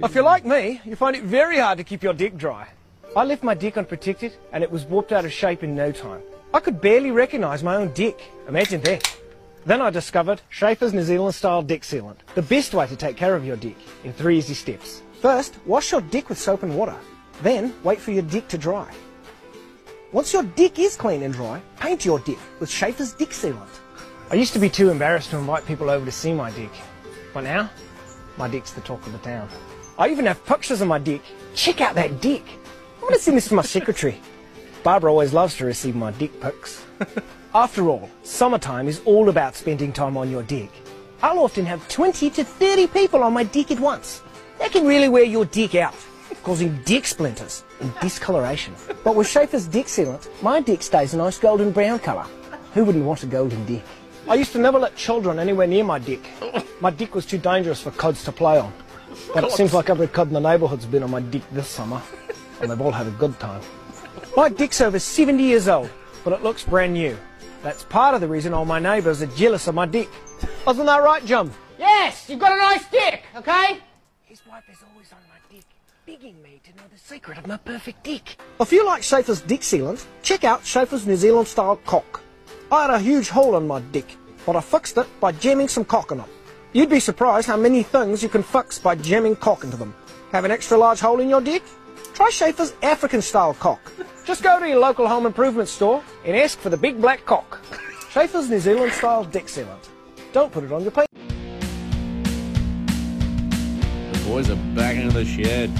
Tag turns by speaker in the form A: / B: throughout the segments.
A: If you're like me, you find it very hard to keep your deck dry. I left my deck unprotected and it was warped out of shape in no time. I could barely recognise my own deck. Imagine that. Then I discovered Schaefer's New Zealand style deck sealant, the best way to take care of your deck in three easy steps. First, wash your deck with soap and water. Then, wait for your deck to dry. Once your deck is clean and dry, paint your deck with Schaefer's deck sealant. I used to be too embarrassed to invite people over to see my deck, but now my deck's the talk of the town. I even have pictures of my dick. Check out that dick. I want to send this to my secretary. Barbara always loves to receive my dick pics. After all, summertime is all about spending time on your dick. I'll often have 20 to 30 people on my dick at once. That can really wear your dick out, causing dick splinters and discoloration. But with Schaefer's dick sealant, my dick stays a nice golden brown colour. Who wouldn't want a golden dick? I used to never let children anywhere near my dick. My dick was too dangerous for cods to play on. But it seems like every cod in the neighbourhood's been on my dick this summer, and they've all had a good time. My dick's over 70 years old, but it looks brand new. That's part of the reason all my neighbours are jealous of my dick. Wasn't that right, John?
B: Yes, you've got a nice dick, okay?
A: His wife is always on my dick, begging me to know the secret of my perfect dick. If you like Schaefer's dick sealant, check out Schaefer's New Zealand style cock. I had a huge hole in my dick, but I fixed it by jamming some cock in it. You'd be surprised how many things you can fix by jamming cock into them. Have an extra large hole in your dick? Try Schaefer's African style cock. Just go to your local home improvement store and ask for the big black cock. Schaefer's New Zealand style dick sealant. Don't put it on your penis.
C: The boys are back into the shed.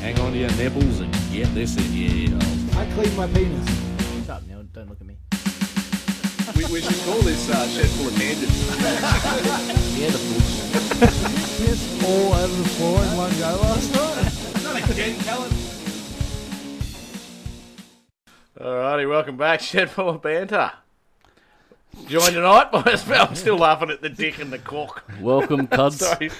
C: Hang on to your nipples and get this in your ears.
D: I clean my penis.
B: Shut up now, don't look at me.
E: We, we should call this uh, shed full of bandits.
C: Yeah, the bush.
D: Piss all over the floor in one go last night.
C: Alrighty, welcome back, Shed Full of Banter. Joined tonight by I'm still laughing at the dick and the cork.
F: Welcome, cuds.
C: Sorry.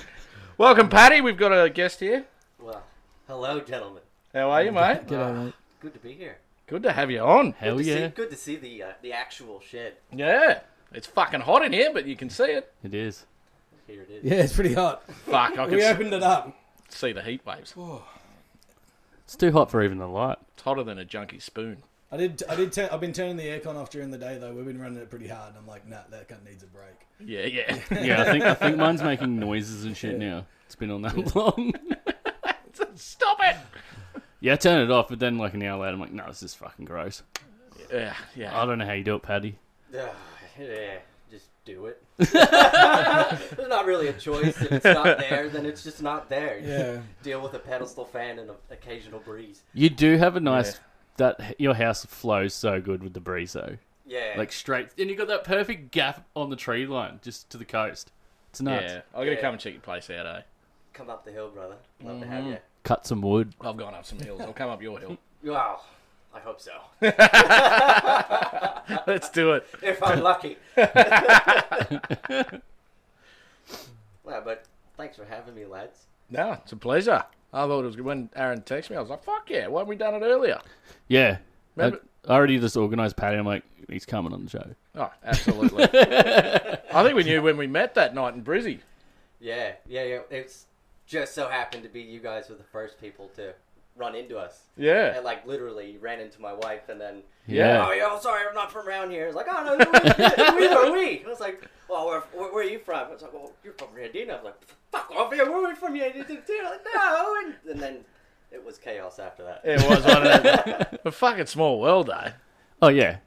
C: Welcome, Patty. We've got a guest here.
G: Well, hello, gentlemen.
C: How are you, mate?
F: G'day, mate.
G: Good to be here.
C: Good to have you on.
F: Hell
G: Good to
F: Oh, yeah.
G: See, good to see the uh, the actual shed.
C: Yeah. It's fucking hot in here, but you can see it.
F: It is.
G: Here it is.
D: Yeah, it's pretty hot.
C: Fuck, I can
D: We
C: s-
D: opened it up.
C: see the heat waves.
F: It's too hot for even the light.
C: It's hotter than a junkie spoon.
D: I did. I did. Turn, I've been turning the aircon off during the day though. We've been running it pretty hard, and I'm like, nah, that cunt needs a break.
C: Yeah, yeah.
F: Yeah, I think I think mine's making noises and shit now. It's been on that long.
C: Stop it.
F: yeah, I turned it off, but then like an hour later, I'm like, no, this is fucking gross.
C: Yeah,
F: I
C: yeah.
F: don't know how you do it, Paddy.
G: Ugh, yeah, just do it. There's not really a choice. If it's not there, then it's just not there. You
D: Yeah.
G: Deal with a pedestal fan and an occasional breeze.
F: You do have a nice that your house flows so good with the breeze though,
G: Yeah.
F: like straight, and you got that perfect gap on the tree line just to the coast. It's nuts.
C: Yeah, I'm gonna
G: Yeah.
C: come and check your place out, eh?
G: come up the hill, brother. Love to have you.
F: Cut some wood.
C: I've gone up some hills. I'll come up your hill.
G: Wow. I hope so.
C: Let's do it.
G: if I'm lucky. well, but thanks for having me, lads.
C: No, it's a pleasure. I thought it was good. when Aaron texted me. I was like, "Fuck yeah! Why haven't we done it earlier?"
F: Yeah. I,
C: Remember-
F: I already just organised Paddy. I'm like, he's coming on the show.
C: Oh, absolutely. I think we knew when we met that night in Brizzy.
G: Yeah, yeah, yeah. It's just so happened to be you guys were the first people to run into us.
C: Yeah.
G: And like literally you ran into my wife and then
F: Yeah.
G: oh yeah, I'm sorry, I'm not from around here. It's like, oh no, no, we are we. I was like, well, where, where, where are you from? I was like, well, you're from Randina. I was like, fuck off here, where are we from? You did too. I was like, no, and, and then it was chaos after that.
C: It was one of those- a fucking small world, though.
F: Oh yeah,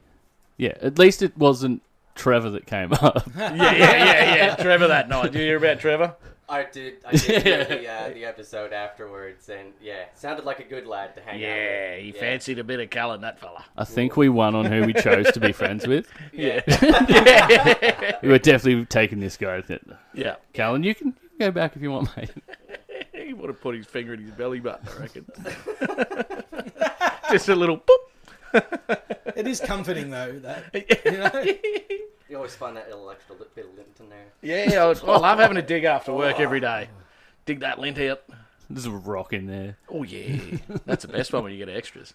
F: yeah. At least it wasn't Trevor that came up.
C: Yeah, yeah, yeah, yeah. Trevor that night. Did you hear about Trevor?
G: I did, I did hear the, uh, the episode afterwards, and yeah, sounded like a good lad to hang out
C: Yeah,
G: with.
C: he fancied a bit of colour, in that fella.
F: I think we won on who we chose to be friends with.
G: Yeah.
F: We were definitely taking this guy. With it.
C: Yeah,
F: Callan, you can, you can go back if you want, mate.
C: he would have put his finger in his belly button, I reckon. Just a little boop.
D: It is comforting though. That
G: You always find that little extra li- bit of lint in there.
C: Yeah, I, was, I love having a dig after work every day. Dig that lint out.
F: There's a rock in there.
C: Oh yeah, that's the best one when you get extras.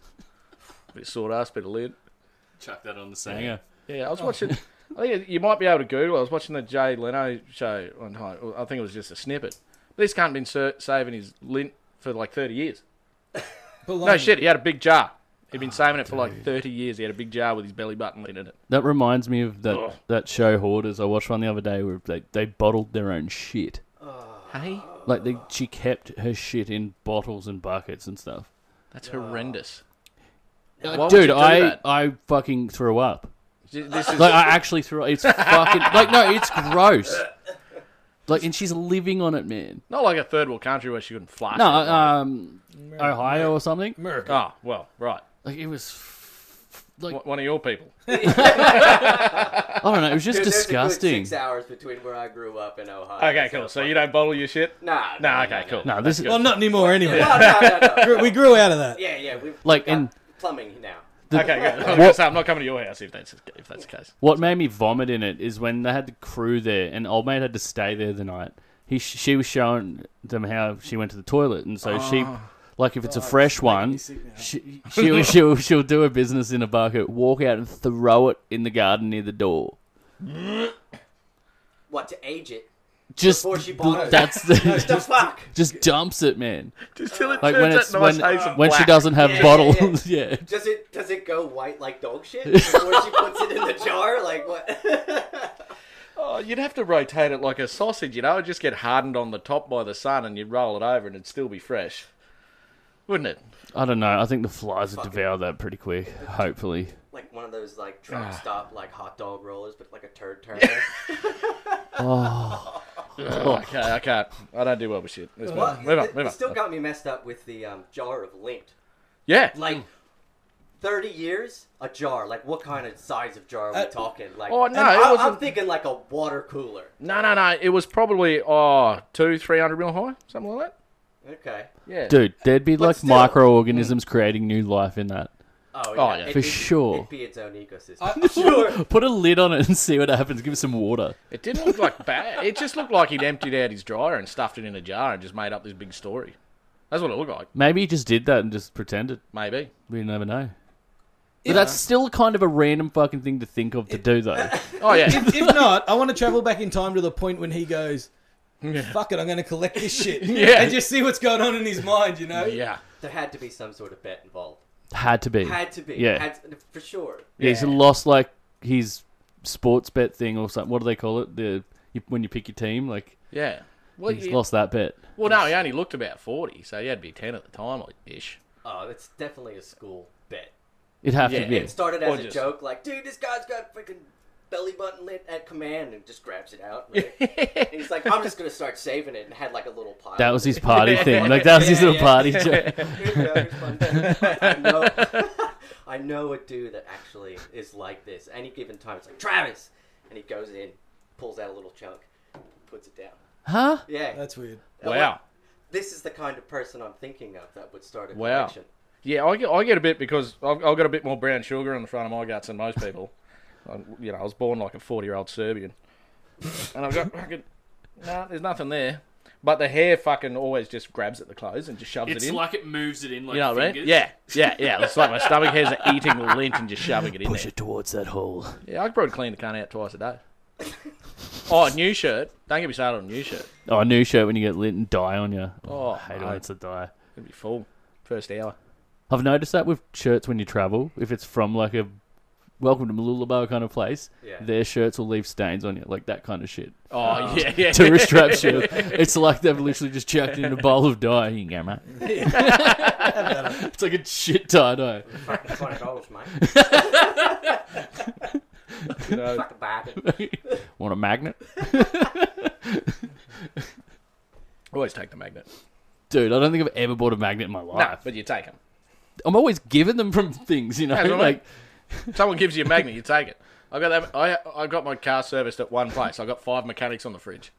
C: Bit of sawed ass, bit of lint.
F: Chuck that on the singer.
C: Yeah, I
F: Oh.
C: was watching. I think you might be able to Google. I was watching the Jay Leno show one time. I think it was just a snippet. This cunt been ser- saving his lint for like 30 years. No
F: Oh.
D: Bologna.
C: shit, he had a big jar. He'd
F: Ah,
C: been saving it for like 30 years. He had a big jar with his belly button lean in it.
F: That reminds me of that,
C: Ugh.
F: that show Hoarders. I watched one the other day where they, they bottled their own shit.
C: Hey,
F: Like they, she kept her shit in bottles and buckets and stuff.
C: that's horrendous.
F: Like,
C: Why would you
F: Dude,
C: do
F: I
C: that?
F: I fucking threw up.
C: This is
F: Like I actually threw up. It's fucking like no, it's gross. Like and she's living on it, man.
C: not like a third world country where she couldn't flush.
F: No,
C: it.
F: um, Ohio or something.
D: America.
C: oh, well, right.
F: Like it was, f- like
C: One of your people.
F: I don't know. It was just
G: Dude, there's a good
F: disgusting.
G: Six hours between where I grew up in Ohio.
C: Okay, cool. So you don't bottle your shit?
G: Nah.
C: Nah, okay, cool.
F: No, this is
D: Well, not anymore anyway.
G: No, no, no, no.
D: We grew out of that.
G: Yeah, yeah. We've
F: Like,
G: got
F: and-
G: plumbing now.
C: Okay, good. I was gonna say, I'm not coming to your house if that's if that's the case.
F: what made me vomit in it is when they had the crew there, and old mate had to stay there the night. He sh- she was showing them how she went to the toilet, and so she. Like if it's a
G: Oh,
F: fresh one,
D: sick now.
F: she, she'll, she'll she'll do her business in a bucket, walk out and throw it in the garden near the door.
G: What to age it?
F: Just
G: Before she bottles it.
F: that's the,
G: The fuck.
F: just dumps it, man.
C: Just till it
F: Like
C: turns
F: when
C: that
F: it's
C: nice
F: when
C: haze of
F: when she
C: black.
F: doesn't have
G: Yeah, yeah,
F: bottles, yeah.
G: Does it does it go white like dog shit before she puts it in the jar? Like what?
C: Oh, you'd have to rotate it like a sausage, you know? It'd just get hardened on the top by the sun and you'd roll it over and it'd still be fresh. Wouldn't it?
F: I don't know. I think the flies would devour that pretty quick. Hopefully,
G: like one of those like
C: Ah.
G: truck stop like hot dog rollers, but like a turd turner.
C: Oh, okay, I can't. I don't do well with shit. Let's move
G: Well,
C: on.
G: it,
C: Move on,
G: it
C: move on.
G: still got me messed up with the um, jar of lint.
C: Yeah.
G: Like thirty years, a jar. Like what kind of size of jar are we
D: Uh,
G: talking? Like
C: Oh, no, it
G: I, I'm
C: wasn't-
G: thinking like a water cooler.
C: No, no, no. It was probably, oh, two, three hundred mil high, something like that.
G: Okay.
C: Yeah.
F: dude, there'd be like
G: still-
F: microorganisms creating new life in that.
G: Oh,
C: Oh, yeah.
G: It'd
F: For
G: be-
F: sure.
G: It'd be its own ecosystem.
D: I-
G: sure.
F: Put a lid on it and see what happens. Give it some water.
C: It didn't look like bad. It just looked like he'd emptied out his dryer and stuffed it in a jar and just made up this big story. That's what it looked like,
F: Maybe he just did that and just pretended.
C: maybe.
F: We never know. But that's still kind of a random fucking thing to think of to do, though.
C: Oh, yeah.
D: if, if not, I want to travel back in time to the point when he goes, "Fuck it, I'm going to collect this shit,"
C: Yeah.
D: and just see what's going on in his mind. You know,
C: yeah.
G: There had to be some sort of bet involved.
F: Had to be.
G: Had to be.
F: Yeah.
G: Had to- for sure.
F: Yeah, He's lost like his sports bet thing or something. What do they call it? The you, when you pick your team, like
C: Yeah. Well,
F: he's
C: he-
F: lost that bet.
C: well, no, he only looked about 40, so he had to be 10 at the time, like, ish.
G: Oh, it's definitely a school bet.
F: It'd have
C: Yeah,
F: to be.
G: It started
C: Or
G: as a
C: just-
G: joke, like, dude, this guy's got freaking belly button lit at command, and just grabs it out. like- and he's like, I'm just gonna start saving it, and had like a little pile.
F: That was his party thing. Like that was his
G: Yeah,
F: little
G: yeah.
F: party joke.
G: Here you go, here's fun. I know, I know a dude that actually is like this. Any given time, it's like Travis, and he goes in, pulls out a little chunk, puts it down.
F: Huh?
G: Yeah,
D: that's weird.
C: Wow.
G: this is the kind of person I'm thinking of that would start a
C: Wow.
G: collection.
C: Yeah, I get, I get a bit because I've, I've got a bit more brown sugar on the front of my guts than most people. i you know, I was born like a 40 year old Serbian. And I've got fucking. Nah, there's nothing there. But the hair fucking always just grabs at the clothes and just shoves it in.
F: it moves it in like
C: you know what I mean? Yeah, yeah, yeah. It's like my stomach hairs are eating lint and just shoving it in
F: Push
C: there.
F: it towards that hole.
C: Yeah, I could probably clean the cunt out twice a day. oh, new shirt. Don't get me started on new shirt.
F: Oh, a new shirt when you get lit and die on you.
C: Oh,
F: I hate it
C: mate.
F: when it's a die.
C: Gonna be full first hour.
F: I've noticed that with shirts when you travel, if it's from like a welcome to Malulabar kind of place,
G: Yeah.
F: their shirts will leave stains on you, like that kind of shit.
C: Oh,
F: Ah.
C: yeah, yeah.
F: Tourist trap shirt. It's like they've literally just chucked in a bowl of dye. Here you go, mate. it's like a shit tie dye.
G: Fucking twenty dollars, mate.
C: You know,
G: Fucking bargain.
F: Want a magnet?
C: always take the magnet.
F: Dude, I don't think I've ever bought a magnet in my
C: No,
F: life.
C: but you take them.
F: I'm always giving them from things, you know?
C: That's what I mean.
F: like,
C: Someone gives you a magnet, you take it. I got that. I I got my car serviced at one place. I got five mechanics on the fridge.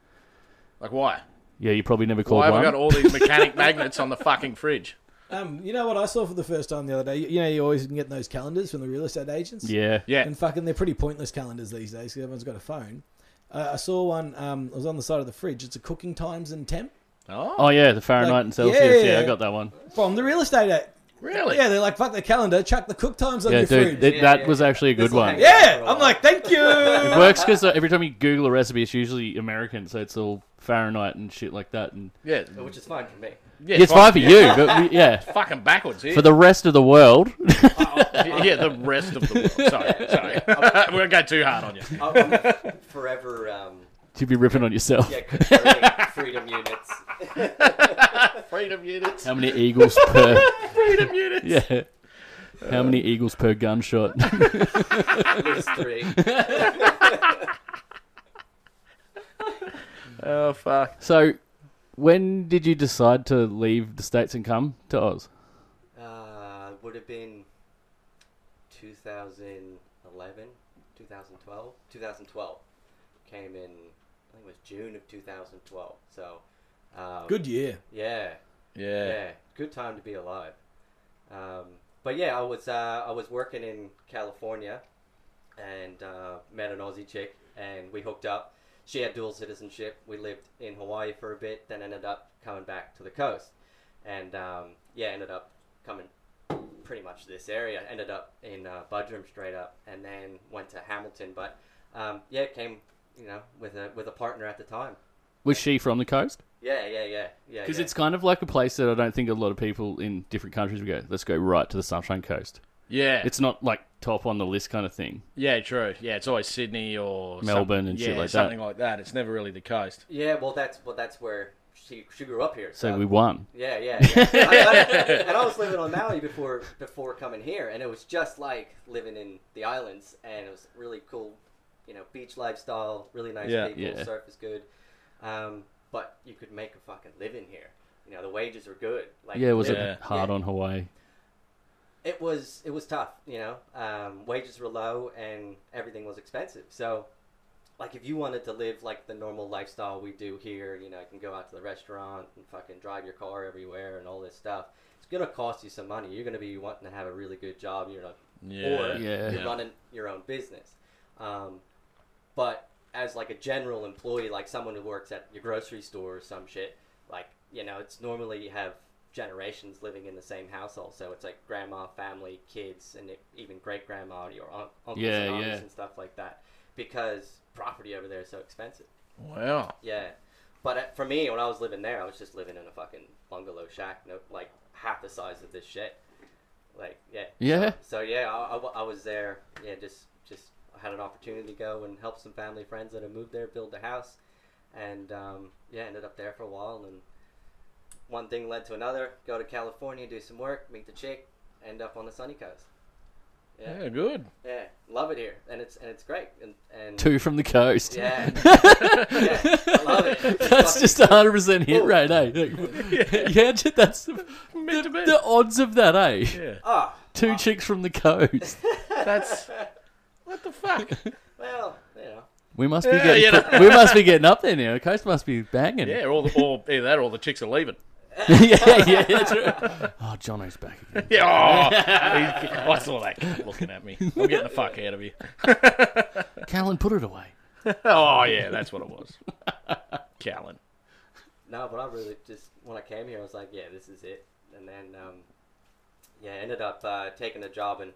C: Like why?
F: yeah, you probably never called
C: Why have
F: one.
C: I got all these mechanic magnets on the fucking fridge?
D: Um, you know what I saw for the first time the other day? You, you know, you always can get those calendars from the real estate agents.
F: yeah.
C: Yeah.
D: And fucking, they're pretty pointless calendars these days because everyone's got a phone. Uh, I saw one. Um, it was on the side of the fridge. It's a cooking times and temp
C: Oh,
F: Oh, yeah, the Fahrenheit
D: Like,
F: and Celsius.
D: yeah,
F: yeah,
D: yeah.
F: I got that one.
D: from the real estate. a-
C: Really?
D: Yeah, they're like, fuck the calendar, chuck the cook times on
F: Yeah,
D: your
F: dude,
D: fridge.
F: th-
G: Yeah,
F: that
G: yeah,
F: was
G: yeah.
F: actually a good
G: This'll
F: one.
G: hang
F: It
D: yeah, I'm like, thank you.
F: works because every time you Google a recipe, it's usually American, so it's all Fahrenheit and shit like that. And
C: Yeah.
G: Which is fine for me.
C: yeah
F: yeah, it's fine for you, but we, yeah,
C: Fucking backwards here.
F: for the rest of the world,
C: yeah, the rest of the world. Sorry, sorry. We're going to go too hard on you.
G: I'm, I'm Oh, forever, um,
F: you'd be ripping on yourself.
G: yeah, converting freedom units.
C: Freedom units.
F: How many eagles per?
C: Freedom units.
F: Yeah. How many eagles per gunshot?
G: There's three.
C: Oh, fuck.
F: so, when did you decide to leave the states and come to Oz?
G: Uh, would have been 2011, 2012, 2012. Came in, I think it was June of 2012. So, um,
D: Good year.
G: Yeah,
C: Yeah.
G: yeah, good time to be alive. Um, but yeah, I was uh, I was working in California, and uh, met an Aussie chick, and we hooked up. She had dual citizenship. We lived in Hawaii for a bit, then ended up coming back to the coast, and um, yeah, ended up coming pretty much this area. Ended up in uh, Budrum straight up, and then went to Hamilton. But um, yeah, came you know with a with a partner at the time.
F: Was she from the coast?
G: Yeah, yeah, yeah, yeah.
F: Because
G: yeah.
F: it's kind of like a place that I don't think a lot of people in different countries would go. Let's go right to the Sunshine Coast.
C: Yeah.
F: It's not like top on the list kind of thing.
C: yeah, true. Yeah, it's always Sydney or some-
F: Melbourne and shit
C: yeah,
F: like that.
C: something like that. It's never really the coast.
G: Yeah, well, that's well, that's where she she grew up here.
F: So
G: So,
F: we won.
G: yeah, yeah. yeah. I- I- and I was living on Maui before before coming here, and it was just like living in the islands, and it was really cool, you know, beach lifestyle, really nice
C: Yeah,
G: people,
F: yeah.
G: surf is good, um, but you could make a fucking living here. You know, the wages are good. Like
F: Yeah, was
C: Yeah.
F: it hard on Hawaii?
G: it was it was tough you know um, wages were low and everything was expensive so like if you wanted to live like the normal lifestyle we do here you know you can go out to the restaurant and fucking drive your car everywhere and all this stuff it's gonna cost you some money you're gonna be wanting to have a really good job you're not
C: Yeah.
G: or
F: Yeah.
G: you're
F: Yeah.
G: running your own business um, but as like a general employee like someone who works at your grocery store or some shit like you know it's normally you have generations living in the same household so it's like grandma family kids and it, even great grandma your un- uncles
F: Yeah,
G: and aunts
F: yeah.
G: and stuff like that because property over there is so expensive
C: Wow.
G: yeah but uh, for me when i was living there i was just living in a fucking bungalow shack no, like half the size of this shit like yeah
F: Yeah.
G: so yeah, I, I w- I was there. Yeah, just just had an opportunity to go and help some family friends that had moved there build a house, and um, yeah, ended up there for a while. And one thing led to another. Go to California, do some work, meet the chick, end up on the sunny coast. Yeah,
C: Yeah, good.
G: yeah, love it here, and it's and it's great, and and
F: Two from the coast.
G: yeah, yeah, I love it. It's
F: That's
G: fucking-
F: just a hundred percent hit rate, eh? Like, yeah, that's the,
C: Meant to be.
F: the odds of that, eh?
G: oh
F: Two chicks from the coast.
C: That's. What the fuck?
G: well, you know.
F: We must be
C: Yeah,
F: getting
C: you know.
F: we must be getting up there now. The coast must be banging.
C: Yeah, all the, or either that or the chicks are leaving.
F: yeah, yeah, that's right. Oh, Jono's back again.
C: Yeah, oh, he- I saw that kid looking at me. I'm getting the fuck out of here.
F: Callan, put it away.
C: Oh yeah, that's what it was. Callan.
G: No, but I really just when I came here, I was like, yeah, this is it. And then, um, yeah, I ended up uh, taking a job in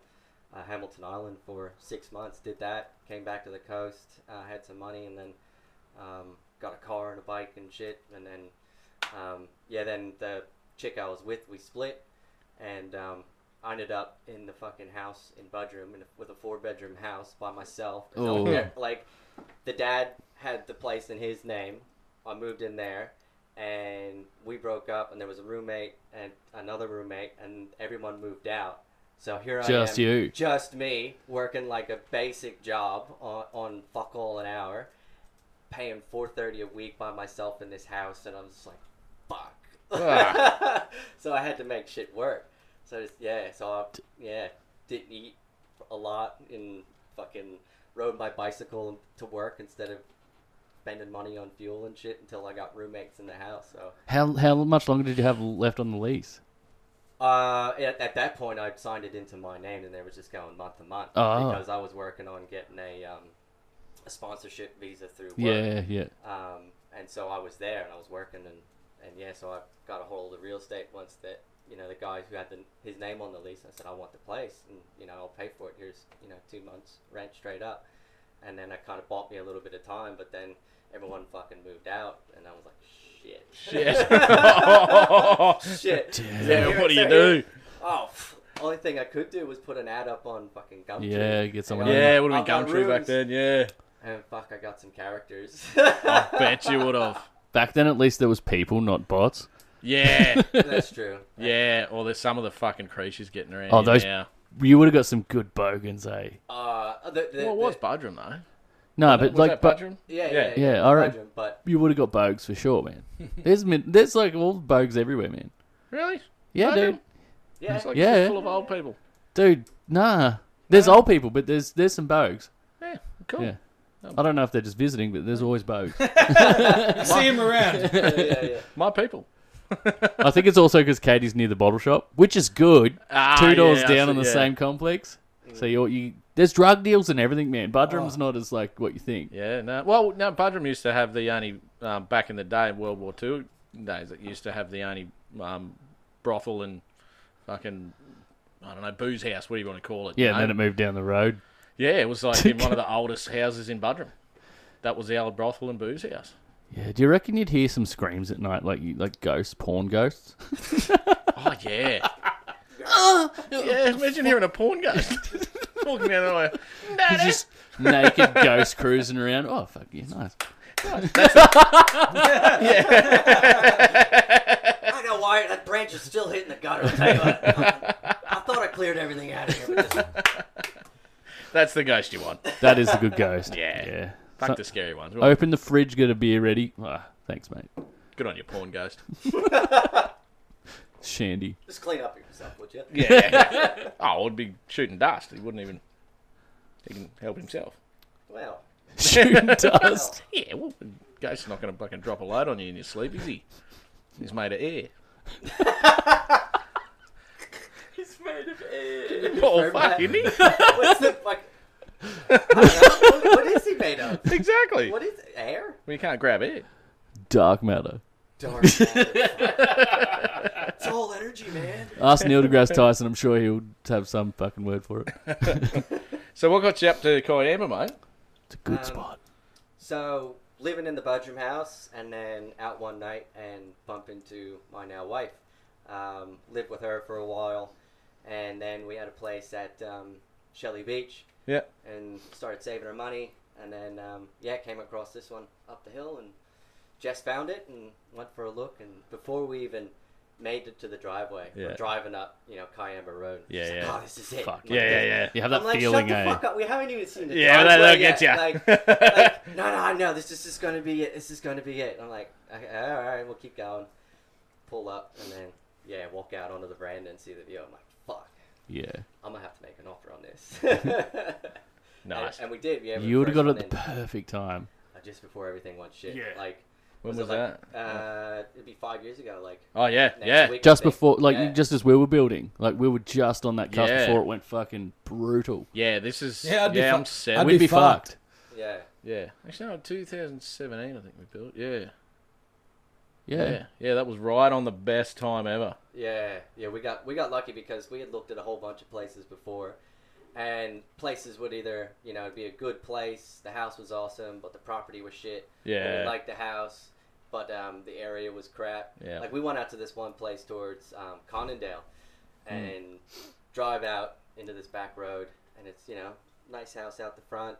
G: uh, Hamilton Island for six months. Did that, came back to the coast, uh, had some money, and then um, got a car and a bike and shit. And then, um, yeah, then the chick I was with, we split, and um, I ended up in the fucking house in Budrum in a, with a four bedroom house by myself. And I was
F: Oh.
G: there- like the dad had the place in his name. I moved in there and we broke up and there was a roommate and another roommate and everyone moved out. So here
F: Just
G: I am.
F: you.
G: Just me working like a basic job on, on fuck all an hour, paying 430 a week by myself in this house and I was just like fuck.
C: Ah,
G: so I had to make shit work. So just, yeah, so I yeah, didn't eat a lot and fucking rode my bicycle to work instead of spending money on fuel and shit until I got roommates in the house. So
F: How how much longer did you have left on the lease?
G: uh, at, at that point, I signed it into my name, and they were just going month to month
F: Oh.
G: because I was working on getting a um, a sponsorship visa through work.
F: Yeah, yeah.
G: Um, and so I was there and I was working and And yeah, so I got a hold of the real estate once that you know the guy who had the, his name on the lease. I said, I want the place, and you know I'll pay for it. Here's you know two months rent straight up. And then that kind of bought me a little bit of time, but then everyone fucking moved out, and I was like, shit, shit.
C: Yeah, what do you
G: So
C: do?
G: Oh, pff, only thing I could do was put an ad up on fucking Gumtree.
F: Yeah, get someone
G: I got-
C: Yeah, it would
G: I
C: have been
G: got
C: Gumtree back
G: rooms,
C: then. Yeah,
G: And fuck, I got some characters.
C: bet you would have.
F: Back then, at least there was people, not bots.
C: Yeah,
G: That's true.
C: yeah. Or there's some of the fucking creatures getting around.
F: Oh,
C: here
F: those-
C: Now.
F: You would have got some good bogans, eh?
G: Uh, the, the,
C: Well, it was
G: the-
C: Budrum though.
F: No, but
C: Was
F: like,
C: Oh, that
F: but
C: Budrum?
G: yeah, yeah,
C: Yeah.
G: yeah,
F: Yeah, all right.
G: Belgium, But
F: you would have got bogues for sure, man. There's min- there's like all bogues everywhere, man.
C: Really?
F: Yeah,
C: Budrum?
F: dude,
G: yeah,
C: It's like
F: Yeah,
C: it's
F: yeah.
C: full of old people.
F: dude, nah. There's old people, but there's there's some bogues.
C: Yeah, cool.
F: Yeah.
C: Oh.
F: I don't know if they're just visiting, but there's always bogues.
D: See him around.
G: yeah, yeah, yeah.
C: My people.
F: I think it's also because Katie's near the bottle shop, which is good.
C: Ah,
F: Two doors
C: yeah, I
F: down
C: see,
F: on the
C: yeah. Mm.
F: same complex, so you you there's drug deals and everything, man. Budrum's
C: Oh.
F: not as like what you think.
C: Yeah, no. Well, no, Budrum used to have the only, um, back in the day, World War Two days, it used to have the only um, brothel and fucking, I don't know, booze house, what do you want to call it? you
F: Yeah, and
C: know?
F: then it moved down the road.
C: yeah, it was like in one of the oldest houses in Budrum. That was the old brothel and booze house.
F: Yeah, do you reckon you'd hear some screams at night, like you, like ghosts, porn ghosts?
C: Oh, yeah.
G: Ah!
C: yeah, imagine hearing a porn ghost walking down the way. Daddy!
F: just naked ghost cruising around. Oh fuck yeah, nice.
G: I don't know why that branch is still hitting the gutter. I'll tell you what. I thought I cleared everything out of here. but this-
C: That's the ghost you want.
F: That is a good ghost.
C: Yeah.
F: yeah.
C: Fuck
F: So- Oh.
C: the scary ones.
F: Open the fridge, get a beer ready. Ah, thanks, mate.
C: Good on your porn ghost.
F: Shandy.
G: Just clean up yourself, would you?
C: Yeah. yeah, yeah. oh, it'd be shooting dust. He wouldn't even. He can help himself.
G: Well,
F: Shooting dust.
C: Yeah, well, Ghost's not going to fucking drop a load on you in your sleep, is he? He's made of air.
G: he's made of
C: Oh, fuck, isn't he?
G: What's the fuck? I don't know. what, what is he made of?
C: Exactly.
G: What is air?
C: Well, you can't grab air.
F: Dark matter.
G: Dark. matter. it's all energy, man.
F: Ask Neil deGrasse Tyson. I'm sure he'll have some fucking word for it.
C: So, what got you up to Koyama, mate?
F: It's a good
G: Um,
F: spot.
G: So living in the bedroom house, and then out one night and bump into my now wife. Um, lived with her for a while, and then we had a place at um, Shelley Beach,
C: Yeah.
G: and started saving her money, and then um, yeah, came across this one up the hill, and Jess found it and went for a look, and before we even made it to the driveway,
C: Yeah.
G: we're driving up, you know, Kiamba Road.
C: Yeah,
G: She's like,
C: yeah.
G: Oh, this is it.
F: Fuck,
G: Like this.
F: You have that
G: I'm like,
F: feeling,
G: shut the
F: eh?
G: fuck up. We haven't even seen the
C: Yeah,
G: driveway
C: that'll
G: yet.
C: get ya.
G: Like, like, no, no, no. This, this is gonna be it. This is gonna be it. And I'm like, okay, all right, we'll keep going. Pull up and then yeah, walk out onto the veranda and see the view. I'm like, fuck,
F: Yeah.
G: I'm gonna have to make an offer on this.
C: Nice.
G: And, and we did. Yeah, we
F: You would have
G: first
F: got it
G: went
F: at the perfect time.
G: in, uh, just before everything went shit.
F: Yeah.
G: Like,
C: When
G: it
C: was
G: like,
C: that?
G: Uh, it'd be five years ago. Like.
C: Oh, yeah.
G: next
C: Yeah.
G: week, I
F: Just
G: think.
F: before, like,
G: Yeah.
F: just as we were building, like, we were just on that cusp
C: Yeah.
F: before it went fucking brutal.
C: Yeah, this is.
D: Yeah,
C: Yeah,
D: I'd be
C: yeah
D: fu-
C: I'm set.
D: I'd
F: We'd be,
D: be
F: fucked.
D: fucked.
G: yeah.
C: Yeah. Actually, no, 2017, I think we built. Yeah.
F: Yeah.
C: Yeah. Yeah, that was right on the best time ever.
G: Yeah, yeah, we got we got lucky because we had looked at a whole bunch of places before, and places would either you know it'd be a good place, the house was awesome, but the property was shit. or
C: Yeah.
G: we liked the house, but um, the area was crap.
C: Yeah.
G: like we went out to this one place towards um, Conondale,
C: Hmm.
G: and drive out into this back road, and it's you know nice house out the front,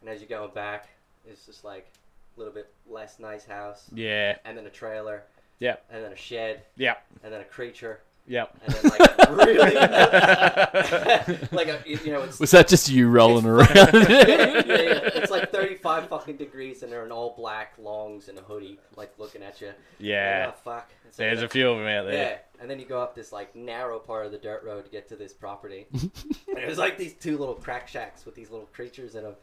G: and as you're going back, it's just like a little bit less nice house,
C: Yeah.
G: and then a trailer,
C: Yep.
G: and then a shed,
C: Yep.
G: and then a creature
C: Yep.
G: and then like really like a, you know it's
F: Was that just you rolling around?
G: yeah, yeah, it's like 35 fucking degrees and they're in all black longs and a hoodie like looking at you
C: Yeah.
G: oh, fuck And so
C: There's a
G: then-
C: few of them out
G: yeah
C: there.
G: and then you go up this like narrow part of the dirt road to get to this property and it was like these two little crack shacks with these little creatures in them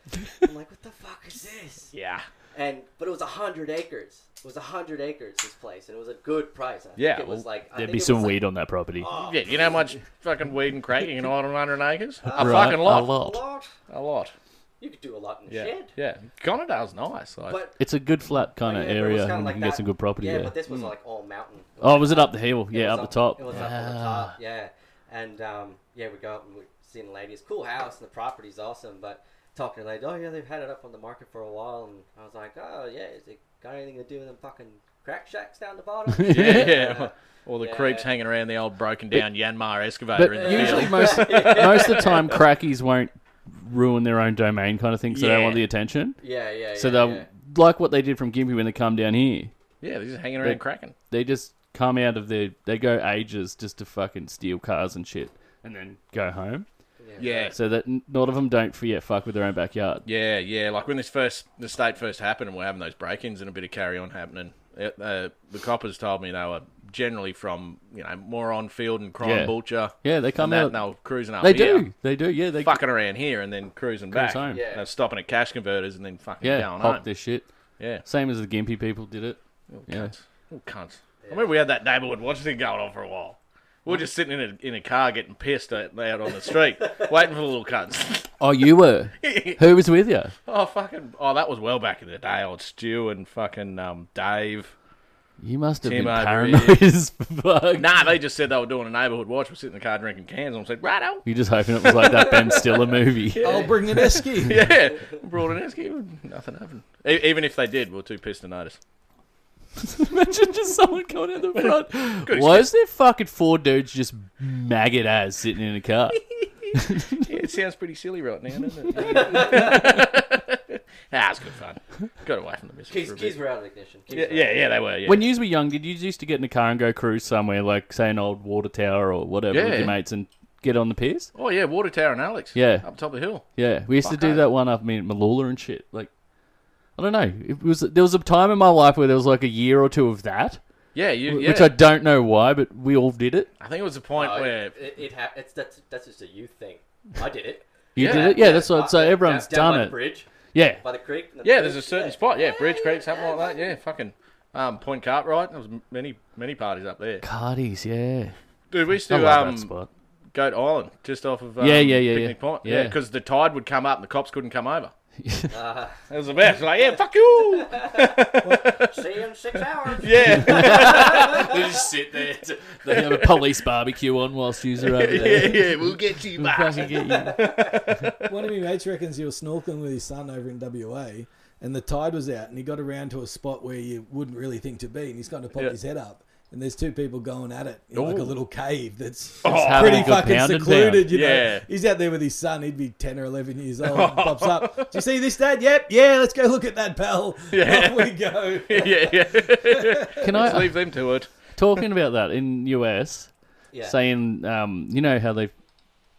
G: I'm like what the fuck is this
C: Yeah.
G: and but it was 100 acres it was 100 acres this place and it was a good price I
C: Yeah,
G: think it was
C: well,
G: like I
F: There'd
G: think
F: be
G: it was,
F: some
G: like,
F: weed on that property.
G: oh,
C: Yeah, you know how much fucking weed and crack you can hide on 100 acres? A
F: Right?
C: fucking lot.
F: A
C: A
F: lot.
G: Lord.
C: lot.
B: You could do a lot in the
C: Yeah,
B: shed.
C: yeah. Connerdale's nice. Like,
B: But
F: It's a good flat kind
B: Oh, yeah,
F: of
B: but it was
F: area.
B: kinda
F: and
B: like
F: you get
B: that-
F: some good property
B: yeah,
F: there.
B: but this was like all mountain.
F: oh, was it up the hill? Yeah,
B: was
F: up the top.
B: It was up on the top, yeah. And um, yeah, we go up and we see the lady. It's a cool house and the property's awesome. But talking to the lady, oh yeah, they've had it up on the market for a while. And I was like, oh yeah, is it got anything to do with them fucking crack shacks down the bottom?
C: yeah, yeah. All the
B: Yeah.
C: creeps hanging around the old broken down Yanmar excavator
F: But
C: in the
F: usually
C: field.
F: most most of the time, crackies won't ruin their own domain kind of thing, so they don't
C: Yeah.
F: want the attention.
B: yeah, yeah.
F: So
B: yeah,
F: they'll
B: yeah.
F: like what they did from Gimpy when they come down here.
C: Yeah, they're just hanging around
F: But-
C: cracking.
F: They just come out of their they go ages just to fucking steal cars and shit, and then go home.
C: Yeah.
F: So that n- none of them don't forget fuck with their own backyard.
C: Yeah, yeah. Like when this first the state first happened, and we're having those break-ins and a bit of carry-on happening. it- Uh, the coppers told me they were generally from you know moron field and crime
F: Yeah.
C: vulture.
F: Yeah, they come
C: and that,
F: out-
C: and they were cruising up.
B: Oh,
F: They
C: here,
F: do, they do, yeah. They
C: fucking around here and then cruising back.
F: home.
B: Yeah.
C: They're stopping at cash converters and then fucking
F: yeah,
C: going
F: pop
C: home.
F: this shit.
C: Yeah,
F: Same as the Gimpy people did it. Yeah.
C: cunts. Little cunts. I remember we had that neighborhood watch thing going on for a while. We were just sitting in a, in a car getting pissed out out on the street, waiting for the little cunts.
F: Oh, you were. Who was with you?
C: Oh fucking! Oh, that was well back in the day. Old Stu and fucking um, Dave.
F: You must have
C: Tim
F: been
C: over
F: paranoid as fuck.
C: Nah, they just said they were doing a neighbourhood watch. We're sitting in the car drinking cans, and I said, "Righto."
F: You just hoping it was like that Ben Stiller movie.
D: I'll bring an esky.
C: Yeah, brought an esky. Nothing happened. E- even if they did, we were too pissed to notice.
F: Imagine just someone going out the front. Why is there fucking four dudes just maggot ass sitting in a car?
C: Yeah, it sounds pretty silly right now, doesn't it? nah, it's good fun. Got away from the missus
B: Keys,
C: for a
B: keys
C: bit.
B: were out of the ignition. Keys
C: Yeah,
B: were out.
C: yeah, yeah, they were. Yeah,
F: When you were young, did you used to get in a car and go cruise somewhere, like say an old water tower or whatever, with
C: Yeah.
F: your mates and get on the piers?
C: oh yeah, Water Tower and Alex.
F: Yeah.
C: up top of the hill.
F: Yeah, we used to
C: Fuck
F: do
C: off.
F: that one up in Malula and shit. Like, I don't know. It was there was a time in my life where there was like a year or two of that,
C: Yeah, you,
F: wh-
C: yeah.
F: which I don't know why, but we all did it.
C: I think it was the point
B: Oh,
C: where
B: it, it, it ha- it's that's that's just a youth thing. I did it.
F: You
C: Yeah.
F: did it, yeah. that's what.
B: Uh,
F: So
B: down-
F: everyone's
B: down by
F: done
B: the
F: it.
B: Bridge
F: Yeah,
B: by the creek. and the
C: Yeah, there's a
B: bridge,
C: certain
B: yeah.
C: spot. Yeah, Bridge Creek, something like that. Yeah, fucking um, Point Cartwright. There was m- many, many parties up there.
F: parties. Yeah,
C: Dude, we used
F: I
C: to
F: love
C: um,
F: that spot.
C: Goat Island, just off of um,
F: Yeah, yeah, yeah,
C: Picnic
F: yeah.
C: Point.
F: Yeah.
C: Yeah, because the tide would come up and the cops couldn't come over. it was the best. Like, yeah, fuck you.
B: See you in six hours.
C: Yeah,
F: They just sit there. They have a police barbecue on whilst you're over there.
C: yeah, yeah. We'll get you back.
F: Fucking get you.
D: One of my mates reckons he was snorkeling with his son over in WA, and the tide was out, and he got around to a spot where you wouldn't really think to be, and he's kind of popped
C: Yeah.
D: his head up. And there's two people going at it in like a
C: Ooh.
D: little cave that's
F: having
D: pretty
F: a good
D: fucking
F: pound and
D: secluded.
F: pound.
D: You know,
C: Yeah.
D: he's out there with his son. He'd be ten or eleven years old. And pops up. Do you see this, Dad? Yep. Yeah. Let's go look at that, pal.
C: Yeah.
D: Off we go.
C: yeah, yeah.
F: Can
C: Let's
F: I
C: leave them to it.
F: talking about that in US?
B: Yeah.
F: Saying, um, you know how they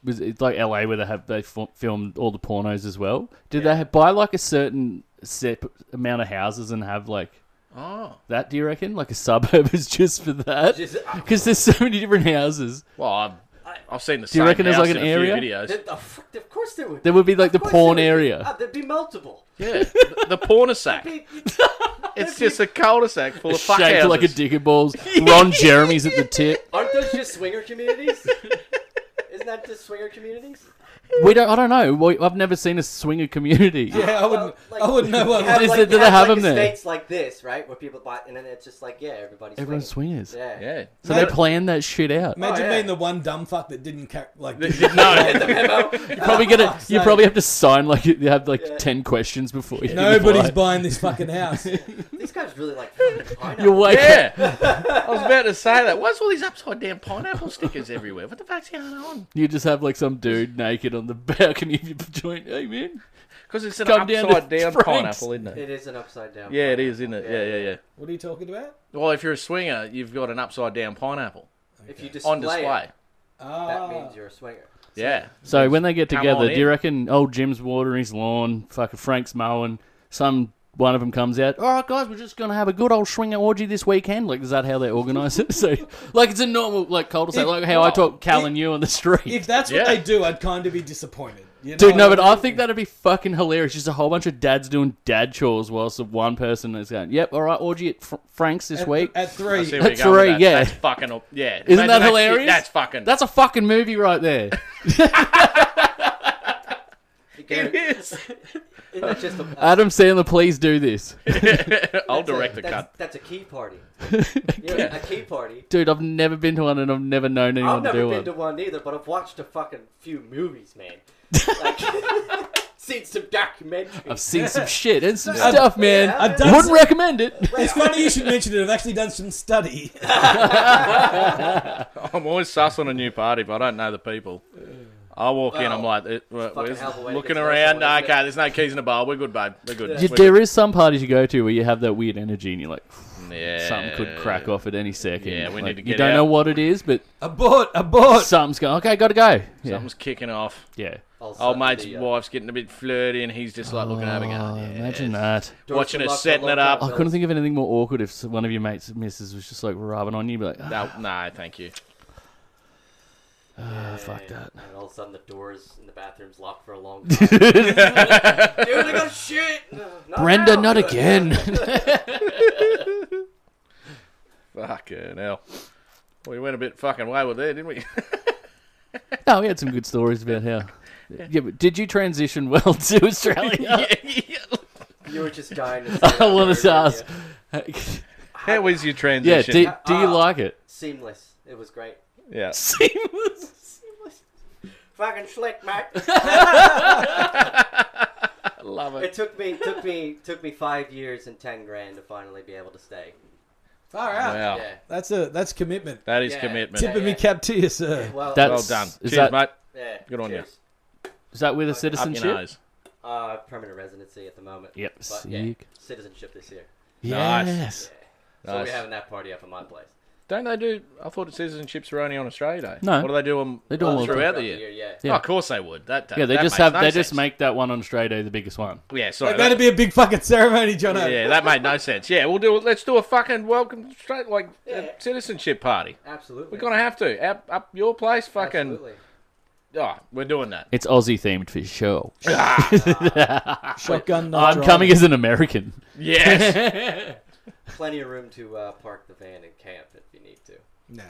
F: was it's like LA where they have they f- filmed all the pornos as well. Did they have, buy like a certain set amount of houses and have like
C: Oh,
F: that? Do you reckon like a suburb is just for that?
B: Just- uh,
F: Because there's so many different houses.
C: well, I've, I've seen the.
F: you
C: same
F: reckon there's,
C: house
F: like,
C: in
F: an
C: a few
F: area?
C: Videos.
B: Th- the fuck- of course there would.
F: There would be like the
B: of course
F: porn
B: there would be-
F: area.
B: Uh, there'd be multiple.
C: Yeah, the, the porn sack.
B: Be-
C: It's just a cul-de-sac full of fuck
F: Shaped
C: houses.
F: like a dick and balls. Ron Jeremy's at the tip.
B: Aren't those just swinger communities? Isn't that just swinger communities?
F: We don't. I don't know. We- I've never seen a swinger community.
D: Yeah. I wouldn't.
B: like-
D: I wouldn't know what.
F: Is
B: like,
F: it- do
B: you
F: they have
B: like
F: them there?
B: Estates like this, right, where people buy, and then it's just like, yeah, everybody's
F: Everyone's
B: swinging.
F: swingers.
B: Yeah.
C: Yeah.
F: So they plan that shit out.
D: Imagine
B: Oh, yeah.
D: being the one dumb fuck that didn't ca- like. didn't-
C: no,
F: You probably get a, You
D: sake.
F: probably have to sign like you have like ten questions before you.
D: Nobody's
F: apply.
D: buying this fucking house.
B: These guys really like fucking pineapple.
F: You wake up.
C: yeah. I was about to say that. Why's all these upside down pineapple stickers everywhere? What the fuck's going on?
F: You just have like some dude naked on the balcony of your joint. Hey man,
C: Because it's an
F: Come down to
C: upside down
F: Frank's.
C: pineapple, isn't it?
B: It is an upside down.
C: Yeah, it is, isn't it? Yeah, yeah, yeah.
D: what are you talking about?
C: Well, if you're a swinger, you've got an upside down pineapple
B: If you display,
C: on display.
B: It,
D: Ah.
B: that means you're a swinger.
C: Yeah.
F: So when they get
C: Come
F: together,
C: on
F: do you
C: in.
F: reckon old Jim's watering his lawn, fucking Frank's mowing, some one of them comes out, all right, guys, we're just going to have a good old swinger orgy this weekend. Like, is that how they organise it? So, like, it's a normal, like, cul-de-sac,
D: If-
F: like how I talk Cal
D: if-
F: and you on the street.
D: If that's what
C: Yeah.
D: they do, I'd kind of be disappointed. You know
F: Dude, no,
D: what
F: but
D: I
F: I think that'd be fucking hilarious. Just a whole bunch of dads doing dad chores whilst the one person is going, yep, all right, orgy at Fr- Frank's this
D: at,
F: week.
D: at
C: I
D: three.
C: see where
F: That's
C: you're going with
F: right,
C: that.
F: yeah.
C: That's fucking up. Yeah.
F: Isn't that
C: shit-
F: hilarious?
C: That's fucking.
F: That's a fucking movie right there.
B: You
C: It is.
G: Isn't that just a,
F: Adam Sandler, please do this.
C: I'll
G: that's a-
C: direct the
G: that's,
C: cut.
G: That's a key party. You know, a key party.
F: Dude, I've never been to one and I've never known anyone
G: I've never
F: to do
G: been
F: one.
G: to one either, but I've watched a fucking few movies, man. Like, seen some documentaries.
F: I've seen some shit and some stuff, man.
G: yeah.
D: I've done
F: Wouldn't
D: some-
F: recommend it.
D: It's funny you should mention it. I've actually done some study.
C: I'm always sus on a new party, but I don't know the people. I walk in, I'm
G: Wow.
C: like, it, where-
G: fucking
C: where's-
G: hell of a way to
C: looking
G: get
C: around.
G: started, isn't it?
C: okay, there's no keys in the bar. We're good, babe. We're good.
F: You,
C: We're
F: there is some parties you go to where you have that weird energy and you're like,
C: good. Yeah.
F: something could crack off at any second.
C: Yeah, we
F: Like,
C: need to
F: You
C: get
F: don't
C: out.
F: know what it is, but
D: Abort, abort.
F: something's going. Okay, gotta go. Yeah,
C: Something's kicking off.
F: yeah.
G: Also,
C: Old mate's
G: the, uh,
C: wife's getting a bit flirty, and he's just like looking over, going,
F: Oh,
C: yeah,
F: imagine that.
G: doors
C: watching
G: were
C: her
G: locked
C: setting
G: on
C: it up.
F: I
G: lockdown.
F: couldn't think of anything more awkward if one of your mates' missus was just like rubbing on you, be like, ah,
C: No, no, thank you.
F: fuck that.
G: And all of a sudden, the doors in the bathroom's locked for a long time. Dude, I got shit. Not
F: Brenda,
G: now.
F: not again.
C: Fucking hell. We went a bit fucking wayward there, didn't we?
F: no, we had some good stories about how. Yeah, but did you transition well to Australia?
G: You were just dying to say that
F: I want
G: word,
F: to ask.
G: weren't you?
C: How was your
F: Yeah,
C: transition?
F: do, do you
G: Ah.
F: like it?
G: Seamless. It was great.
C: Yeah.
F: Seamless.
G: Fucking slick, mate.
C: Love
G: It took me, took me, took me five years and ten grand to finally be able to stay.
D: Far out.
C: Wow.
G: Yeah.
D: That's a that's commitment.
C: That is
G: Yeah.
C: commitment.
D: Tipping me
G: yeah.
D: cap to you, sir.
G: Well,
F: That's-
C: Well done.
F: Is
C: Cheers,
F: that-
C: mate.
G: yeah.
C: good on you.
G: cheers.
F: Is that with a
C: Up your
F: citizenship?
C: nose.
G: Uh, permanent residency at the moment.
F: Yep.
G: But, yeah,
F: Sick.
G: citizenship this year.
C: Nice.
F: Yes.
G: So
C: Nice.
G: we're having that party up at my place.
C: Don't they do? I thought it citizenships were only on Australia Day.
F: No.
C: What do they do them?
F: They do 'em all
C: throughout the
G: Throughout
C: year.
G: yeah.
F: Yeah.
C: Oh, of course they would. That, that
F: Yeah, they
C: that
F: just
C: makes
F: have.
C: no
F: they just
C: sense.
F: make that one on Australia Day the biggest one.
C: Yeah, sorry.
D: Like, that'd be a big fucking ceremony, John.
C: that- yeah, that made no sense. Yeah, we'll do. it. Let's do a fucking welcome straight like uh,
G: Yeah.
C: citizenship party.
G: Absolutely.
C: We're gonna have to up, up your place. Fucking.
G: Absolutely.
C: Oh, we're doing that.
F: It's Aussie themed for sure.
D: Shotgun.
F: I'm
D: knife drive.
F: coming as an American.
C: Yes.
G: Plenty of room to uh, park the van and camp if you need to.
D: Nah.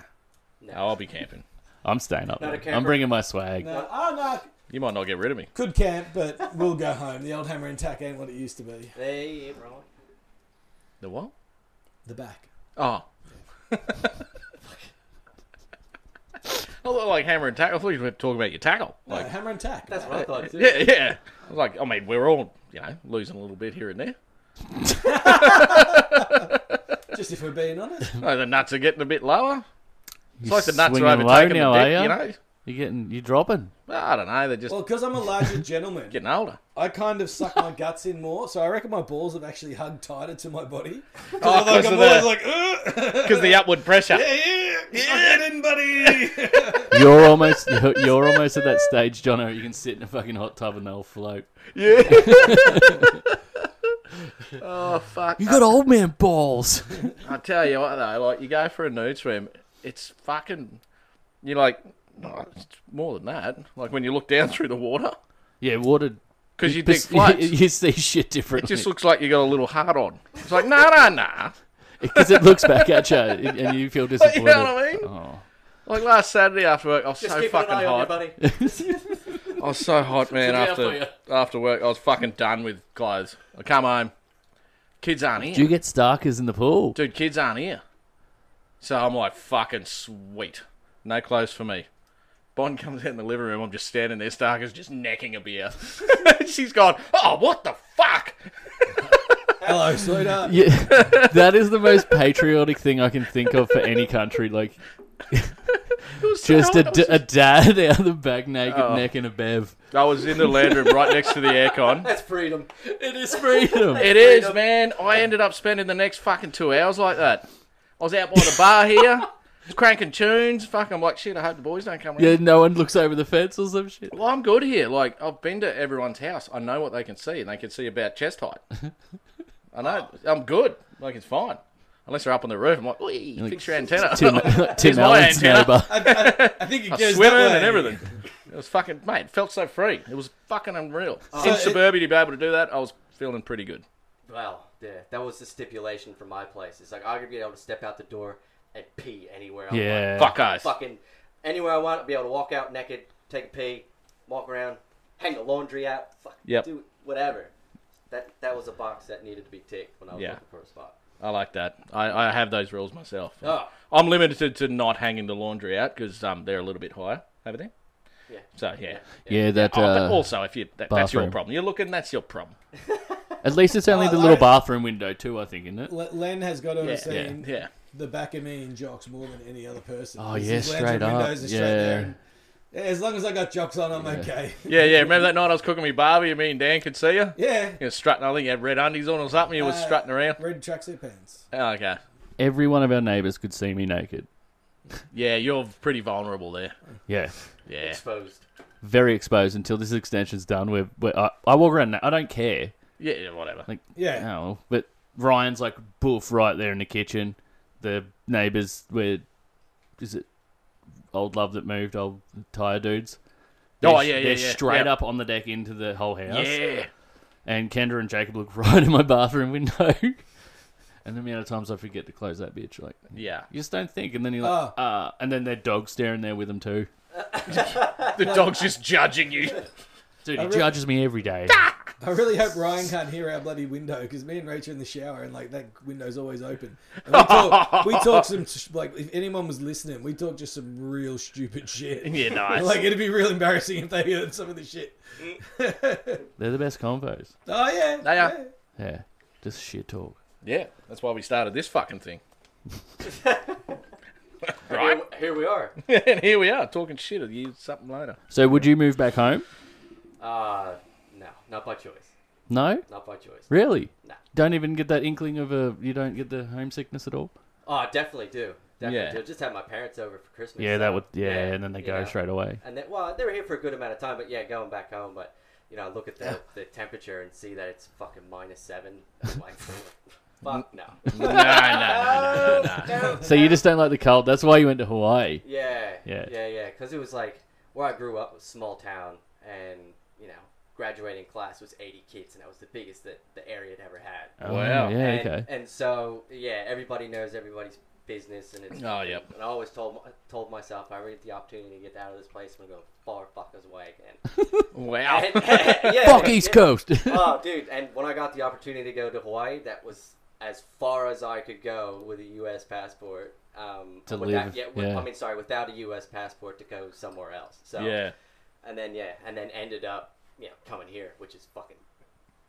C: No, I'll be camping.
F: I'm staying up.
G: Not a
F: man. I'm
G: camper.
F: bringing my swag.
D: No, I'm not.
C: You might not get rid of me.
D: Could camp, but we'll go home. The old hammer and tack ain't what it used to be.
G: They ain't wrong.
C: The what?
D: The back.
C: Oh. I look like hammer and tackle. I thought you were talking about your tackle.
D: No,
C: Like,
D: Uh, hammer and tack.
G: That's what I thought too.
C: yeah, yeah. I was like, I mean, we're all, you know, losing a little bit here and there.
D: Just if we're being honest.
C: No, the nuts are getting a bit lower. It's
F: You
C: like the nuts are
F: swinging low
C: overtaking
F: now,
C: the
F: are
C: dick,
F: ya?
C: you know?
F: You're getting, you're dropping.
C: Well, I don't know. They're just
D: Well, because I'm a larger gentleman,
C: getting older.
D: I kind of suck my guts in more, so I reckon my balls have actually hugged tighter to my body.
C: Oh,
D: Like,
C: because
D: I'm
C: of
D: always
C: the,
D: like, Ugh!
C: 'cause the upward pressure.
D: yeah, suck it in, buddy.
F: You're almost, you're, you're almost at that stage, Jono. where You can sit in a fucking hot tub and they'll float.
C: Oh, fuck.
F: You got old man balls.
C: I tell you what, though, like, you go for a nude swim, it's fucking. You're like, no, it's more than that. Like, when you look down through the water,
F: Yeah, water.
C: because you
F: pers-
C: dick floats.
F: You see shit
C: It
F: differently
C: just looks like you got a little hard on. It's like, nah, nah, nah.
F: because it looks back at you and you feel disappointed.
C: You know what I mean?
F: Oh.
C: Like last Saturday after work, I was
G: Just
C: so
G: keep an
C: fucking
G: eye on you,
C: hot.
G: buddy.
C: I was so hot, man.
F: out for
C: after after work, I was fucking done with clothes. I come home, kids aren't here,
F: Do you get starkers in the pool?
C: dude. Kids aren't here, so I'm like fucking sweet. No clothes for me. Bond comes out in the living room. I'm just standing there. Starker's just necking a beer. She's gone. Oh, what the fuck?
D: Hello, sweetheart.
F: Yeah, that is the most patriotic thing I can think of for any country. Like,
C: It was so
F: just a,
C: hot. I was
F: d- a dad out of the back naked,
C: Oh.
F: neck in a bev.
C: I was in the land room right next to the aircon.
G: That's freedom.
F: It is freedom.
C: It is, man. I ended up spending the next fucking two hours like that. I was out by the bar here, just cranking tunes. Fuck, I'm like, shit, I hope the boys don't come around.
F: yeah, no one looks over the fence or some shit.
C: Well, I'm good here. Like, I've been to everyone's house. I know what they can see, and they can see about chest height. I know. I'm good. Like, it's fine. Unless they're up on the roof. I'm like, Wee, fix your antenna.
F: Tim, Tim
C: my
F: Allen's
C: antenna.
F: neighbour.
D: I, I, I think it goes
C: Swimming
D: that way.
C: and everything. It was fucking, mate, it felt so free. It was fucking unreal.
D: So
C: in
D: it-
C: suburbia, to be able to do that, I was feeling pretty good.
G: Well, yeah, that was the stipulation for my place. It's like I could be able to step out the door and pee anywhere. I
F: Yeah.
C: Fuck eyes.
G: Want. Fucking anywhere I want, be able to walk out naked, take a pee, walk around, hang the laundry out, fuck,
C: Yep.
G: do whatever. That that was a box that needed to be ticked when I was
C: Yeah.
G: looking for a spot.
C: I like that. I, I have those rules myself.
G: Oh.
C: I'm limited to not hanging the laundry out because um, they're a little bit higher over there.
G: Yeah.
C: So yeah.
F: Yeah, that.
C: Oh,
F: Uh,
C: but also, if you that, that's your
F: bathroom.
C: problem, you're looking. That's your problem.
F: at least it's only
D: Oh,
F: the little
D: I-
F: bathroom window too. I think, isn't it?
D: L- Len has got to have
C: Yeah,
D: seen
C: yeah.
D: the back of me and jocks more than any other person.
F: Oh,
D: Because
F: yeah,
D: his lounge
F: straight up.
D: windows are straight
F: Yeah.
D: there and- yeah, as long as I got jocks on, I'm okay.
C: Yeah, yeah. Remember that night I was cooking me barbie and me and Dan could see you?
D: Yeah,
C: You were strutting. I think you had red undies on or something. You were
D: Uh,
C: strutting around.
D: red tracksuit pants.
C: Oh, okay.
F: Every one of our neighbours could see me naked.
C: Yeah, you're pretty vulnerable there.
F: Yeah.
C: Yeah.
G: Exposed.
F: Very exposed until this extension's done. Where, where I, I walk around, na- I don't care.
C: Yeah, yeah whatever.
F: Like,
D: Yeah.
F: Oh, but Ryan's like boof right there in the kitchen. The neighbours were, is it old love that moved old tire dudes?
C: Oh,
F: They're-
C: yeah, yeah,
F: They're
C: yeah,
F: straight
C: yeah.
F: up on the deck into the whole house.
C: Yeah.
F: And Kendra and Jacob look right in my bathroom window. and the amount of times I forget to close that bitch, like
C: Yeah.
F: you just don't think. And then you're like, ah. and then their dog's staring there with them too.
C: The dog's just judging you.
F: Dude, he judges me every day.
D: I really hope Ryan can't hear our bloody window because me and Rach are in the shower and like that window's always open. And we talk, we talk some like if anyone was listening, we talk just some real stupid shit.
C: Yeah, nice.
D: Like it'd be real embarrassing if they heard some of the shit.
F: They're the best convos.
D: Oh yeah,
C: They are.
D: yeah.
F: Yeah, just shit talk.
C: yeah, that's why we started this fucking thing.
G: Here,
C: right?
G: here we are.
C: and here we are talking shit at you something later.
F: So, would you move back home?
G: Uh, no, not by choice.
F: No,
G: Not by choice.
F: really.
G: Nah.
F: Don't even get that inkling of a. You don't get the homesickness at all.
G: Oh, I definitely do. Definitely
C: Yeah.
G: do. Just had my parents over for Christmas.
F: Yeah, that
G: so,
F: would. Yeah, and then they
G: you
F: go
G: know.
F: straight away.
G: And then, well, they were here for a good amount of time, but yeah, going back home. But you know, I look at the, the temperature and see that it's fucking minus seven. I'm like, fuck no.
C: no, no, no, no, no, no.
F: So you just don't like the cold. That's why you went to Hawaii.
G: Yeah,
F: Yeah.
G: yeah, yeah. Because it was like where I grew up was small town, and you know, graduating class was 80 kids, and that was the biggest that the area had ever had.
F: Oh,
C: Wow.
F: Yeah.
G: and,
F: okay.
G: and so yeah, everybody knows everybody's business, and it's
C: Oh, yep.
G: And I always told told myself, if I ever get the opportunity to get out of this place, I'm gonna go far fuckers away again.
C: Wow.
G: And- yeah,
F: Fuck
G: yeah.
F: East Coast.
G: Oh, dude! And when I got the opportunity to go to Hawaii, that was as far as I could go with a U.S. passport. Um,
F: To
G: without,
F: live,
G: yeah, with-
F: yeah.
G: I mean, sorry, without a U.S. passport to go somewhere else. So
C: Yeah.
G: and then yeah, and then ended up you know coming here, which is fucking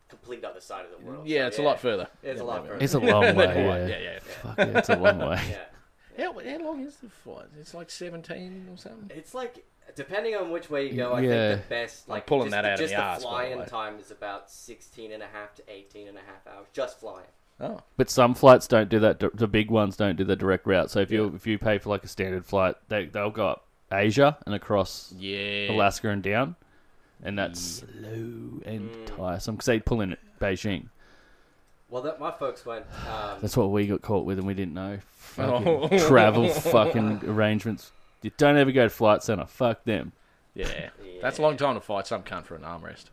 G: complete other side of the world.
C: Yeah,
G: So,
C: it's a lot further.
G: It's a lot further.
F: it's a long way. Yeah.
C: yeah, yeah, yeah.
F: Fuck yeah, it's a long way.
G: yeah.
C: How, how long is the flight? It's like 17 or something.
G: It's like depending on which way you go, I
F: Yeah.
G: think the best like
C: pulling
G: just,
C: that out of
G: just
C: the
G: the
C: arse, by the
G: flying
C: way.
G: time is about 16 and a half to 18 and a half hours just flying.
C: Oh,
F: But some flights don't do that. The big ones don't do the direct route. So if you if you pay for like a standard flight, they they'll go up Asia and across
C: yeah.
F: Alaska and down, and that's Mm. slow and tiresome because they pull in at Beijing.
G: Well, that, my folks went. Um,
F: That's what we got caught with, and we didn't know. Fucking
C: Oh.
F: travel fucking arrangements. You don't ever go to flight center. Fuck them,
C: yeah. That's a long time to fight some cunt for an armrest.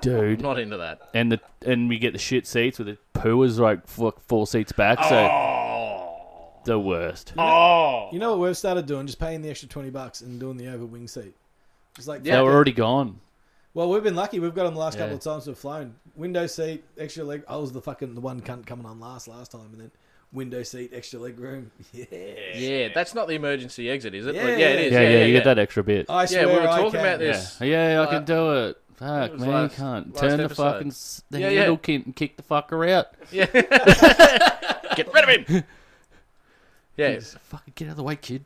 F: dude.
C: Not into that.
F: and the and we get the shit seats with the poo is like four, four seats back. So the worst.
C: Oh.
D: You know what we've started doing? Just paying the extra twenty bucks and doing the over wing seat. It's like
F: they were already gone.
D: Well, we've been lucky. We've got them the last couple
F: Yeah.
D: of times we've flown. Window seat, extra leg. I was the fucking the one cunt coming on last last time, and then window seat, extra leg room. Yeah,
C: Yeah, that's not the emergency exit, is it?
D: Yeah,
C: Like, Yeah, it
D: yeah.
C: is.
F: Yeah, yeah,
C: yeah,
F: you get that extra bit.
D: I
C: Yeah,
D: swear
C: we were
D: I
C: talking
D: can.
C: about
F: yeah,
C: this.
F: yeah, I
C: like-
F: can do it. Fuck
C: was
F: man,
C: last-
F: you can't
C: last
F: turn the
C: episode.
F: fucking s- the
C: Yeah, yeah.
F: handle kid and kick the fucker out.
C: Get rid of him. yeah.
F: Just Fucking get out of the way, kid.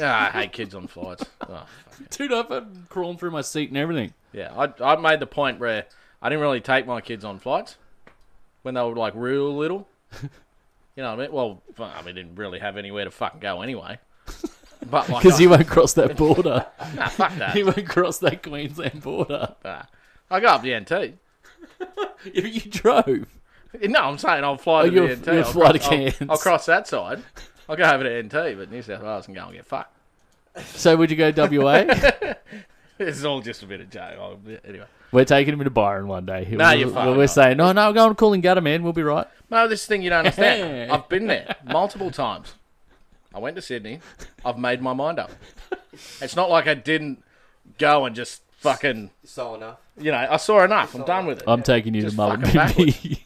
C: Ah, I hate kids on flights. Oh, fuck.
F: Dude, I've been crawling through my seat and everything.
C: Yeah, I, I made the point where I didn't really take my kids on flights when they were like real little. You know what I mean? Well, fu- I mean, didn't really have anywhere to fucking go anyway. But like,
F: Because
C: I,
F: you won't cross that border.
C: nah, fuck that.
F: you won't cross that Queensland border.
C: Nah. I go up the NT.
F: You, you drove.
C: No, I'm saying I'll fly to
F: Oh, you'll-
C: the NT.
F: you'll
C: I'll,
F: fly to
C: cross, I'll-
F: Cairns.
C: I'll, cross that side. I'll go over to NT, but New South Wales can go and get fucked.
F: So would you go WA?
C: It's all just a bit of joke. I'll- Anyway.
F: we're taking him to Byron one day.
C: Nah,
F: We'll-
C: you're fine,
F: we'll- We're
C: mate.
F: saying, no, no, go on Coolangatta, man. We'll be right.
C: No, this thing you don't understand. I've been there multiple times. I went to Sydney. I've made my mind up. It's not like I didn't go and just fucking,
B: saw enough.
C: you know, I saw enough. I'm done with it.
F: I'm taking you
C: Just
F: to Mullen
C: fucking
F: Bimby.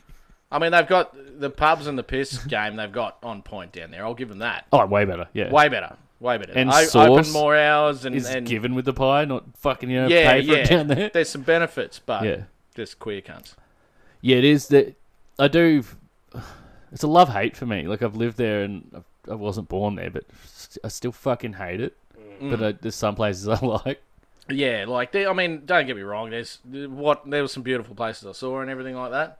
C: I mean, they've got the pubs and the piss game. They've got on point down there. I'll give them that.
F: oh, way better. Yeah.
C: Way better. Way better.
F: And
C: I,
F: sauce
C: open more hours and,
F: is
C: and
F: given with the pie, not fucking you know
C: yeah,
F: pay for
C: yeah.
F: it down there.
C: There's some benefits, but
F: Yeah.
C: just queer cunts.
F: Yeah, it is that I do. It's a love hate for me. Like I've lived there and I've- I wasn't born there, but I still fucking hate it.
C: Mm.
F: But I, there's some places I like.
C: Yeah, like they, I mean, don't get me wrong. There's what there were some beautiful places I saw and everything like that,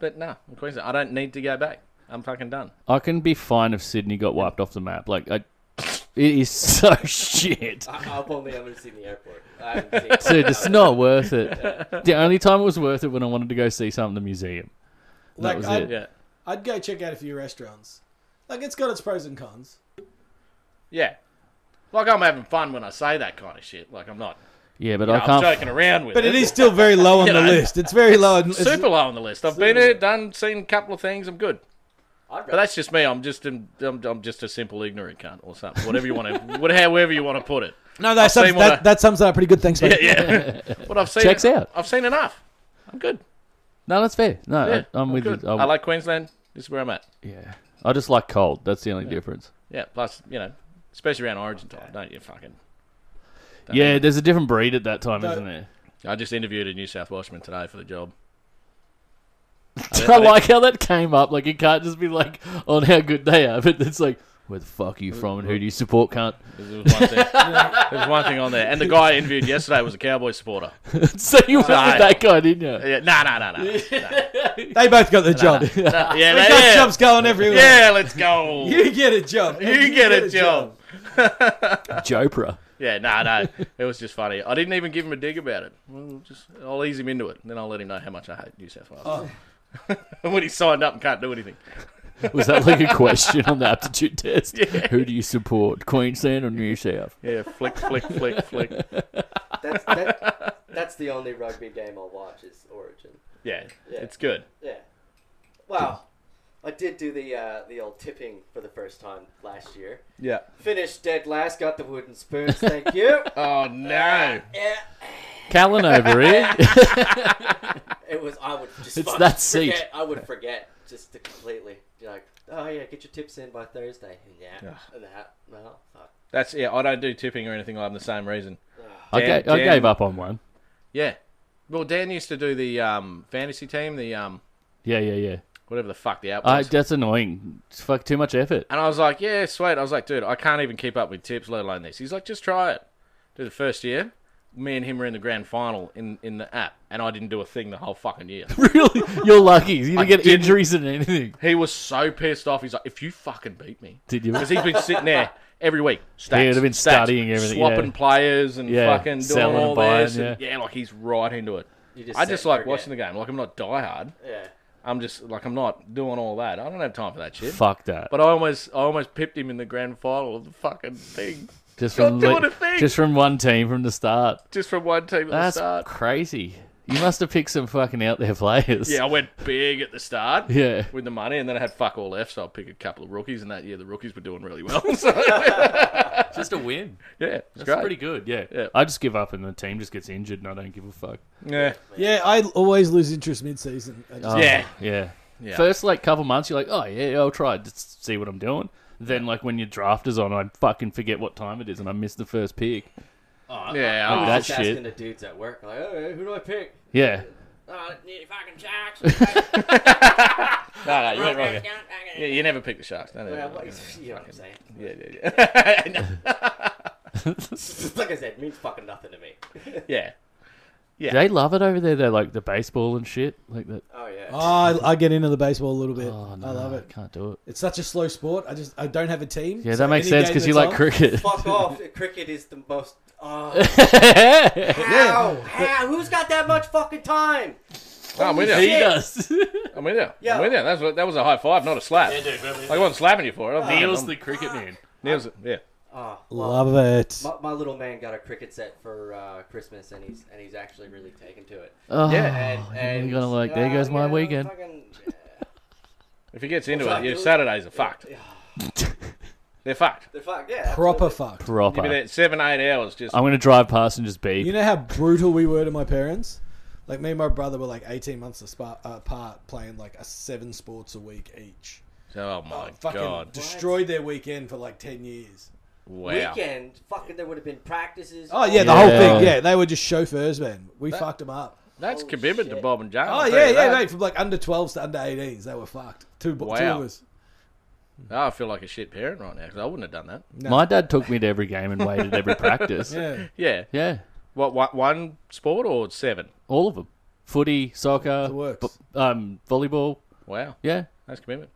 C: but no, in Queensland, I don't need to go back. I'm fucking done.
F: I can be fine if Sydney got wiped off the map. Like I, it is so shit.
B: I, I've only ever seen the airport. I haven't seen.
F: Dude, it's not worth it. The only time it was worth it when I wanted to go see something at the museum. That
D: Like,
F: was
D: I-
F: it.
C: Yeah,
D: I'd go check out a few restaurants. Like it's got its pros and cons.
C: yeah. Like I'm having fun when I say that kind of shit. Like I'm not.
F: Yeah, but I
C: I am
F: can't.
C: joking around with
D: But
C: it.
D: it is still very low on the
C: know.
D: list. It's very low. on- It's,
C: super low on the list. I've been here, done, seen a couple of things. I'm good.
B: I'd
C: But that's just me. I'm just in, I'm, I'm just a simple ignorant cunt or something. Whatever you want to, what, however you want to put it.
D: no, that sums,
C: seen what
D: that,
C: I-
D: that sums it up pretty good. Thanks, mate.
C: Yeah. what I've seen
F: Checks out.
C: I've seen enough. I'm good.
F: No, that's fair. No,
C: Yeah,
F: I, I'm with
C: good.
F: you.
C: I like Queensland. This is where I'm at.
F: Yeah, I just like cold. That's the only difference.
C: Yeah. Plus, you know, especially around Origin time, don't you? Fucking. don't
F: Yeah,
C: you?
F: there's a different breed at that time,
D: No.
F: isn't there?
C: I just interviewed a New South Welshman today for the job.
F: I like how that came up. Like, it can't just be like on how good they are, but it's like, where the fuck are you from and who do you support, cunt?
C: There was one thing. there was one thing on there, and the guy I interviewed yesterday was a Cowboy supporter.
F: so you went with that guy, didn't you?
C: Yeah. No, no, no, no.
D: They both got the
C: No,
D: job.
C: Yeah.
D: They
C: that-
D: got
C: yeah.
D: jobs going everywhere.
C: Yeah, let's go.
D: You get a job.
C: You get a job.
F: Jopra.
C: Yeah, no, no. It was just funny. I didn't even give him a dig about it. Well, just I'll ease him into it, then I'll let him know how much I hate New South Wales. Oh. when he signed up and can't do anything.
F: Was that like a question on the aptitude test? Who do you support, Queensland or New South?
C: Yeah, flick, flick, flick, flick.
B: That's that, that's the only rugby game I'll watch is Origin.
C: Yeah,
B: Yeah.
C: it's good.
B: Yeah. Wow. I did do the uh, the old tipping for the first time last year.
C: Yeah.
B: Finished dead last. Got the wooden spoons. Thank you.
C: Oh no.
B: yeah.
F: Callan over here.
B: It was. I would just.
F: It's
B: fucking
F: that seat.
B: Forget, I would forget just to completely be like, oh yeah, get your tips in by Thursday. Yeah. And that. Well, fuck.
C: That's yeah. I don't do tipping or anything. I'm the same reason.
F: I,
C: Dan-
F: ga- I
C: Dan-
F: gave up on one.
C: Yeah. Well, Dan used to do the um, fantasy team, the um,
F: Yeah, yeah, yeah.
C: whatever the fuck the app
F: I,
C: was.
F: that's annoying. It's fuck too much effort.
C: And I was like, yeah, sweet. I was like, dude, I can't even keep up with tips, let alone this. He's like, just try it. Do the first year. Me and him were in the grand final in, in the app, and I didn't do a thing the whole fucking year.
F: really? You're lucky. You didn't get
C: didn't.
F: injuries and anything.
C: he was so pissed off. He's like, if you fucking beat me.
F: Did you?
C: Because he's been sitting there every week. Stats,
F: He would have been
C: stats,
F: studying everything,
C: Swapping
F: yeah.
C: players and
F: Yeah,
C: fucking doing
F: selling and
C: all
F: buying,
C: this. and- yeah. like he's right into it.
B: You just
C: I
B: sit
C: just
B: and
C: like
B: forget.
C: watching the game. Like, I'm not diehard.
B: Yeah.
C: I'm just, like, I'm not doing all that. I don't have time for that shit.
F: Fuck that.
C: But I almost, I almost pipped him in the grand final of the fucking thing.
F: just
C: you're
F: from
C: doing
F: li-
C: a thing.
F: just from one team from the start.
C: just from one team at
F: That's
C: the start.
F: crazy. You must have picked some fucking out there players.
C: Yeah, I went big at the start
F: Yeah.
C: with the money, and then I had fuck all left, so I picked a couple of rookies, and that year the rookies were doing really well. So,
F: Just a win.
C: yeah, it's
F: That's
C: great.
F: pretty good. Yeah.
C: Yeah.
F: I just give up and the team just gets injured and I don't give a fuck.
C: Yeah,
D: Yeah, I always lose interest mid-season. I just-
F: Oh,
C: Yeah.
F: Yeah.
C: Yeah.
F: First like couple months you're like, "Oh yeah, I'll try just see what I'm doing." Then like when your draft is on, I fucking forget what time it is and I miss the first pick. Oh.
C: yeah.
B: I
C: I-
B: was
F: that
B: just asking
F: shit.
B: the dudes at work, like, oh, who do I pick?
F: Yeah.
B: Oh, need fucking jacks.
C: no, no, you went wrong. there. Yeah, you never picked the Sharks. No, no,
B: Yeah,
C: no,
B: like,
C: no.
B: you know what I'm saying.
C: yeah, yeah, yeah.
B: Just like I said, it means fucking nothing to me.
C: yeah.
F: They love it over there. They like the baseball and shit like that.
B: Oh yeah.
D: Oh, I, I get into the baseball a little bit.
F: Oh no.
D: I love it.
F: Can't do it.
D: It's such a slow sport. I just I don't have a team.
F: Yeah,
D: so
F: that makes
D: any
F: sense
D: game
F: cuz you
D: that's
F: like
D: on-
F: cricket.
B: Fuck off. Cricket is the most. Oh, how? How? Who's got that much fucking time?
C: No, I'm with you.
F: he
B: shit.
F: does.
C: I'm with you.
B: Yeah.
C: I'm with you. That's what, that was a high five, not a slap. Yeah, dude, I wasn't slapping you for it. I'm-
F: Neil's
C: I'm-
F: the cricket man.
C: Neil's, yeah.
B: Oh, well,
D: Love it.
B: my, my little man got a cricket set for uh, Christmas, and he's and he's actually really taken to it.
F: Oh,
C: Yeah.
B: And, and
F: you're gonna like, there
B: uh,
F: goes my
B: yeah,
F: weekend.
B: fucking-
C: If he gets into
B: What's
C: it,
B: that,
C: your
B: dude?
C: Saturdays are fucked. They're fucked.
B: They're fucked, yeah.
D: Proper fucked.
C: You'll be
F: Proper.
C: there seven, eight hours just.
F: I'm going to drive past and just
D: You
F: be.
D: know how brutal we were to my parents? Like, me and my brother were like 18 months aspa- apart playing like a seven sports a week each.
C: oh my
D: fucking
C: god!
D: destroyed their weekend for like 10 years.
C: Wow.
B: Weekend, fucking, there would have been practices.
D: Oh, yeah, the whole
F: Yeah.
D: thing. Yeah, they were just chauffeurs, man. We fucked them up.
C: That's
B: Holy
C: commitment to
B: Oh, shit.
C: Bob and Jane.
D: Oh, yeah, yeah, mate. From like under 12s to under 18s, they were fucked. Two, bo- two
C: Wow.
D: of us.
C: Oh, I feel like a shit parent right now because I wouldn't have done that.
F: My dad took me to every game and waited every practice. yeah.
D: Yeah.
C: Yeah. What? One, one sport or seven?
F: all of them. Footy, soccer,
D: It works.
F: bu- um, volleyball.
C: Wow.
F: Yeah,
C: That's commitment.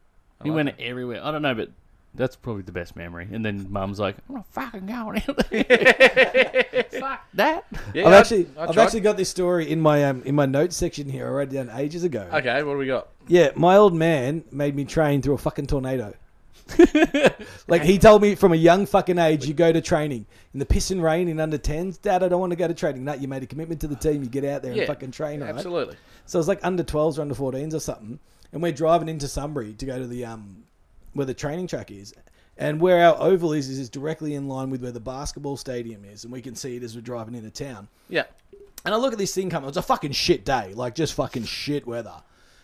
F: he went everywhere. I don't know, but that's probably the best memory. And then Mum's like, "I'm not fucking going out there. Fuck that."
C: Yeah,
D: I've
C: I-
D: actually,
C: I
D: I have
C: tried.
D: actually got this story in my um, in my notes section here. I wrote it down ages ago.
C: Okay, what do we got?
D: Yeah, my old man made me train through a fucking tornado. like he told me from a young fucking age, you go to training in the piss and rain in under tens. Dad, I don't want to go to training. No, you made a commitment to the team. You get out there
C: Yeah,
D: and fucking train, right?
C: Absolutely.
D: So it was like under 12s or under 14s or something. And we're driving into Sunbury to go to the um where the training track is. And where our oval is, is is directly in line with where the basketball stadium is. And we can see it as we're driving into town.
C: Yeah.
D: And I look at this thing coming. It was a fucking shit day, like just fucking shit weather.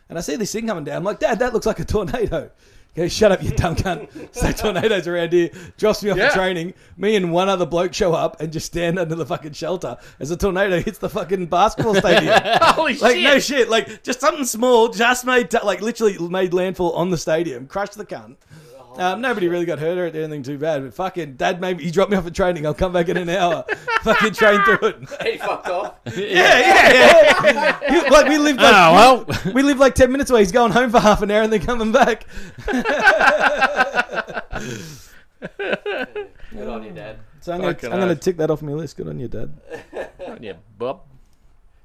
D: And I see this thing coming down. I'm like, Dad, that looks like a tornado. He goes, shut up, you dumb cunt. So tornadoes around here. Drops me off
C: Yeah.
D: the training. Me and one other bloke show up and just stand under the fucking shelter as a tornado hits the fucking basketball stadium.
C: Holy
D: like
C: shit!
D: no shit. Like just something small just made ta- like literally made landfall on the stadium, crushed the cunt. Um, nobody really got hurt or anything too bad, but fucking dad made me, he dropped me off at training. I'll come back in an hour. fucking train through it.
B: Hey, fucked off.
D: Yeah, yeah, yeah. He- like we lived like
F: Oh well.
D: we live like ten minutes away. He's going home for half an hour and then coming back.
B: Good on you, Dad.
D: So I'm gonna,
C: Fucking
D: I'm gonna
C: oath.
D: tick that off my list. Good on you, Dad.
C: Yeah, Bob.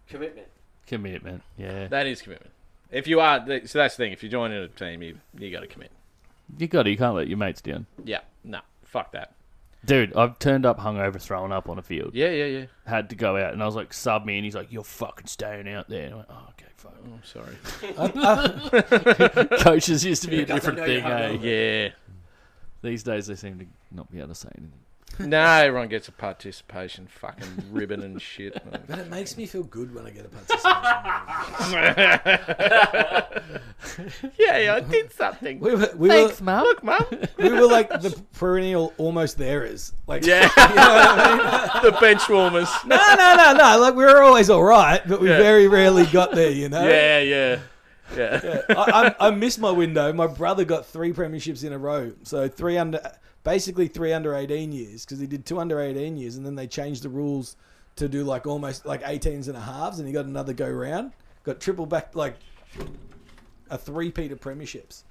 B: Commitment.
F: Commitment. Yeah.
C: That is commitment. If you are, so that's the thing. If you join in a team, you you got to commit.
F: You got it. You can't let your mates down.
C: Yeah. No. Fuck that.
F: Dude, I've turned up hungover, thrown up on a field.
C: Yeah. Yeah. Yeah.
F: Had to go out, and I was like, "Sub me," and he's like, "You're fucking staying out there." And I went, "Oh, okay, fuck."
C: I'm sorry.
F: Coaches used to be a
B: Because I
F: different
B: know you're
F: thing. eh?
C: yeah.
F: These days, they seem to not be able to say anything.
C: No, everyone gets a participation fucking ribbon and shit.
D: It makes me feel good when I get a participation.
C: yeah, yeah, I did something.
D: we were, we were,
F: Thanks, Mum.
C: Look, mum.
D: we were like the perennial almost there's. Like
C: Yeah. the bench warmers.
D: no, no, no, no. Like we were always all right, but we
C: Yeah.
D: very rarely got there. You know.
C: Yeah. Yeah. Yeah.
D: I, I, I missed my window. My brother got three premierships in a row, so three under, basically three under eighteen years, because he did two under eighteen years, and then they changed the rules to do like almost like 18s and a halves, and he got another go round, got triple back like a three peat of premierships,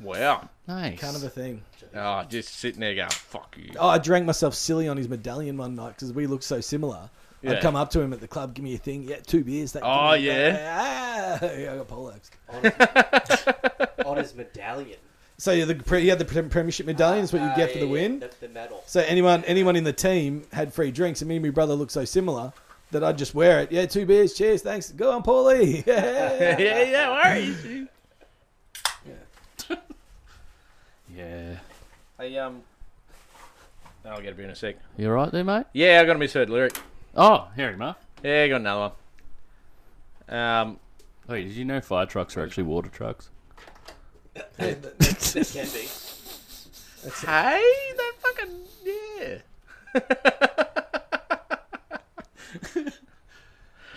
C: Wow.
F: Nice.
D: kind of a thing.
C: Oh, just sitting there going, fuck you.
D: Oh, I drank myself silly on his medallion one night because we looked so similar.
C: Yeah.
D: I'd come up to him at the club, give me a thing, yeah, two beers. That
C: Oh,
D: give me that." Ah, yeah, I got poleaxed.
B: On his medallion.
D: So yeah, the pre- you had the pre- premiership medallion. That's what you get for the
B: Uh,
D: win.
B: The, the medal.
D: So anyone anyone in the team had free drinks, and me and my brother looked so similar that I'd just wear it. Yeah, two beers, cheers, thanks. Go on, Paulie. Yeah.
C: yeah, yeah, worries.
F: yeah.
C: I, um, I'll get a beer in a sec.
F: You all right there, mate?
C: Yeah, I got a misheard lyric.
F: Oh, Harry, Muff.
C: Yeah, I got another one. Um,
F: Wait, did you know fire trucks are actually water trucks?
B: It can be.
C: hey, that fucking, yeah.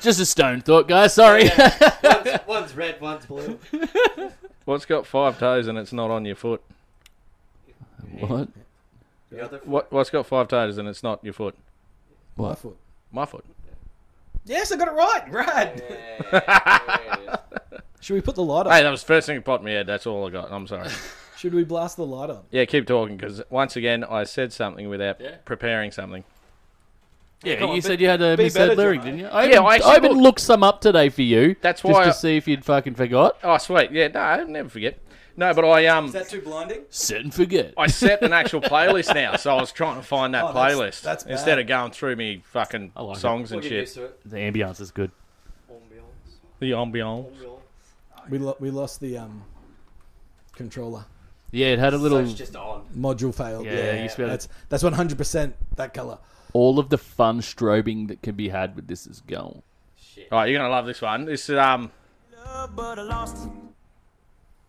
F: Just a stone thought, guys. Sorry.
B: One's, one's red, one's blue.
C: What's got five toes and it's not on your foot?
F: what?
B: The other
C: What, what's got five toes and it's not your foot?
F: What?
C: My foot.
D: Yes, I got it right. Right.
B: Yeah.
D: Should we put the light on?
C: Hey, that was the first thing that popped in my head. That's all I got. I'm sorry.
D: Should we blast the light on?
C: Yeah, keep talking because once again, I said something without preparing something.
F: Yeah,
C: Come on,
F: you
C: be-
F: said you had a misheard
D: better,
F: lyric,
D: Jono.
F: didn't you? I
C: Yeah,
F: even,
C: I
F: I
C: actually
F: even
C: looked.
F: looked some up today for you.
C: That's
F: just
C: why
F: to
C: I-
F: see if you'd fucking forgot.
C: Oh, sweet. Yeah, no, I never forget. No, but I um,
D: too blinding?
F: Sit and forget.
C: I set an actual playlist now, so I was trying to find that
D: Oh, that's-
C: playlist
D: that's bad.
C: instead of going through me fucking
F: I like it.
C: songs
B: We'll
C: and
B: get used
C: shit.
B: to it.
F: the ambiance is good.
B: Ambiance.
C: The ambiance.
B: Ambiance.
D: We lo- we lost the um controller.
F: Yeah, it had a
B: So
F: little.
B: it's just on.
D: Module failed.
F: Yeah,
D: Yeah,
F: you spelled it.
D: that's that's one hundred percent that color.
F: all of the fun strobing that can be had with this is gone.
C: All right, you're gonna love this one. This is um.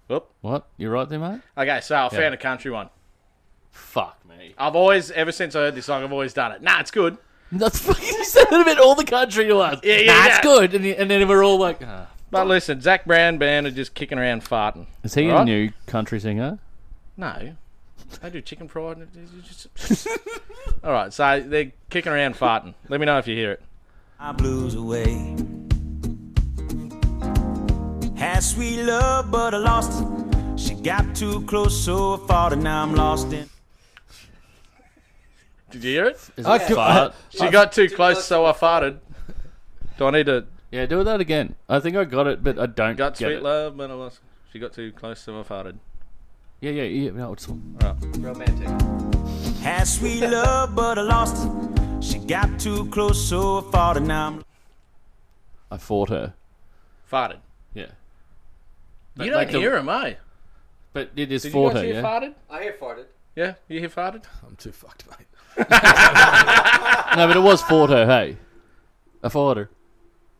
C: Whoop.
F: What? You're right there, mate?
C: Okay, so I found a country one.
F: Fuck me.
C: I've always, ever since I heard this song, I've always done it. Nah, it's good.
F: That's fucking you said that about all the country to us.
C: Yeah, yeah,
F: Nah,
C: yeah.
F: it's good. And, and then we're all like, ah.
C: But listen, Zach Brown band are just kicking around farting.
F: is he a
C: Alright.
F: new country singer?
C: No. They do chicken fried. And it- it just... All right, so they're kicking around farting. Let me know if you hear it.
H: my blues away. Had sweet love, but I lost it. She got too close, so I fought, and now I'm lost in.
C: Did you hear it?
F: Is
D: I
F: it
D: could-
F: fart?
C: She got too close, so I farted. Do I need to
F: Yeah, do that again. I think I got it, but I don't
C: gut
F: get
C: sweet
F: it.
C: love? But I lost. She got too close, so I farted.
F: Yeah, yeah, yeah. No, it's all...
B: Romantic.
H: Had sweet love, but I lost it. She got too close, so I fought, and now I'm.
F: I fought her.
C: Farted.
F: Yeah.
C: you
F: like
C: don't
F: the-
C: hear 'em, hear eh?
F: But it is
C: Did you
F: fought
C: guys
F: her,
C: hear
F: yeah?
C: farted?
B: I hear farted.
C: Yeah, you hear farted?
D: I'm too fucked, mate.
F: No, but it was fought her, hey. I fought her.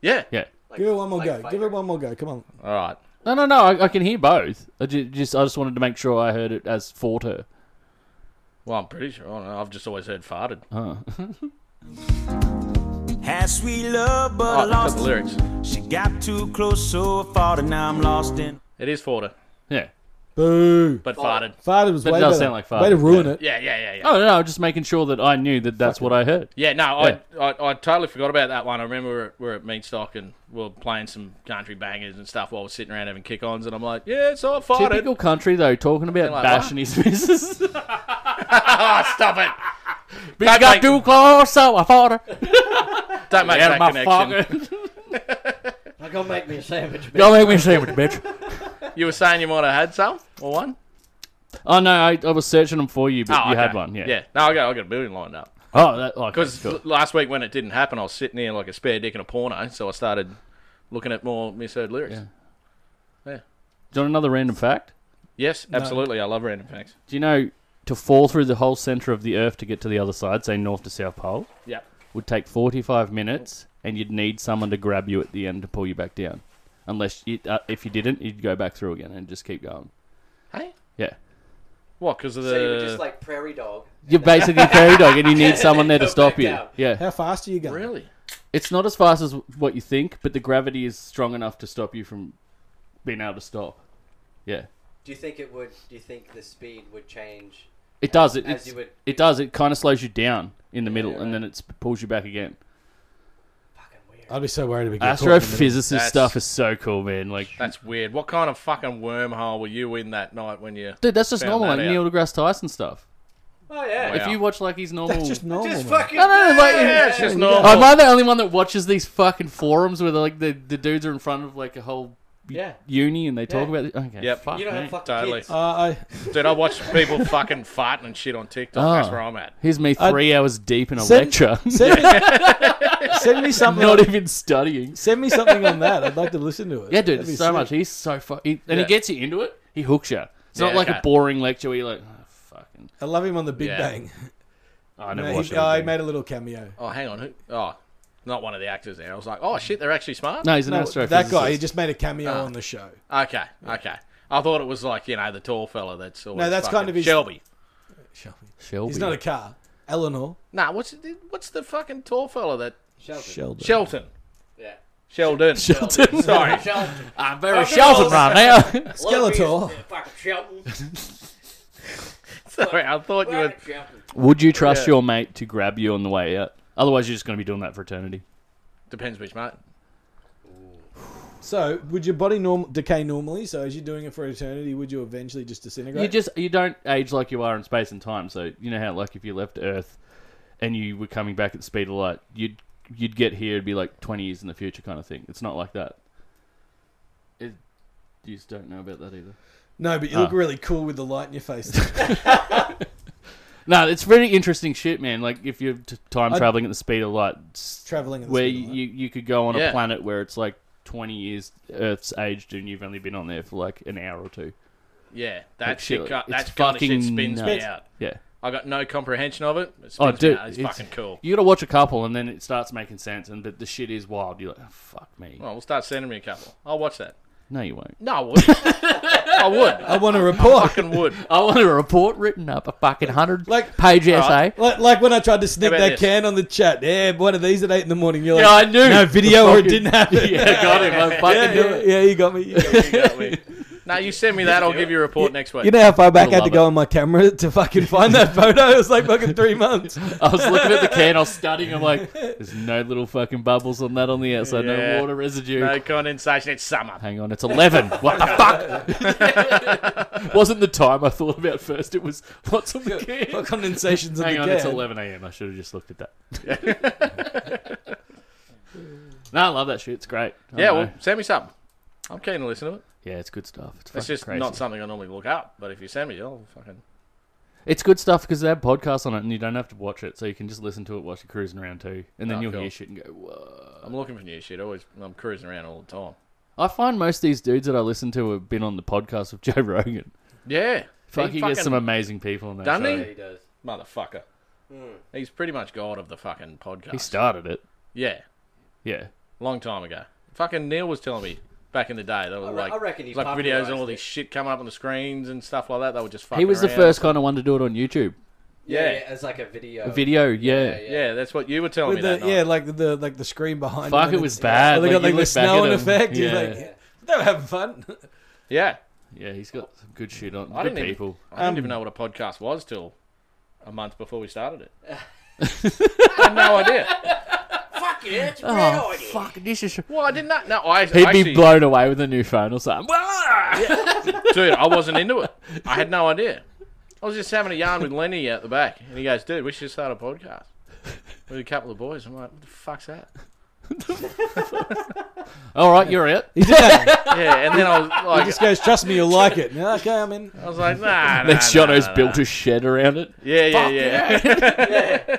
C: Yeah.
F: Yeah.
D: Give it one more go. Give
B: fighter.
D: it one more go. Come on.
C: All right.
F: No, no, no. I, I can hear both. I ju- just, I just wanted to make sure I heard it as fought her.
C: Well, I'm pretty sure. I don't know. I've just always heard farted.
H: Had sweet love, but I
C: Oh, cut
H: lost
C: the
H: it.
C: lyrics.
H: She got too close, so I fought, and now I'm lost in.
C: It is farted,
F: Yeah.
D: Boo.
C: but farted.
D: Farted was
F: That
D: way
F: does
D: better.
F: sound like
D: Way to
F: farted,
D: ruin
F: yeah.
D: it.
C: Yeah, yeah, yeah, yeah.
F: Oh no, I'm just making sure that I knew that that's what I heard.
C: Yeah, no, I, I I totally forgot about that one. I remember we were at, we were at Meatstock and we were playing some country bangers and stuff while we are sitting around having kick-ons, and I'm like, yeah, it's all farted.
F: Typical country though, talking about
C: like,
F: bashing his missus.
C: Ah, stop it.
F: Bitch got
C: make-
F: too close, so I fought her.
C: Don't make
F: Out of
C: that
F: my
C: connection.
F: fucking.
B: Now go make me a sandwich, bitch.
F: Don't make me a sandwich, bitch.
C: You were saying you might have had some or one?
F: Oh no, I, I was searching them for you, but
C: Oh,
F: you had
C: okay.
F: one. Yeah.
C: Yeah. No, I got I got a billion lined up.
F: Oh, that, oh, okay,
C: Because
F: cool.
C: last week when it didn't happen, I was sitting there like a spare dick in a porno, so I started looking at more misheard lyrics.
F: Yeah. Do you want another random fact?
C: Yes, absolutely. I love random facts.
F: Do you know to fall through the whole center of the Earth to get to the other side, say north to south pole,
C: Yeah.
F: would take 45 minutes, and you'd need someone to grab you at the end to pull you back down. Unless you, uh, if you didn't, you'd go back through again and just keep going.
C: Hey?
F: Yeah.
C: What? Because of the.
B: So
F: Uh,
B: you were just like prairie dog.
F: You're basically a prairie dog, and you need someone there to
B: Go
F: stop
B: back
F: you.
B: down.
F: Yeah,
D: How fast are you going?
C: really?
F: it's not as fast as what you think, but the gravity is strong enough to stop you from being able to stop. Yeah,
B: Do you think it would? Do you think the speed would change?
F: it does. It
B: As
F: it's-
B: you would-
F: it does. It kind of slows you down in the middle,
B: right.
F: and then it sp- pulls you back again.
B: Fucking weird.
D: I'd be so worried if we get caught in the middle.
F: Astrophysicist
C: That's-
F: stuff is so cool, man. Like,
C: That's weird. What kind of fucking wormhole were you in that night when you?
F: dude, that's just
C: Found
F: normal,
C: that
F: like
C: out.
F: Neil deGrasse Tyson stuff.
B: Oh yeah.
C: Wow.
F: If you watch like his normal,
D: That's just normal.
B: Just
D: man.
B: fucking.
F: Oh, No, no, no, like-
C: Yeah, it's just normal.
F: Am I the only one that watches these fucking forums where like the, the dudes are in front of like a whole
B: Yeah.
F: uni and they talk
B: Yeah.
F: about it? Okay,
C: Yep.
F: fuck,
B: You don't
F: me.
B: have fucking
C: Totally.
B: kids.
D: Uh, I,
C: Dude, I watch people fucking farting and shit on TikTok.
F: Ah.
C: That's where I'm at.
F: Here's me three hours deep in a
D: Send-
F: lecture,
D: send, me, send me something.
F: not
D: on,
F: even studying.
D: send me something on that. I'd like to listen to it.
F: Yeah, dude,
D: That'd be
F: it's so
D: sick.
F: much. He's so fu- he, and
C: Yeah.
F: he gets you into it. He hooks you. It's
C: Yeah,
F: not like
C: okay.
F: a boring lecture where you're like, oh, fucking.
D: I love him on the Big
C: Yeah.
D: Bang.
F: I
D: No,
F: never
D: he-
F: watched it.
D: oh, he made a little cameo.
C: Oh, hang on. Who? Oh, not one of the actors there. I was like, oh shit, they're actually smart.
F: no, he's an
D: No,
F: astrophysicist.
D: that guy, he just made a cameo
C: Ah.
D: on the show.
C: Okay, okay. I thought it was like you know the tall fella that's always
D: No, that's
C: fucking-
D: kind of his-
C: Shelby.
D: Shelby.
F: Shelby.
D: He's not a car. Eleanor.
C: Nah, what's what's the fucking tall fella that
B: Shelton.
D: Sheldon.
C: Shelton?
B: yeah.
C: Sheldon.
F: Shelton.
C: Sorry.
B: Shelton.
F: I'm very
B: Okay, well,
F: Shelton right now.
D: Skeletor.
B: Look, he's- Fucking Shelton.
C: Sorry, I thought you were.
B: Fucking Shelton.
F: Would you trust
C: Yeah.
F: your mate to grab you on the way out? Otherwise, you're just going to be doing that for eternity.
C: Depends which mate.
D: So, would your body norm- decay normally? So, as you're doing it for eternity, would you eventually just disintegrate?
F: You just you don't age like you are in space and time. So you know how like if you left Earth and you were coming back at the speed of light, you'd you'd get here. It'd be like twenty years in the future, kind of thing. It's not like that. It, you just don't know about that either.
D: no, but you
F: Ah.
D: look really cool with the light in your face.
F: No, it's very interesting shit, man. Like if you're t- time
D: I-
F: traveling at the speed of light, it's
D: Traveling at the
F: where
D: speed of light.
F: you, you could go on
C: Yeah.
F: a planet where it's like twenty years Earth's aged, and you've only been on there for like an hour or two.
C: Yeah, that
F: Like,
C: shit,
F: shit,
C: got,
F: it's
C: that kind of shit
F: fucking
C: spins me
F: nuts.
C: out.
F: Yeah.
C: I got no comprehension of it. It spins
F: Oh, dude,
C: me out. It's,
F: it's-
C: fucking cool.
F: You gotta watch a couple, and then it starts making sense. And but the shit is wild. You're like, oh, fuck me.
C: Well, we'll start sending me a couple. I'll watch that.
F: No, you won't.
C: No, I would. I would.
D: I
C: I
D: want to report.
C: fucking would.
F: I want a report written up, a fucking hundred
D: Like-
F: page essay.
C: Alright.
D: Like, like when I tried to sneak
C: How
D: that
C: about this?
D: can on the chat. Yeah, one of these at eight in the morning. You're
F: Yeah, I
D: like,
F: knew.
D: No video, or it
F: Fucking-
D: didn't happen.
F: Yeah, got him. I fucking
D: yeah,
F: knew
D: yeah,
F: it.
D: yeah, you got me. You got me.
C: You got me. No, you send me that. I'll give you a report next week.
D: You know how far back I had
F: love
D: to
F: it.
D: go on my camera to fucking find that photo? It was like fucking three months.
F: I was looking at the can, I was studying. I'm like, there's no little fucking bubbles on that on the outside.
C: Yeah.
F: No water residue.
C: no condensation. It's summer.
F: Hang on, it's 11. What the fuck? Wasn't the time I thought about first. It was what's on the
D: What
F: can.
D: condensation's on
F: Hang
D: the
F: on,
D: can?
F: it's 11 a.m. I should have just looked at that. no, I love that shit. It's great. I
C: Yeah,
F: don't
C: well,
F: know.
C: send me something. I'm keen to listen to it.
F: yeah, it's good stuff. It's,
C: It's
F: fucking
C: just
F: crazy.
C: not something I normally look up, but if you send me, it, I'll fucking.
F: It's good stuff because they have podcasts on it, and you don't have to watch it, so you can just listen to it while you're cruising around too, and then
C: Oh,
F: you'll
C: cool.
F: hear shit and go, "Whoa."
C: I'm looking for new shit. Always, I'm cruising around all the time.
F: I find most of these dudes that I listen to have been on the podcast with Joe Rogan.
C: Yeah,
F: Fuck, he, gets some
C: fucking-
F: amazing people on that
C: Doesn't
F: show.
C: he?
B: He does.
C: motherfucker. He's pretty much god of the fucking podcast.
F: He started it.
C: yeah,
F: Yeah.
C: long time ago. Fucking Neil was telling me back in the day. They were
B: re-
C: like,
B: I reckon he's
C: like videos and all
B: popularised it.
C: this shit coming up on the screens and stuff like that. They were just fucking.
F: He was the
C: around.
F: first kind of one to do it on YouTube.
C: Yeah.
B: It's like a video.
F: A video, yeah.
B: yeah.
C: Yeah, that's what you were telling
D: With
C: me
D: the,
C: that night.
D: yeah, like the like the screen behind.
F: Fuck,
D: them
F: it
D: and
F: was
D: it's-
F: bad.
D: They
F: Like,
D: got
F: you
D: like the
F: look back at
D: snow and
F: them.
D: effect. Yeah.
F: Yeah.
D: Like, yeah, they were having fun.
C: yeah.
F: Yeah, he's got some good shit on.
C: I
F: good
C: didn't
F: people.
C: Even, I didn't
D: Um,
C: even know what a podcast was till a month before we started it. I had no idea.
B: Fuck yeah, that's a great
F: oh,
B: idea.
F: fuck, this is.
C: Well, I did not. No, I,
F: He'd
C: I
F: be
C: actually,
F: blown away with a new phone or something.
C: dude. I wasn't into it. I had no idea. I was just having a yarn with Lenny out the back, and he goes, "Dude, we should start a podcast with a couple of boys." I'm like, "What the fuck's that?"
F: All right, you're it.
D: He did that.
C: Yeah, and then I was
D: He
C: like,
D: just goes, "Trust me, you'll like it." Yeah, okay, I'm in.
C: I was like, nah. nah
F: Then
C: nah,
F: Jono's
C: nah,
F: built a shed around it,
C: nah. Yeah, yeah, yeah.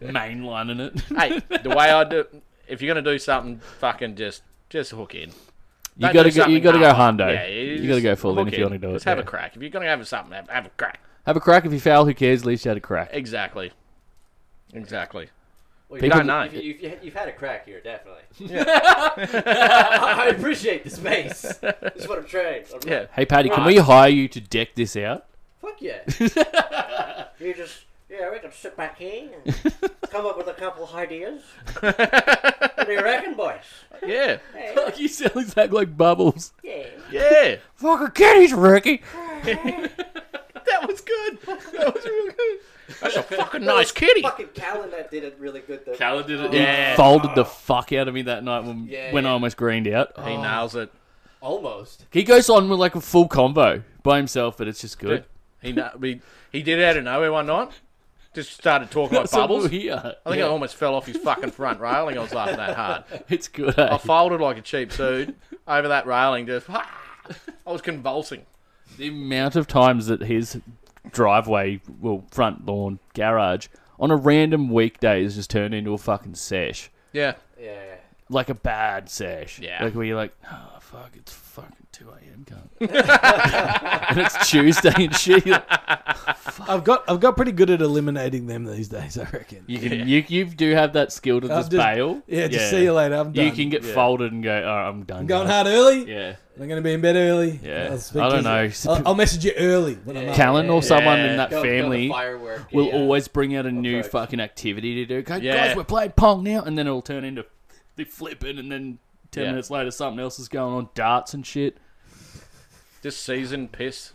F: mainlining it.
C: hey, the way I do, if you're gonna do something, fucking just just hook in.
F: you gotta go. You gotta go Hondo.
C: Yeah,
F: you
C: just
F: gotta go full in
C: hook
F: if you want to do it.
C: Just have
F: yeah.
C: a crack. If you're gonna have something, have, have a crack.
F: Have a crack. If you fail, who cares? At least you had a crack.
C: Exactly. Exactly.
B: Well,
C: You
F: People-
C: don't know.
B: You've, you've, you've- you've had a crack here, definitely. I, I appreciate the space. This is what I'm trying. I'm-
C: Yeah.
F: Hey, Paddy, can we hire you to deck this out?
B: Fuck yeah. you just, yeah, we can sit back here and come up with a couple of ideas. what do you reckon, boys?
C: Yeah.
F: Fuck, you sound exactly like Bubbles.
B: Yeah.
C: Yeah.
F: Fucking kiddies, Ricky.
C: That was good. That was really good. That's a fucking nice kitty.
B: Fucking Callan that did it really good, though.
F: Alan did it.
C: Yeah.
F: He folded the fuck out of me that night when,
B: Yeah,
F: when
B: yeah.
F: I almost greened out.
C: He nails it.
B: Almost.
F: He goes on with like a full combo by himself, but it's just good.
C: He na- he, he did it out of nowhere one night. Just started talking like
F: That's what
C: bubbles.
F: we'll hear.
C: I think I almost fell off his fucking front railing. I was laughing that hard.
F: It's good. eh?
C: I folded like a cheap suit over that railing. Just, I was convulsing.
F: the amount of times that his driveway, well, front lawn, garage, on a random weekday is just turned into a fucking sesh.
C: Yeah,
B: Yeah.
F: Like a bad sesh.
C: Yeah.
F: Like where you're like, oh, fuck, it's fucking 2 a.m., cunt. and it's Tuesday and shit. You're like,
D: I've got I've got pretty good at eliminating them these days. I reckon.
F: You, can, you, you do have that skill to
D: I'll
F: just,
D: just-
F: bail.
D: Yeah, just see you later. I'm done.
F: You can get folded and go, oh, I'm done.
D: I'm going
F: now."
D: hard early.
F: Yeah.
D: I'm going to be in bed early.
F: Yeah.
D: I'll speak
F: I
D: to
F: don't
D: you-
F: know.
D: I'll, I'll message you early when I'm up.
F: Callan or someone in that
B: Go,
F: family
B: Go the firework.
F: will
B: yeah.
F: always bring out a new
B: Approach.
F: fucking activity to do. Go,
C: Yeah.
F: Guys, we're playing pong now, and then it'll turn into the flipping, and then ten
C: Yeah.
F: minutes later something else is going on, darts and shit.
C: just seasoned piss.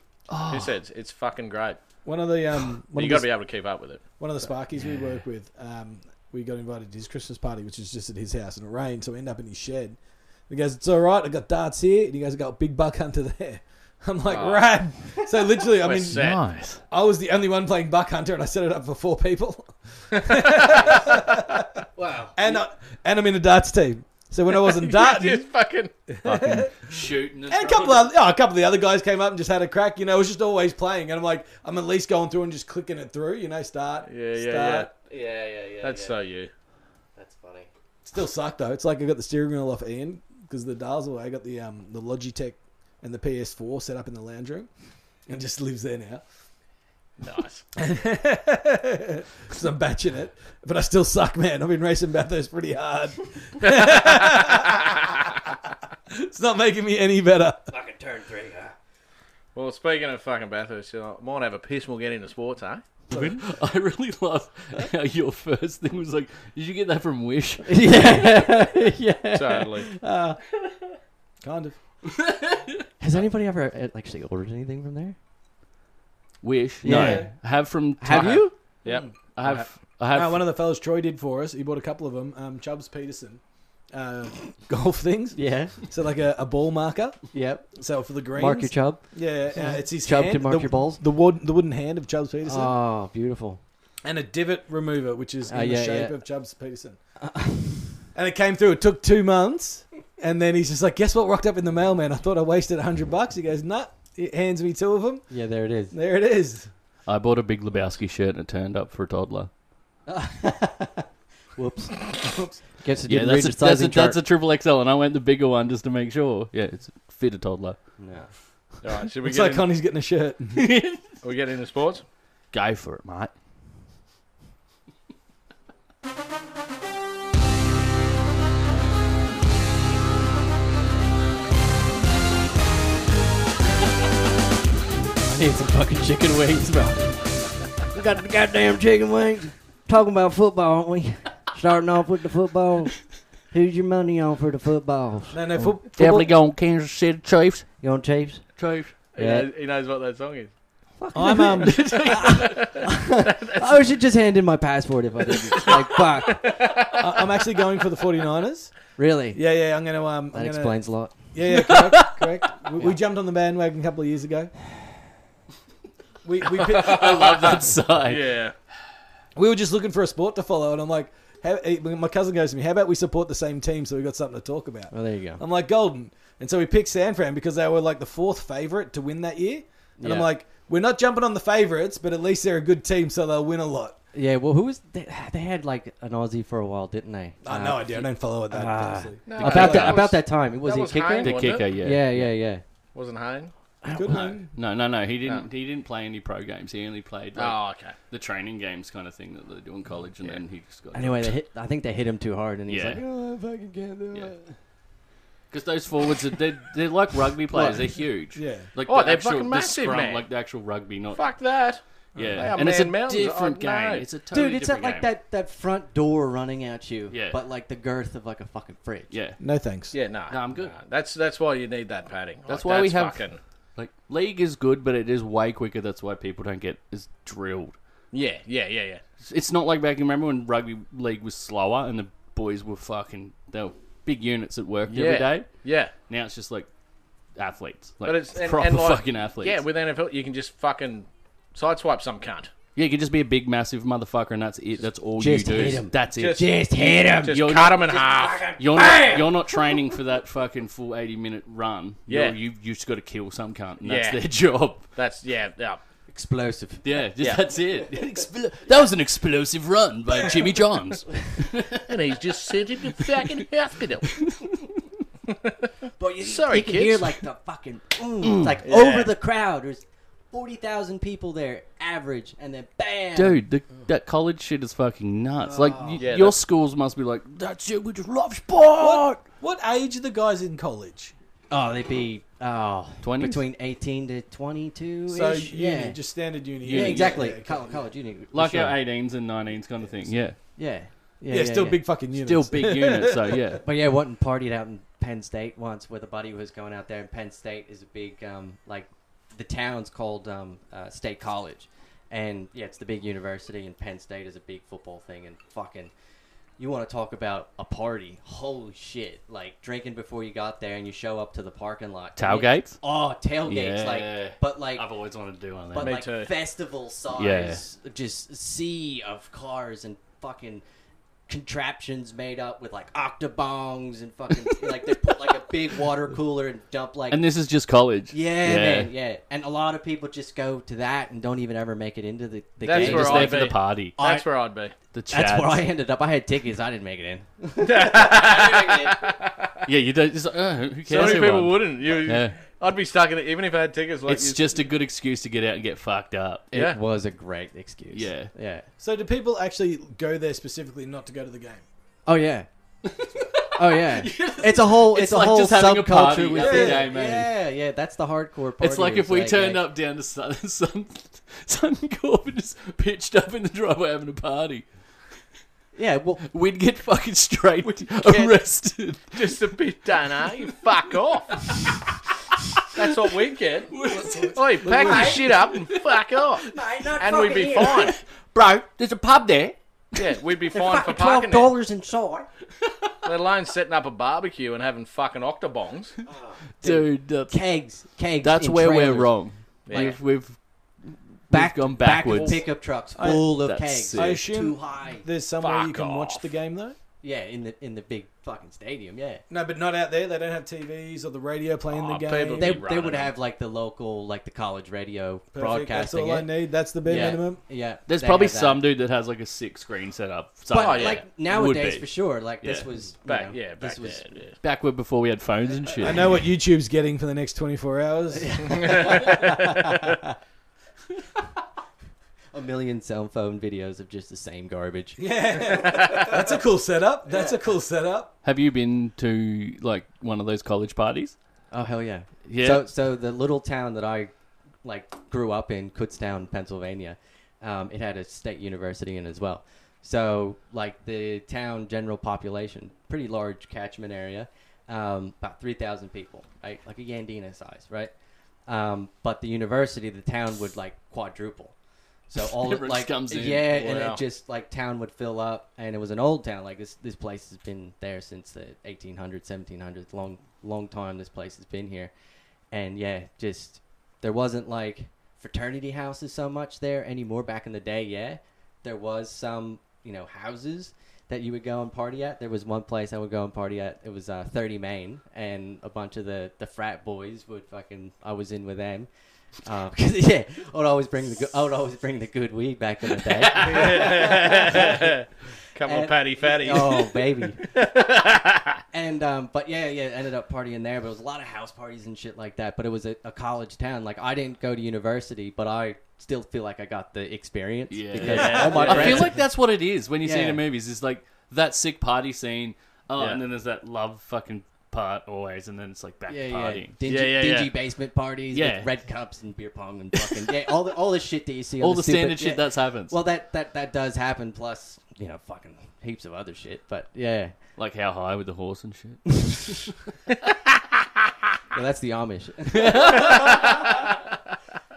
C: Piss heads. It's fucking great.
D: One of the um, one
C: You
D: of
C: got
D: the,
C: to be able to keep up with it.
D: one of the Sparkies we work with, um, we got invited to his Christmas party, which is just at his house, and it rained, so we end up in his shed. He goes, "It's all right. I got darts here," and he goes, "I got a big buck hunter there." I'm like, "Rad!" So literally, I
C: Oh. We're
D: mean,
C: set.
F: Nice.
D: I was the only one playing buck hunter, and I set it up for four people,
B: Wow.
D: and I, and I'm in a darts team. So when I wasn't darting,
C: Just fucking.
F: Shooting.
D: And a couple of oh, a couple of the other guys came up and just had a crack. You know, it was just always playing, and I'm like, I'm at least going through and just clicking it through. You know, start,
C: Yeah, yeah,
D: start.
C: yeah.
B: Yeah, yeah, yeah.
C: That's
B: yeah.
C: so you.
B: That's funny.
D: Still suck though. It's like I got the steering wheel off Ian because the dials away. I got the um the Logitech and the PS4 set up in the lounge room, and just lives there now.
C: Nice.
D: Because I'm batching it, but I still suck, man. I've been racing Bathurst pretty hard. it's not making me any better.
B: Fucking turn three, huh?
C: Well, speaking of fucking Bathurst, you know, might have a piss. and We'll get into sports, eh?
F: I really love how your first thing was like, did you get that from Wish?
I: Yeah, yeah.
C: Totally.
D: Kind of.
G: Has anybody ever uh, actually ordered anything from there?
F: Wish?
D: Yeah.
F: No. Have from
G: Have
F: Taco.
G: you?
C: yep.
F: I have. I have.
D: Uh, one of the fellas Troy did for us. He bought a couple of them. Um, Chubbs Peterson, uh, golf things.
G: Yeah.
D: So like a, a ball marker.
G: Yep.
D: So for the greens.
G: Mark your chub.
D: Yeah, uh, it's his
G: Chubb
D: hand,
G: to mark
D: the,
G: your balls?
D: The wood, the wooden hand of Chubbs Peterson,
G: Oh, beautiful.
D: and a divot remover, which is in
G: Ah, yeah,
D: the shape
G: yeah.
D: of Chubbs Peterson. and it came through. It took two months, and then he's just like, "Guess what? Rocked up in the mail, man. I thought I wasted hundred bucks." He goes, "Nah." He hands me two of them.
G: Yeah, there it is.
D: There it is.
F: I bought a big Lebowski shirt and it turned up for a toddler.
G: Whoops.
F: Yeah, that's
G: Gets a good
F: a,
G: read of
F: that's, a,
G: sizing
F: that's a
G: chart.
F: triple XL, and I went the bigger one just to make sure. Yeah, it's fit a toddler.
G: No.
C: All right. Should we
D: It's
C: get
D: like
C: in,
D: Connie's getting a shirt.
C: we get into sports?
F: Go for it, mate.
G: Need some fucking chicken wings, bro. we got the goddamn chicken wings. Talking about football, aren't we? Starting off with the footballs. Who's your money on for the footballs?
D: No, no, fo-
F: Definitely going Kansas City Chiefs.
G: You on Chiefs?
F: Chiefs.
C: He,
G: Yeah.
C: knows, he knows what that song is.
D: I'm um,
G: I should just hand in my passport if I didn't. like, fuck.
D: I- I'm actually going for the 49ers.
G: Really?
D: Yeah, yeah. I'm gonna um.
G: That
D: I'm gonna,
G: explains a lot.
D: Yeah, yeah, correct, correct. We, we jumped on the bandwagon a couple of years ago. We we, pi-
F: Love that side.
C: Yeah.
D: we were just looking for a sport to follow, and I'm like, how, eh, my cousin goes to me, "How about we support the same team so we got something to talk about?"
G: Well, there you go.
D: I'm like, "Golden," and so we picked San Fran because they were like the fourth favorite to win that year, and I'm
G: Yeah.
D: like, "We're not jumping on the favorites, but at least they're a good team, so they'll win a lot."
G: Yeah, well, who was. They, they had, like, an Aussie for a while, didn't they?
D: I no idea. I don't follow it that
G: ah.
D: closely.
C: No,
G: About, that,
C: was-
G: about that time. It was
C: that
G: he a
C: was
G: kicker?
C: Hayne.
F: The
C: Wasn't it?
F: kicker, yeah.
G: Yeah, yeah, yeah.
C: Wasn't Hayne?
D: Good one.
F: No, no, no. He didn't. He didn't play any pro games. He only played like,
C: Oh, okay.
F: the training games kind of thing that they do in college, and then he just got
G: Anyway, they hit, I think they hit him too hard, and he's
F: Yeah.
G: like, oh, I fucking can't do
F: Yeah.
G: it.
F: Because those forwards are they're, they're like rugby players. They're huge.
D: Yeah.
F: Like
C: Oh,
F: the
C: they're
F: actual,
C: fucking
F: the
C: massive,
F: scrum,
C: man.
F: like the actual rugby, not
C: Fuck that. They
F: yeah.
C: are
F: And it's a
C: man mountains.
F: different
C: Oh,
F: game.
C: no.
F: It's a totally
G: Dude, it's
F: different
G: like
F: game.
G: that, that front door running at you,
F: Yeah.
G: but like the girth of like a fucking fridge.
F: Yeah.
D: No thanks.
C: Yeah, no.
F: No, I'm good.
C: nah. That's that's why you need that padding.
F: That's
C: Like,
F: why we have-
C: Fucking,
F: Like league is good, but it is way quicker. That's why people don't get as drilled.
C: yeah, yeah, yeah, yeah.
F: It's- It's not like back. You remember when rugby league was slower and the boys were fucking they were big units at work
C: Yeah.
F: every day.
C: Yeah.
F: Now it's just like athletes, like
C: But it's and,
F: proper
C: and like,
F: fucking athletes.
C: Yeah, with NFL, you can just fucking sideswipe some cunt.
F: yeah, you can just be a big, massive motherfucker, and that's it. That's all
G: Just
F: you do.
G: hit 'em.
F: That's it.
C: Just-
G: Just hit him.
C: Just
F: You're-
C: cut them in half.
F: You're not, you're not training for that fucking full 80 minute run.
C: Yeah.
F: You're, you you just got to kill some cunt, and that's
C: Yeah.
F: their job.
C: That's yeah, yeah.
G: Explosive.
F: Yeah, just,
C: Yeah.
F: that's it. Expl- that was an explosive run by Jimmy Johns.
C: And he's just sent him to fucking hospital.
G: But you,
C: Sorry,
G: you can hear
C: kids.
G: like the fucking, mm, it's like over the crowd. There's 40,000 people there, average, and then bam.
F: Dude, the, that college shit is fucking nuts. Like, y-
C: Yeah,
F: your
C: that's-
F: schools must be like, that's it, we just love sport.
D: What age are the guys in college?
G: Oh, they'd be oh,
F: 20s?
G: between 18 to 22.
D: So
G: -ish?
D: uni,
G: yeah.
D: just standard uni.
G: yeah, exactly.
D: Yeah, okay.
G: Col- college uni. for
F: Like uh,
G: sure.
F: our 18s and 19s kind of thing. Yeah.
G: Yeah. Yeah,
D: Yeah, still big fucking units.
F: Still big units, so yeah.
G: But yeah, went and partied out in Penn State once with a buddy who was going out there. And Penn State is a big, um, like, the town's called um, uh, State College. And yeah, it's the big university, and Penn State is a big football thing. And fucking, you want to talk about a party. Holy shit. Like, drinking before you got there, and you show up to the parking lot. And it-
F: Tailgates?
G: Oh, tailgates.
F: Yeah.
G: Like, but like,
F: I've always wanted to do one of
G: but
F: them.
G: like
C: too.
G: festival size, just sea of cars and fucking contraptions made up with like octobongs and fucking like they put like a big water cooler and dump like
F: And this is just college.
G: yeah, man, yeah. And a lot of people just go to that and don't even ever make it into the, the
C: That's
G: game.
C: where
F: Just
C: I'd
F: there for
C: be.
F: the party.
C: That's where I'd be.
F: The
G: that's where
F: chads.
G: I ended up. I had tickets. I didn't make it in. I didn't make it in.
F: Yeah, you don't. It's like, oh, who
C: So
F: cares?
C: many
F: everyone?
C: people wouldn't. You
F: Yeah.
C: I'd be stuck in it even if I had tickets. Like
F: it's
C: you-
F: just a good excuse to get out and get fucked up.
C: yeah.
G: It was a great excuse.
F: Yeah.
G: Yeah.
D: So do people actually go there specifically not to go to the game?
G: Oh yeah. oh yeah. It's a whole. It's,
F: It's
G: a
F: like
G: whole
F: just having a party
G: subculture
F: at
D: the
G: within.
F: game, eh?
G: yeah, yeah. That's the hardcore part.
F: It's like if
G: eh,
F: we turned up down to Sun, Sun, Sun Corp and just pitched up in the driveway having a party.
G: Yeah. Well,
F: We'd get fucking straight arrested.
C: just a bit done, huh? You fuck off. That's what we get. Oi, pack your shit up and fuck off, and we'd be fine.
F: Bro, there's a pub there.
C: Yeah, we'd be fine for
G: twelve
C: parking there.
G: dollars uh, inside.
C: Let alone setting up a barbecue and having fucking octobongs.
F: Dude, that's,
G: Kegs. Kegs.
F: that's
G: in
F: where we're
G: trailers.
F: wrong.
C: Yeah.
F: We've, we've,
G: Back
F: gone
G: back of
F: backwards.
G: pickup trucks full of
F: that's
G: kegs.
F: sick. I
D: assume-
G: too high.
D: There's somewhere you
C: Fuck
D: can watch
C: off.
D: the game though.
G: Yeah, in the in the big fucking stadium. Yeah.
D: No, but not out there. They don't have TVs or the radio playing
C: Oh,
D: the game.
C: people-
G: They,
C: Be
G: they would
C: running.
G: have like the local like the college radio
D: Perfect. That's
G: broadcasting
D: all I
G: it.
D: need. That's the bare
G: yeah.
D: minimum.
G: Yeah.
F: there's
G: they
F: probably
G: have that.
F: some dude that has like a six screen setup.
G: But
F: somewhere.
G: like
F: Would
G: nowadays
F: be.
G: for sure, like this
F: Yeah.
G: was you
C: Back,
G: know,
C: yeah, back
G: this was
C: then, yeah.
F: Backward before we had phones and shit.
D: I know what YouTube's getting for the next 24 hours.
G: a million cell phone videos of just the same garbage.
D: That's a cool setup. That's a cool setup.
F: Have you been to like one of those college parties?
G: Oh hell yeah.
F: Yeah.
G: So so the little town that I like grew up in, Kutztown, Pennsylvania, um, it had a state university in it as well. So like the town general population, pretty large catchment area, um, about three thousand people, right? Like a Yandina size, right? Um, but the university, the town would like quadruple. So all of
F: Everyone
G: like
F: comes in.
G: yeah, and
C: Wow.
G: it just like town would fill up, and it was an old town. Like this, this place has been there since the 1800s, 1700s, long, long time. This place has been here, and yeah, just there wasn't like fraternity houses so much there anymore back in the day. Yeah, there was some you know houses that you would go and party at. There was one place I would go and party at. It was uh, 30 Main, and a bunch of the the frat boys would fucking. I was in with them. Uh, 'cause, yeah, I would always bring the good, I would always bring the good weed back in the day.
C: Couple
G: And-
C: of patty fatties.
G: oh baby. and um, but yeah, yeah, ended up partying there. But it was a lot of house parties and shit like that. But it was a, a college town. Like I didn't go to university, but I still feel like I got the experience.
F: Yeah.
G: because all my
F: I
G: friends.
F: feel like that's what it is when you see it
G: Yeah.
F: in movies. It's like that sick party scene. Oh,
C: Yeah.
F: and then there's that love fucking part always, and then it's like back
G: yeah, yeah,
F: partying.
G: dingy,
C: Yeah, yeah,
G: dingy
C: yeah.
G: basement parties
F: Yeah.
G: with red cups and beer pong and fucking yeah, all the all the shit that you see.
F: All
G: on
F: the
G: the stupid-
F: standard shit
G: yeah.
F: that's happens.
G: Well, that that that does happen. Plus, you know, fucking heaps of other shit. But yeah,
F: like how high with the horse and shit.
G: Well, that's the Amish.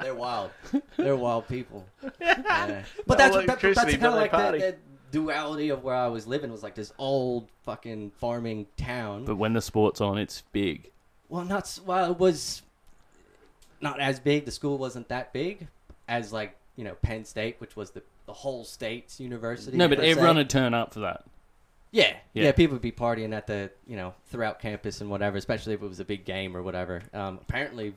G: They're wild. They're wild people. Yeah. But that's that, that's
C: electricity,
G: kind
C: but
G: of
C: they
G: like that,
C: party.
G: that duality of where I was living was like this old fucking farming town.
F: but when the sport's on, it's big.
G: well, not s- well, it was not as big. The school wasn't that big as like you know Penn State, which was the the whole state's university.
F: No, but
G: per se.
F: everyone would turn up for that.
G: Yeah,
F: Yeah.
G: yeah, People would be partying at the you know throughout campus and whatever, especially if it was a big game or whatever. Um, apparently,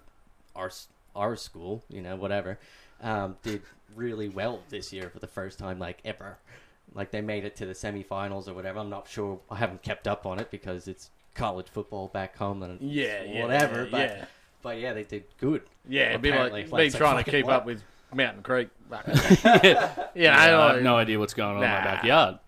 G: our s- our school, you know, whatever, um, did really well this year for the first time like ever. Like they made it to the semifinals or whatever. I'm not sure. I haven't kept up on it because it's college football back home and
C: Yeah, yeah,
G: whatever.
C: yeah,
G: but
C: yeah.
G: but yeah, they did good.
C: yeah, it'd be
G: apparently,
C: like
G: like,
C: me
G: it's like
C: trying to
G: fucking
C: keep
G: what?
C: up with Mountain Creek.
F: Yeah,
C: yeah,
F: I
C: I
F: have no idea what's going on in my
C: Nah.
F: backyard.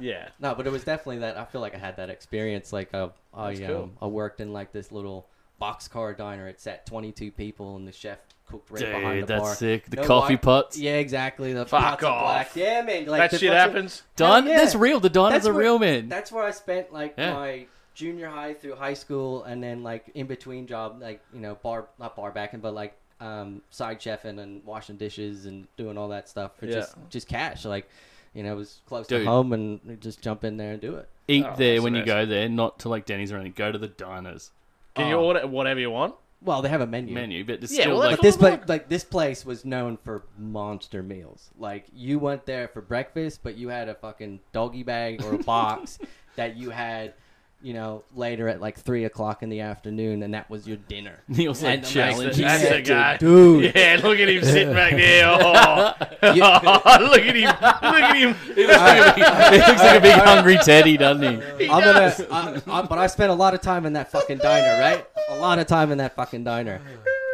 C: yeah.
G: No, but it was definitely that. I feel like I had that experience. Like uh, I,
C: That's cool.
G: um, I worked in like this little boxcar diner. It sat twenty two people, and the chef cooked right behind
F: Dude,
G: the
F: that's
G: bar.
F: sick. The
G: No
F: coffee
G: light-
F: pots.
G: Yeah, exactly. The
C: Fuck
G: pots of
C: off.
G: black. Yeah, man. Like
C: That
G: the
C: shit
G: fucking-
C: happens.
F: Don,
G: yeah.
F: that's real. The diners
G: That's
F: are
G: where-
F: real, man.
G: That's where I spent like
F: Yeah.
G: my junior high through high school, and then like in between job, like you know, bar not bar backing, but like um, side chefing and washing dishes and doing all that stuff for
C: Yeah.
G: just just cash. Like you know, it was close
F: Dude.
G: to home, and just jump in there and do it.
F: Eat
C: Oh,
F: there
C: that's
F: when you
C: amazing.
F: go there, not to like Denny's or anything. Go to the diners
C: Can you
G: Oh.
C: order whatever you want?
G: Well, they have a menu.
F: menu, but it's
C: Yeah,
F: still
C: well, that's
F: like
G: But this
C: Oh, look.
G: place, like this place, was known for monster meals. Like you went there for breakfast, but you had a fucking doggy bag or a box that you had, you know, later at like three o'clock in the afternoon, and that was your dinner.
F: He also
G: And I'm like,
F: challenged
G: "Yeah,
C: That's the guy.
G: dude.
C: Yeah, look at him sitting back there. Oh, look at him. Look at him.
F: he looks like a big hungry teddy, doesn't he?
G: I'm gonna, I, I, but I spent a lot of time in that fucking diner, right? A lot of time in that fucking diner.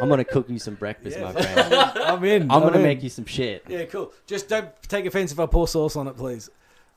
G: I'm gonna cook you some breakfast, my friend.
D: I'm in.
G: I'm gonna
D: in.
G: make you some shit.
D: Yeah, cool. Just don't take offense if I pour sauce on it, please.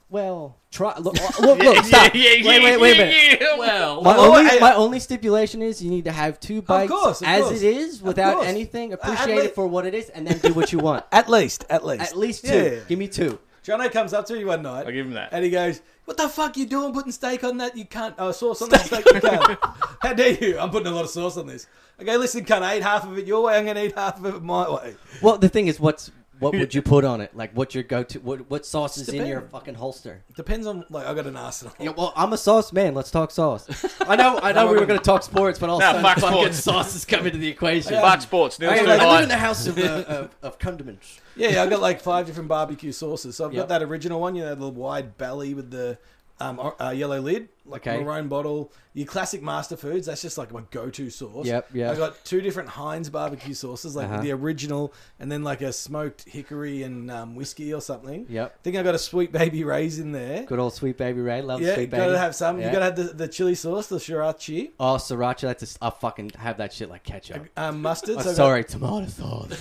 G: Well, try. Look, look, look stop.
C: Yeah, yeah,
G: wait, wait, wait a minute.
F: Well,
G: My
D: Oh,
G: only,
D: I-
G: my only stipulation is you need to have two bites
D: course, of
G: as
D: course.
G: it is, without
D: course.
G: anything.
D: At
G: Appreciate
D: lea-
G: it for what it is, and then do what you want.
D: At least, at least,
G: At least two.
D: Yeah, yeah, yeah.
G: Give me two.
D: Jono comes up to you one night.
C: I'll give him that.
D: And he goes, "What the fuck you doing? Putting steak on that? You can't. Uh, sauce on that steak? You can't. How dare you? I'm putting a lot of sauce on this." Okay, listen, cunt. I ate half of it your way. I'm gonna eat half of it my way.
G: Well, the thing is, what's what would you put on it? Like, what's your go-to? What what sauce is in
D: Depends.
G: your fucking holster?
D: Depends on like I got an arsenal.
G: Yeah, well, I'm a sauce man. Let's talk sauce. I know, I know, we were going to talk sports, but all
C: Nah,
G: of a
C: fuck
G: sudden, fucking
C: sports.
G: sauce is coming to the equation.
C: Fuck sports.
G: I,
C: Neil's too
G: I live in
C: high.
G: the house of, uh, of, of condiments.
D: Yeah, yeah, I got like five different barbecue sauces. So I've
G: Yep.
D: got that original one, you know, the wide belly with the um, or- uh, yellow lid, like
G: Okay.
D: maroon bottle. Your classic master foods. That's just like my go-to sauce.
G: Yep, yep.
D: I got two different Heinz barbecue sauces, like
G: Uh-huh.
D: the original, and then like a smoked hickory and um, whiskey or something.
G: Yep.
D: I think I got a sweet baby raisin there.
G: Good old sweet baby Ray, love
D: yeah,
G: sweet baby.
D: gotta have some.
G: Yeah.
D: You gotta have the, the chili sauce, the sriracha,
G: oh sriracha. That's a s I'll fucking have that shit like ketchup.
D: um,
G: Oh,
D: mustard. So I've got-
G: sorry, tomato sauce.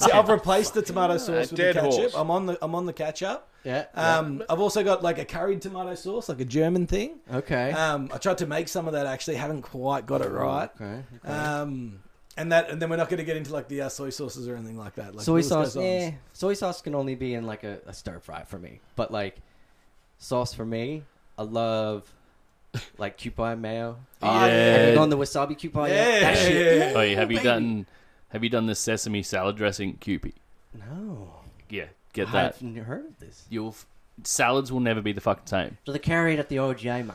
D: see, I've replaced the tomato sauce with the
C: dead
D: ketchup.
C: horse.
D: I'm on the I'm on the ketchup.
G: yeah.
D: Um, I've also got like a curried tomato sauce, like a German thing.
G: yeah. Okay.
D: Um, I tried to make some of that actually, haven't quite got it right.
G: okay.
D: Um, and that, and then we're not going to get into like the uh, soy sauces or anything like that. Like
G: soy
D: the list
G: sauce.
D: goes on.
G: Yeah, soy sauce can only be in like a, a stir fry for me. But like sauce for me, I love like coupon mayo.
D: Oh,
G: Have you
F: yeah.
G: gone the wasabi coupon?
D: Yeah,
G: yet? That shit.
D: yeah, yeah.
F: Oh, yeah, have you done? Have you done the sesame salad dressing, Cupid?
G: No,
F: Yeah, get that.
G: I've n- heard of this.
F: You'll f- salads will never be the fucking same.
G: So they carry it at the OGA, mate.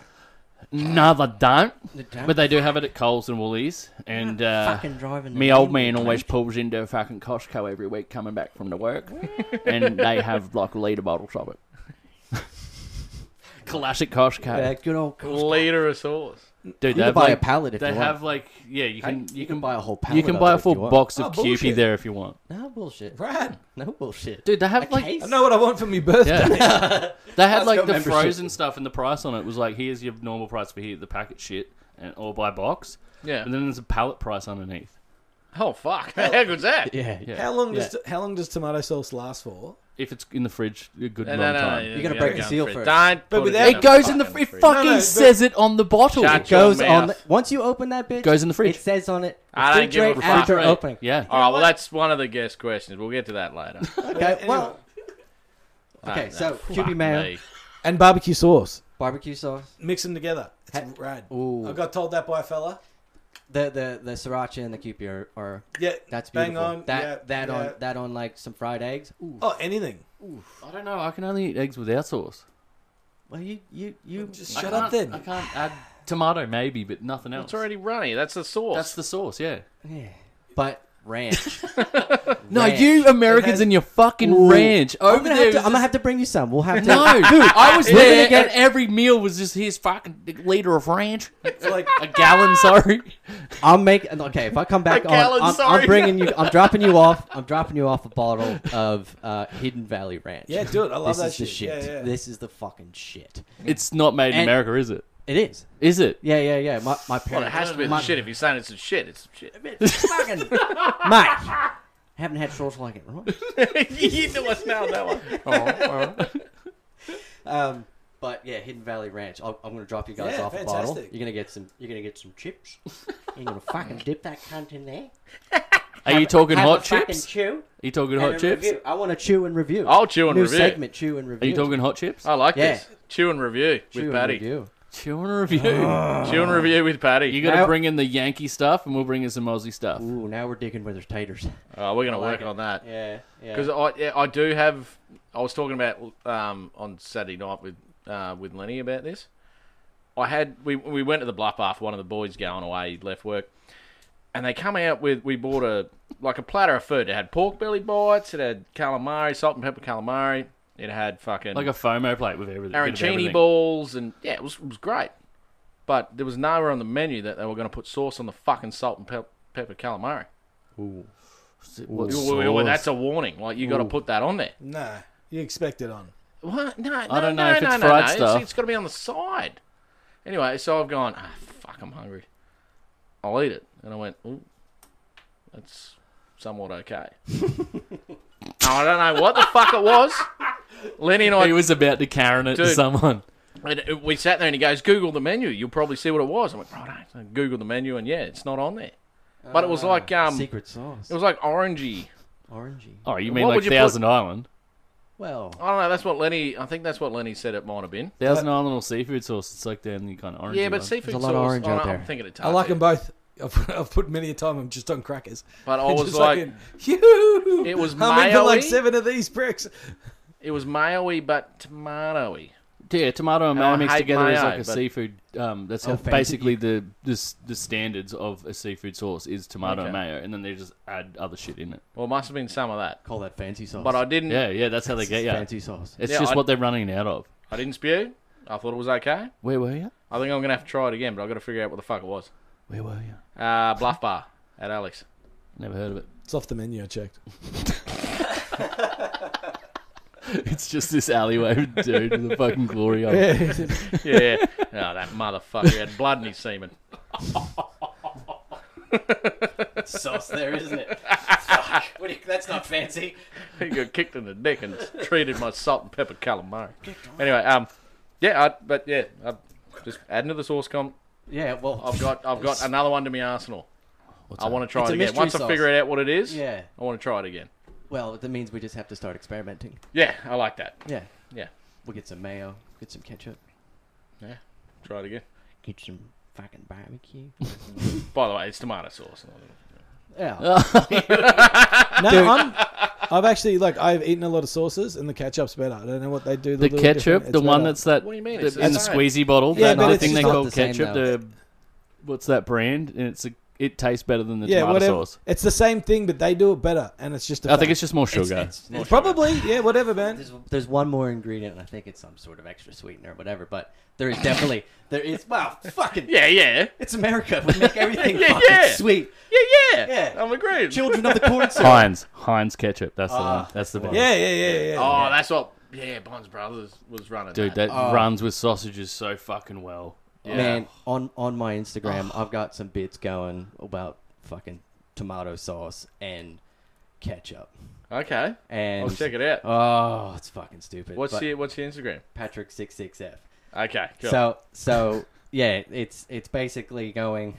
F: No, they don't.
G: The damn
F: But they do have it at Coles and Woolies, and uh,
G: fucking driving.
F: me
G: the
F: old
G: demon,
F: man always
G: mate.
F: pulls into fucking Costco every week coming back from the work, and they have like liter bottles of it. Classic
G: Yeah,
F: Costco,
G: good old. You
C: Liter of sauce.
F: dude. They
G: can
F: have
G: buy a
F: like,
G: pallet if
F: they
G: you want.
F: have like yeah, you can you can buy
G: a whole pallet.
F: you can
G: of
F: buy
G: it
F: a
G: if
F: full
G: you want.
F: box
D: Oh,
F: of
D: bullshit.
F: Cupid there if you want,
G: No bullshit.
D: Brad,
G: No bullshit.
F: dude. They
G: A
F: have like
G: case?
D: I know what I want for me birthday.
F: Yeah. they had like
G: got
F: the
G: membership.
F: frozen stuff and the price on it was like here's your normal price for here the packet shit and or by box.
C: Yeah.
F: And then there's a pallet price underneath.
C: Oh fuck! How good's that?
G: Yeah.
F: Yeah.
D: How long does how long does tomato sauce last for?
F: If it's in the fridge, a good
C: No,
F: long
C: no, no,
F: time.
G: You gotta
C: yeah,
G: break the
C: go
G: seal
C: for it.
G: first.
C: Don't
D: But
C: put
D: without-
F: It goes in the
C: fucking
F: it
C: fridge.
F: fucking
D: No, no, but-
F: says it on the bottle.
C: Shut your
G: Goes on. The,
C: mouth.
G: Um, once you open that bitch,
F: Goes in the fridge.
G: It says on it.
C: I don't give a
G: refrigerate after
C: fuck.
G: opening.
F: Yeah.
C: All right. Well, that's one of the guest questions. We'll get to that later.
G: Okay. Well.
C: No,
G: Okay.
C: no,
G: So
C: fuck
G: QB mayo,
C: me.
D: And barbecue sauce.
G: barbecue sauce.
D: Mix them together. It's
G: Ha-
D: rad.
G: Ooh.
D: I got told that by a fella.
G: The the the sriracha and the QB are, are
D: Yeah,
G: that's
D: bang
G: beautiful.
D: on.
G: that
D: yeah,
G: that
D: yeah.
G: on that on like some fried eggs. Ooh.
D: Oh, anything.
F: I don't know. I can only eat eggs without sauce.
G: Well, you you you
D: Just
F: I
D: shut
F: can't-
D: up then.
F: I can't add tomato maybe, but nothing else.
C: It's already runny. That's the sauce.
F: That's the sauce. Yeah.
G: yeah. But ranch.
F: No,
G: Ranch.
F: you Americans
D: has-
F: and your fucking
G: Ooh.
F: ranch over
G: I'm gonna,
F: there.
G: have
F: is
G: to, I'm gonna
F: just-
G: have to bring you some. We'll have to.
F: No, dude, I was
G: We're gonna
F: there,
G: get-
F: and every meal was just his fucking liter of ranch,
D: It's like
F: a gallon. Sorry,
G: I'll make okay. If I come back on,
C: gallon,
G: I'm, I'm
C: sorry.
G: bringing you. I'm dropping you off. I'm dropping you off a bottle of uh, Hidden Valley Ranch.
D: yeah, do it. I
G: this
D: love that
G: is the
D: shit.
G: shit.
D: Yeah, yeah.
G: This is the fucking shit.
F: it's not made in
G: And-
F: America, is it?
G: It is.
F: Is it?
G: Yeah, yeah, yeah. My my parents.
C: Well, it has to be the
G: my,
C: shit. If you're saying it's a shit, it's shit.
G: fucking mate. Haven't had sauce like it, right?
C: you know what's now that one.
G: Um, but yeah, Hidden Valley Ranch. I'll, I'm gonna drop you guys
D: Yeah,
G: off a bottle.
D: fantastic.
G: You're gonna get some. You're gonna get some chips. You're gonna fucking dip that cunt in there.
F: Are you talking
G: Have
F: hot
G: a fucking
F: chips?
G: Chew.
F: Are you talking
G: and
F: hot
G: a
F: chips?
G: review. I want to chew and review.
C: I'll chew and
G: New
C: review.
G: segment. Chew and review.
F: Are you talking hot chips?
C: I like
G: Yeah.
C: this. Chew and review
G: chew
C: with
G: and
C: Patty.
G: review?
F: Chew and review.
C: Chew and review with Patty.
F: You got to
G: Now-
F: bring in the Yankee stuff, and we'll bring in some Aussie stuff.
G: Ooh, now we're digging where there's taters.
C: oh, we're gonna
G: I like
C: work
G: it.
C: on that.
G: Yeah, yeah.
C: Because I yeah, I do have. I was talking about um, on Saturday night with uh, with Lenny about this. I had we we went to the bluff after one of the boys going away. He'd left work, and they come out with we bought a like a platter of food. It had pork belly bites. It had calamari, salt and pepper calamari. It had fucking
F: Like a FOMO plate with everything. bit of
C: arancini
F: everything.
C: balls, and yeah, it was it was great. But there was nowhere on the menu that they were going to put sauce on the fucking salt and pep- pepper calamari.
F: What
C: Well, well,
F: sauce?
C: well, that's a warning. Like you got to put that on there.
D: Nah, you expect it on.
C: What? No, no,
F: don't know
C: no,
F: if
C: no,
F: it's
C: no,
F: fried
C: no.
F: stuff.
C: It's, it's got to be on the side. Anyway, so I've gone. Ah, fuck! I'm hungry. I'll eat it. And I went. Ooh, that's somewhat okay. I don't know what the fuck it was. Lenny and I
F: He was about to Karen it to
C: Dude.
F: someone.
C: and it- we sat there and he goes, Google the menu. You'll probably see what it was. I went, right, I Google the menu and yeah, it's not on there. But
D: Ah,
C: it was like um, it
G: Secret sauce.
C: was like orangey.
G: Orangey.
F: Oh, you mean
C: What
F: like
C: would you put-
F: Thousand Island?
G: Well,
C: I don't know. That's what Lenny. I think that's what Lenny said it might have been.
F: Thousand Island or seafood sauce? It's like the only kind of orange.
C: Uh, yeah, but
F: one.
C: seafood
G: There's a
C: sauce.
G: lot of orange
C: I
G: out
C: don't-
G: there.
C: I'm thinking of
D: I like them both. I've put, I've put many a time. I'm just on crackers.
C: But I
D: It's
C: was
D: just
C: like-
D: "Yoo-hoo,
C: It was
D: I'm in for
C: mayo-y?
D: like seven of these bricks.
C: It was mayo-y but tomatoey.
F: Yeah, tomato and
C: And Uh, I
F: mayo mixed
C: hate
F: together is
C: mayo,
F: like a
C: but-
F: seafood. Um, that's
G: Oh,
F: how
G: fancy.
F: basically the, the s- the standards of a seafood sauce is tomato and
C: Okay.
F: mayo, and then they just add other shit in it.
C: Well, it must have been some of that.
G: call that fancy sauce.
C: But I didn't.
F: Yeah, yeah, that's how they get you.
G: Fancy sauce.
F: It's
C: Yeah,
F: just
C: I-
F: what they're running out of.
C: I didn't spew. I thought it was okay.
F: Where were you?
C: I think I'm gonna have to try it again, but I've got to figure out what the fuck it was.
F: Where were you?
C: Uh, Bluff Bar at Alex.
F: Never heard of it.
D: It's off the menu. I checked.
F: It's just this alleyway dude with a fucking glory hole.
C: Yeah. oh, that motherfucker had blood in his semen.
G: sauce there, isn't it? Fuck. What do you- that's not fancy.
C: He got kicked in the dick and treated my salt and pepper calamari. Anyway, um, yeah, I, but yeah, I, just adding to the sauce comp.
G: Yeah, well,
C: I've got, I've got another one to my arsenal. I want to try
G: It's
C: it
G: a
C: again.
G: mystery
C: Once I
G: sauce.
C: figure it out what it is,
G: Yeah.
C: I want to try it again.
G: Well, that means we just have to start experimenting.
C: Yeah, I like that.
G: Yeah.
C: Yeah.
G: We'll get some mayo, get some ketchup,
C: Try it again.
G: get some fucking barbecue.
C: By the way, it's tomato sauce.
G: Yeah.
D: No, I'm, I've actually like I've eaten a lot of sauces, and the ketchup's better. I don't know what they do.
F: The
D: little
F: ketchup,
D: different-
F: the
D: it's
F: one
D: better.
F: that's that
C: What do you mean?
F: the-
C: It's the
F: in the
C: same.
F: squeezy bottle.
D: Yeah,
F: that
D: but
F: other
D: it's
F: thing they
D: just not
F: call
G: the same,
F: ketchup.
G: though.
F: The what's that brand? And it's a, it tastes better than the
D: yeah,
F: tomato
D: whatever.
F: sauce.
D: It's the same thing, but they do it better, and it's just. A
F: I think
D: fact.
F: it's just more sugar.
G: It's- it's- it's-
D: probably yeah, whatever, man.
G: there's, there's one more ingredient, and I think it's some sort of extra sweetener or whatever, but there is definitely, there is, wow, fucking,
C: Yeah, yeah,
G: it's America. We make everything
C: Yeah,
G: fucking
C: yeah.
G: sweet.
C: yeah, yeah.
G: Yeah.
C: I'm agreed.
G: Children of the corn syrup.
F: Heinz, Heinz ketchup. That's the
C: Ah,
F: one. That's the one.
D: Yeah, yeah, yeah, yeah.
C: Oh, that's what. Yeah, Bonds Brothers was running.
F: dude, that
C: Ah.
F: runs with sausages so fucking well.
C: yeah.
G: Man, on on my Instagram, I've got some bits going about fucking tomato sauce and ketchup.
C: Okay,
G: And
C: I'll check it out.
G: Oh, it's fucking stupid.
C: what's
G: but
C: your What's your Instagram?
G: Patrick six six F?
C: Okay, cool.
G: So so yeah, it's it's basically going.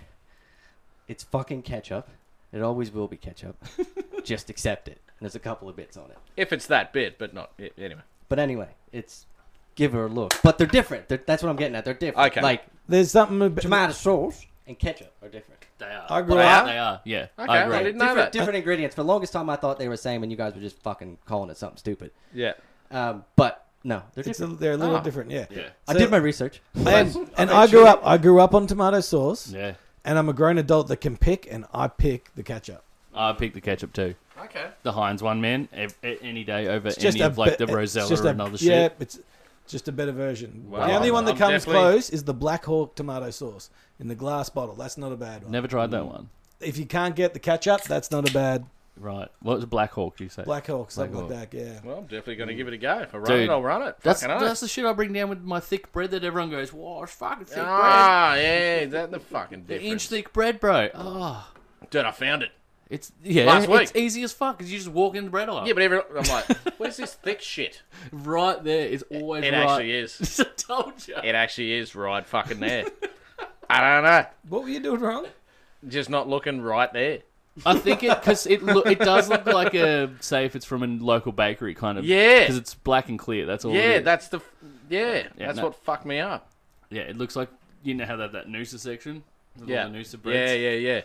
G: It's fucking ketchup. It always will be ketchup. Just accept it. And there's a couple of bits on it.
C: if it's that bit, but not yeah, anyway.
G: But anyway, it's give her a look. But they're different. They're, that's what I'm getting at. They're different.
C: Okay.
G: Like
D: There's something about
G: tomato sauce and ketchup are different.
F: They are.
D: I grew
C: They
D: up.
C: are?
F: They are. Yeah.
C: Okay,
F: I
C: I
F: agree.
C: didn't know
G: different,
C: that.
G: different ingredients. For the longest time, I thought they were the same, and you guys were just fucking calling it something stupid.
C: Yeah.
G: Um, but no, they're
D: It's a,
G: different.
D: they're a little
C: Ah.
D: different, yeah.
F: Yeah.
G: I did my research.
D: and, and I grew up. I grew up on tomato sauce,
F: Yeah.
D: and I'm a grown adult that can pick, and I pick the ketchup.
F: I picked the ketchup too.
C: Okay.
F: The Heinz one, man, ev- e- any day over
D: It's just
F: any of
D: a
F: like
D: be-
F: the
D: it's
F: Rosella
D: just
F: or
D: a-
F: another
D: Yeah,
F: shit.
D: it's just a better version.
C: Wow.
D: The only one that
C: I'm
D: comes
C: definitely-
D: close is the Black Hawk tomato sauce in the glass bottle. That's not a bad one.
F: Never tried that one.
D: If you can't get the ketchup, that's not a bad
F: Right. What was Black Hawk? You say?
D: Black Hawk, something
F: Black
D: like that. Yeah.
C: Well, I'm definitely going to give it a go. If I run
F: Dude,
C: it, I'll run it.
F: That's
C: Fucking
F: that's
C: oath.
F: the shit I bring down with my thick bread that everyone goes, "Wow, it's fucking thick
C: ah, yeah, that the fucking
F: bread, inch
C: difference.
F: thick bread, bro." Ah,
C: Dude, I found it.
F: it's yeah,
C: Last week.
F: it's easy as fuck because you just walk in the bread aisle.
C: Yeah, but every, I'm like, where's this thick shit?
F: right there is always
C: It
F: right.
C: actually is.
F: I told you.
C: It actually is right fucking there. I don't know.
D: What were you doing wrong?
C: Just not looking right there.
F: I think it because it loo- it does look like a say if it's from a local bakery kind of
C: Yeah.
F: because it's black and clear. That's all. it
C: Yeah,
F: is.
C: that's the. f- Yeah,
F: Yeah,
C: that's
F: no.
C: what fucked me up.
F: yeah. It looks like you know how they have that noosa section. with all
C: Yeah.
F: the noosa breads.
C: Yeah, yeah, yeah.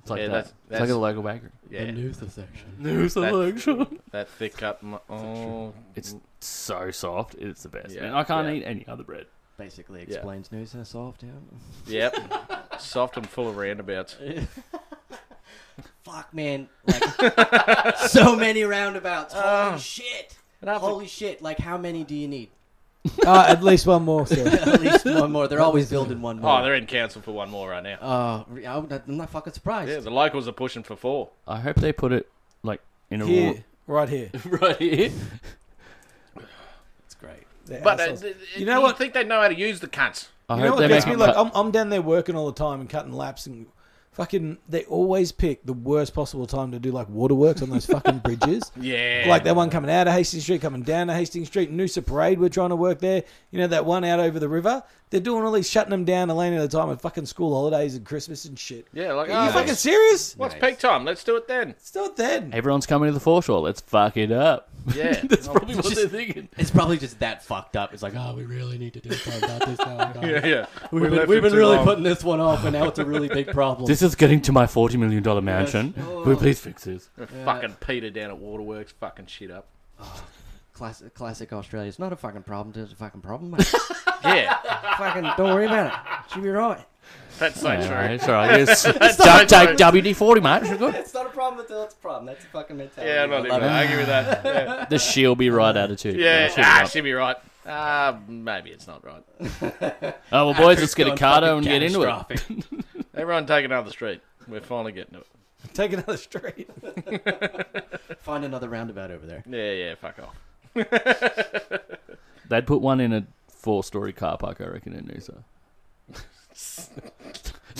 F: It's like
C: Yeah,
F: that.
C: that's-
F: it's like
C: that's-
F: a local bakery.
C: Yeah.
F: Noosa section.
C: That thick cut. m- Oh.
F: It's so soft. It's the best.
C: Yeah,
F: man. I can't
C: yeah.
F: eat any other bread.
G: Basically, explains news and soft. Yeah.
C: Yep. Soft and full of roundabouts.
G: Fuck, man! Like so many roundabouts. Holy shit!
C: Ah. And I have to-
G: Holy shit! Like how many do you need?
D: Ah, at least one more. Sir.
G: At least one more. They're always building one
C: Oh,
G: more.
C: they're in council for one more right now.
G: Oh, I'm not- I'm not fucking surprised.
C: Yeah, the locals are pushing for four.
F: I hope they put it like in a
D: Here, right here.
F: wall right here.
G: It's great.
D: They're
C: But uh,
D: assholes.
C: th- th-
D: You know
C: you'd
D: what-
C: think they know how to use the cunts.
F: I
D: You know
F: hope they
D: what gets
F: make
D: me?
F: me
D: Like I'm, I'm down there working all the time and cutting laps and fucking. They always pick the worst possible time to do like waterworks on those fucking bridges.
C: Yeah.
D: Like that one coming out of Hastings Street, coming down to Hastings Street, Noosa Parade. We're trying to work there. You know that one out over the river. They're doing all these shutting them down a lane at a time at fucking school holidays and Christmas and shit.
C: Yeah, like,
D: Are
C: oh,
D: you fucking serious?
C: what's peak time? Let's do it then.
D: Let's do it then.
F: everyone's coming to the foreshore. Let's fuck it up.
C: Yeah.
F: That's probably what they're thinking.
G: It's probably just that fucked up. It's like, oh, we really need to do something about this now. guys.
C: yeah, yeah.
G: We've,
C: We
G: been,
C: left
G: we've
C: it
G: been
C: too
G: really
C: long.
G: putting this one off, and now it's a really big problem.
F: This is getting to my forty million dollar mansion. Will you please fix this?
C: Fucking Peter down at Waterworks, fucking shit up.
G: classic, classic Australia. It's not a fucking problem. It's a fucking problem. mate.
C: Yeah,
G: fucking, don't worry about it. Should be right.
C: that's so
F: All right,
C: true.
F: it's all right. It's,
C: not
F: take
C: true.
F: WD forty, mate. You're good.
G: It's not a problem until it's a problem. That's a fucking mentality.
C: Yeah, I'm not even gonna argue with that. Yeah,
F: The she'll be right attitude.
C: yeah.
F: shut it
C: ah,
F: up.
C: she'd be right. Ah, maybe it's not right.
F: Oh well, boys, let's get a cardo and get into it.
C: Everyone take another street. We're finally getting to it.
D: Take another street.
G: Find another roundabout over there.
C: Yeah, yeah. Fuck off.
F: They'd put one in a four-story car park, I reckon, in Noosa.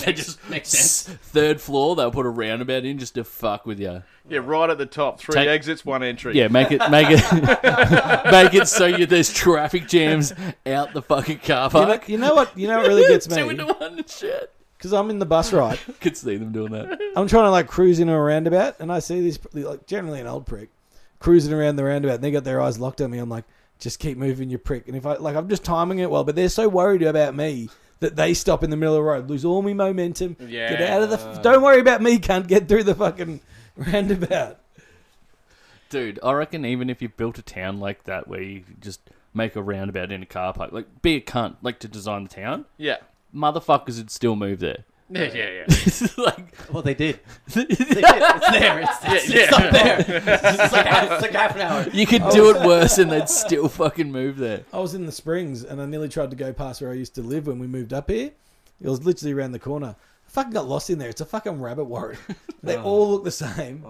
F: they just
G: Makes sense.
F: third floor. They'll put a roundabout in just to fuck with you.
C: Yeah, right at the top. Three
F: Take-
C: exits, one entry.
F: Yeah, make it, make it, make it so you, there's traffic jams out the fucking car
D: You know,
F: park.
D: you know what? You know what really gets
F: Two
D: me?
F: into one and shit.
D: Because I'm in the bus ride.
F: Could see them doing that.
D: I'm trying to like cruise into a roundabout, and I see this like generally an old prick cruising around the roundabout, and they got their eyes locked on me. I'm like, just keep moving, you prick. And if I like, I'm just timing it well, but they're so worried about me that they stop in the middle of the road, lose all my momentum, get
C: Yeah.
D: out of the. Don't worry about me, can't get through the fucking roundabout.
F: Dude, I reckon even if you built a town like that where you just make a roundabout in a car park, like be a cunt, like to design the town,
C: yeah,
F: motherfuckers would still move there.
C: yeah, yeah, yeah.
F: like,
G: Well, they did. They did. It's there. It's, it's,
C: Yeah,
G: it's
C: yeah.
G: up there. It's, just like, half- it's like half an hour.
F: you could do it worse and they'd still fucking move there.
D: I was in the Springs, and I nearly tried to go past where I used to live when we moved up here. It was literally around the corner. I fucking got lost in there. It's a fucking rabbit warren. They all look the same.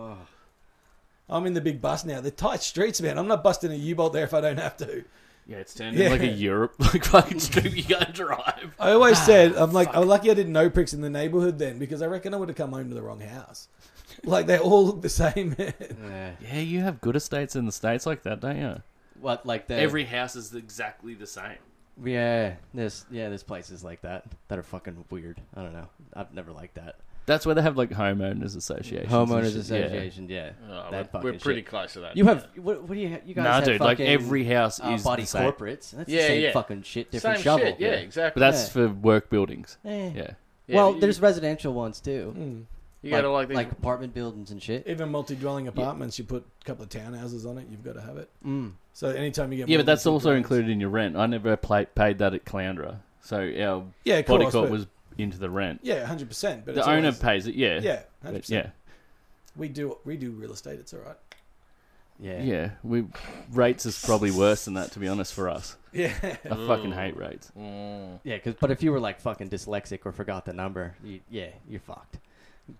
D: I'm in the big bus now. They're tight streets, man. I'm not busting a U-bolt there if I don't have to.
F: Yeah, it's turned into like a
D: Yeah.
F: Europe, like fucking strip you gotta drive.
D: I always said, I'm like, I'm lucky I didn't know pricks in the neighborhood then because I reckon I would have come home to the wrong house. Like, they all look the same, man.
F: Yeah, you have good estates in the States like that, don't you?
G: What like the
F: Every house is exactly the same.
G: yeah there's yeah there's places like that that are fucking weird. I don't know. I've never liked that.
F: That's where they have like homeowners associations. and
G: Homeowners
F: shit, yeah.
G: association. Yeah,
C: Oh,
G: that
C: we're,
G: fucking
C: we're pretty
G: shit.
C: close to that.
G: You have what? What do you? have? You guys
F: Nah,
G: have
F: dude, like
G: fucking,
F: every house
G: uh,
F: is
G: body
F: the same.
G: corporates. That's
C: Yeah,
G: the same
C: yeah.
G: fucking shit. Different
C: same
G: shovel.
C: shit. Yeah, exactly.
F: But that's
G: Yeah.
F: for work buildings.
G: Eh.
F: Yeah.
C: Yeah,
G: well,
C: you-
G: there's residential ones too.
D: Hmm.
C: you gotta like, these.
G: like apartment buildings and shit.
D: Even multi-dwelling apartments, you put a couple of townhouses on it, you've got to have it. So anytime you get...
F: Yeah,
D: more
F: but
D: than
F: that's
D: two
F: also
D: dwellings-
F: included in your rent. I never pla paid that at Cloundra, so our
D: Yeah, of
F: body
D: course,
F: court
D: but-
F: was into the rent.
D: Yeah, 100%. But
F: the
D: it's
F: owner
D: always-
F: pays it. Yeah,
D: Yeah,
F: But
D: 100%.
F: yeah,
D: We do we do real estate. It's all right.
G: Yeah.
F: yeah. We rates is probably worse than that, to be honest, for us.
D: Yeah.
F: I fucking hate rates.
G: Yeah, cause, but if you were like fucking dyslexic or forgot the number, you, yeah, you're fucked.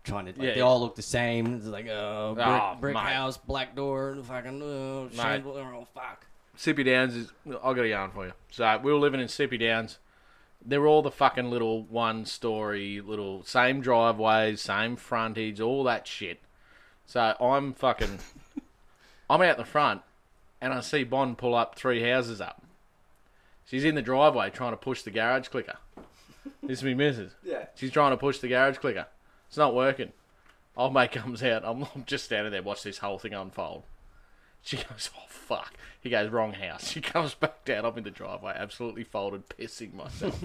G: Trying to, like,
C: Yeah,
G: they
C: yeah.
G: all look the same. It's like uh, brick,
C: Oh,
G: brick
C: mate.
G: house, black door, fucking uh, shingle. Oh fuck.
C: Sippy Downs is. I've got a yarn for you. So we were living in Sippy Downs. They're all the fucking little one story, little same driveways, same frontage, all that shit. So I'm fucking. I'm out the front and I see Bond pull up three houses up. She's in the driveway trying to push the garage clicker. This is me missus.
B: Yeah.
C: She's trying to push the garage clicker. It's not working. Old mate comes out. I'm, I'm just standing there, watch this whole thing unfold. She goes, oh, fuck. He goes, wrong house. She comes back down. I'm in the driveway, absolutely folded, pissing myself.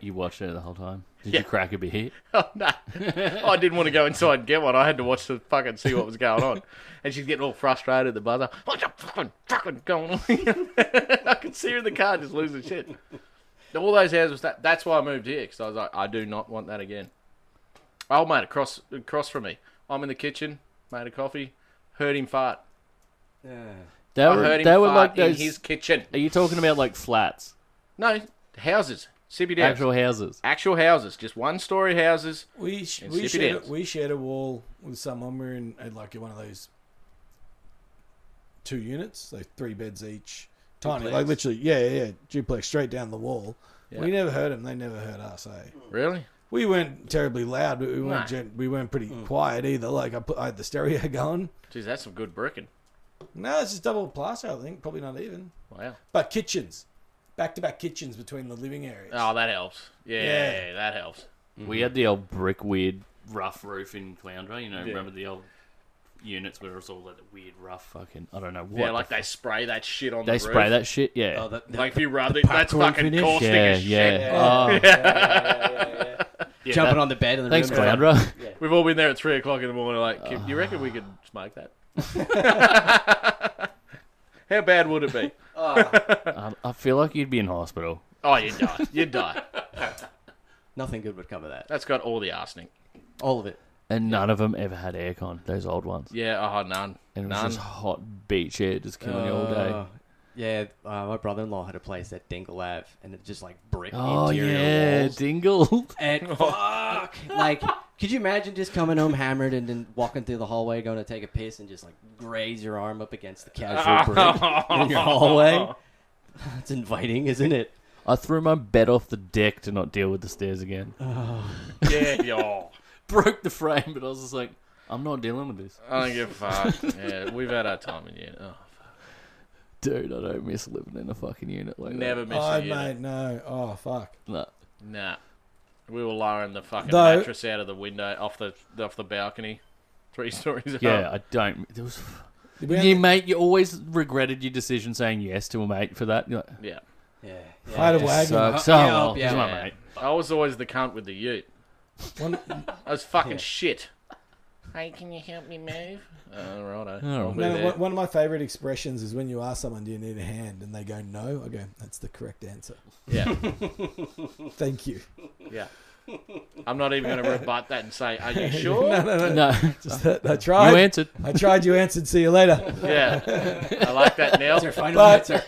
F: You watched it the whole time. Did
C: Yeah.
F: you crack a bit?
C: oh, no. I didn't want to go inside and get one. I had to watch the fucking see what was going on. And she's getting all frustrated at the buzzer. What's the fucking, fucking going on? I could see her in the car just losing shit. All those houses, that, that's why I moved here, because I was like, I do not want that again. Old mate across, across from me. I'm in the kitchen, made a coffee, heard him fart.
G: Yeah.
F: They
C: I
F: were-
C: heard him
F: they were
C: fart
F: like
C: in
F: those-
C: his kitchen.
F: Are you talking about like flats,
C: No, houses. Sippy Downs.
F: actual houses?
C: Actual houses, just one story houses.
D: We sh-
C: And
D: we
C: sip it
D: shared
C: out.
D: a, we shared a wall with someone. We were in uh, like one of those two units, so three beds each, tiny, like
C: Duplex.
D: literally, yeah, yeah, yeah, duplex straight down the wall.
C: Yeah.
D: We never heard them. They never heard us. Eh?
C: Really?
D: We weren't terribly loud, but we weren't
C: No.
D: gen- we weren't pretty quiet either. Like I put I had the stereo going.
C: Geez, that's some good bricking.
D: No, it's just double plaster. I think probably not even.
C: Wow.
D: But kitchens, back to back kitchens between the living areas.
C: Oh, that helps. Yeah,
D: Yeah.
C: that helps.
F: We had the old brick weird rough roof in Cloundra. You know, remember the old units where it was all like the weird rough fucking. I don't know what.
C: yeah,
F: the
C: like
F: fuck-
C: they spray that shit on
F: they
C: the
F: spray
C: roof.
F: that shit. Yeah.
G: Oh, the, the,
C: Like if you rub it, that's
F: Popcorn
C: fucking
F: finish?
C: caustic
F: yeah,
C: as shit.
F: yeah. Oh, yeah,
G: jumping
F: that-
G: on the bed in the
F: Thanks,
G: room.
F: Cloundra.
C: We've all been there at three o'clock in the morning. Like, "Kip, you reckon we could smoke that? How bad would it be?
F: I, I feel like you'd be in hospital.
C: Oh, you'd die. You'd die.
G: Nothing good would come of that.
C: That's got all the arsenic.
G: All of it.
F: And none of them ever had aircon. Those old ones.
C: Yeah, oh, none.
F: And it was
C: none.
F: just hot beach air just killing you all day.
G: Uh, yeah, uh, my brother-in-law had a place at Dingle Ave, and it just like brick
F: Oh
G: interior
F: yeah,
G: walls.
F: Dingle.
G: And fuck, like, could you imagine just coming home hammered and then walking through the hallway, going to take a piss, and just like graze your arm up against the casual brick in your hallway? That's inviting, isn't it?
F: I threw my bed off the deck to not deal with the stairs again.
C: yeah, yeah.
F: Broke the frame, but I was just like, I'm not dealing with this,
C: I don't give a fuck. Yeah, we've had our time in yet. Oh,
F: dude. I don't miss living in a fucking unit like
C: never missed
D: Oh,
C: a unit.
D: mate, no. Oh, fuck.
F: that. Nah.
C: Nah. We were lowering the fucking
D: No.
C: mattress out of the window, off the off the balcony, three stories up.
F: Yeah, I don't. There was,
D: Did we
F: you
D: only-
F: mate, you always regretted your decision saying yes to a mate for that. You're like,
C: Yeah.
G: Yeah.
D: I had a
G: yeah.
D: wagon.
F: sucks.
G: Yeah,
F: Oh,
G: yeah,
F: well,
G: yeah.
F: he's my
C: Yeah.
F: mate.
C: I was always the cunt with the ute.
D: One-
C: I was fucking shit. Hey, can you help me move? Uh, righto.
F: Oh,
C: I'll be
D: No,
C: there.
D: one- one of my favorite expressions is when you ask someone, "Do you need a hand?" and they go, "No." I go, "That's the correct answer.
C: Yeah,
D: Thank you."
C: yeah. I'm not even going to rebut that and say, "Are you sure?"
D: No, no, no.
F: No,
D: Just that- I
F: you
D: tried.
F: answered.
D: I tried. You answered. See you later.
C: Yeah, I like that now.
G: That's our final
D: But-
G: answer.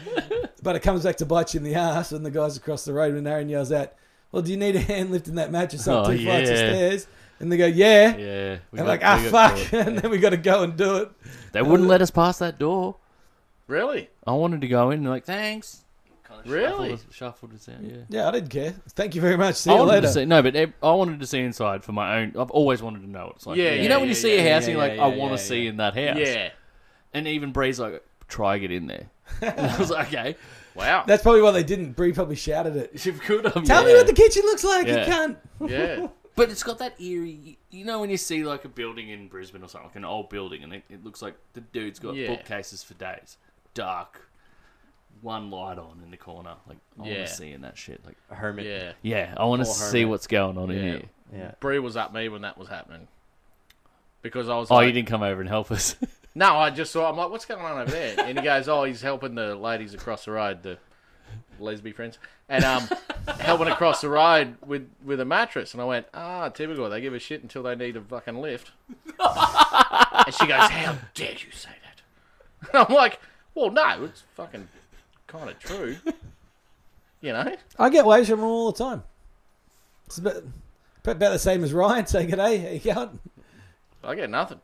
D: But it comes back to bite you in the ass, and the guys across the road when Aaron yells out, "Well, do you need a hand lifting that mattress up
F: Oh,
D: two flights of
F: yeah.
D: stairs?" And they go, "Yeah."
F: Yeah, we got-
D: And like, ah,
F: we got
D: fuck.
F: caught.
D: And then we got to go and do it.
F: They wouldn't let us past that door.
C: Really?
F: I wanted to go in. and they're like, thanks.
C: Really?
F: Shuffled, shuffled us out. Yeah.
D: Yeah, I didn't care. Thank you very much. See
F: I
D: you
F: wanted
D: later.
F: to see no, but ev- I wanted to see inside for my own. I've always wanted to know. what It's like
C: Yeah,
F: you
C: yeah,
F: know when
C: yeah,
F: you see
C: yeah,
F: a house,
G: yeah,
F: and you're like,
G: yeah,
F: I
G: yeah,
F: want
G: yeah,
F: to see in that house.
C: Yeah.
F: and even Bree's like, try get in there. And I was like, okay,
C: Wow.
D: That's probably why they didn't. Bree probably shouted it.
F: you could have.
D: Tell me
F: yeah.
D: what the kitchen looks like.
F: Yeah.
D: You can't.
C: Yeah.
F: But it's got that eerie. You know when you see like a building in Brisbane or something, like an old building, and it, it looks like the dude's got
C: Yeah.
F: bookcases for days, dark, one light on in the corner. Like I
C: Yeah.
F: want to see in that shit. Like
G: A hermit.
C: Yeah.
F: yeah, I want to
G: Poor
F: see
G: hermit.
F: what's going on in
C: Yeah.
F: here.
G: Yeah.
C: Bree was at me when that was happening because I was.
F: Oh,
C: like,
F: you didn't come over and help us.
C: No, I just saw. I'm like, what's going on over there? And he goes, oh, he's helping the ladies across the road, the lesbian friends, and um, helping across the road with with a mattress. And I went, ah, typical. They give a shit until they need a fucking lift. and she goes, how dare you say that? And I'm like, well, no, it's fucking kind of true. You know?
D: I get waves from them all the time. It's about, about the same as Ryan saying, "G'day, how you going?"
C: I get nothing.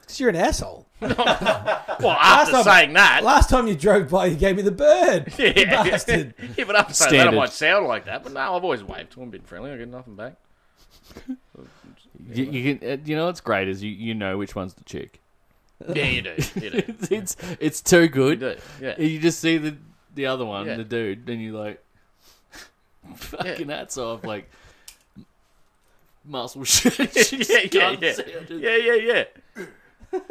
D: Because you're an asshole.
C: Well, after
D: time-
C: saying that,
D: Last time you drove by, you gave me the bird.
C: yeah,
D: You bastard.
C: yeah, but after saying that, I
F: Standard.
C: might sound like that. But no, I've always waved to him, been friendly. I get nothing back.
F: you, you can. uh, You know what's great is you, you know which one's the chick.
C: Yeah, you do. You do.
F: It's it's, it's too
C: You
F: good.
C: do. Yeah.
F: You just see the the other one,
C: Yeah.
F: the dude, and you're like, fucking hats off, like muscle shit. Just
C: yeah, yeah,
F: can't
C: yeah.
F: see it, just
C: yeah, yeah, yeah.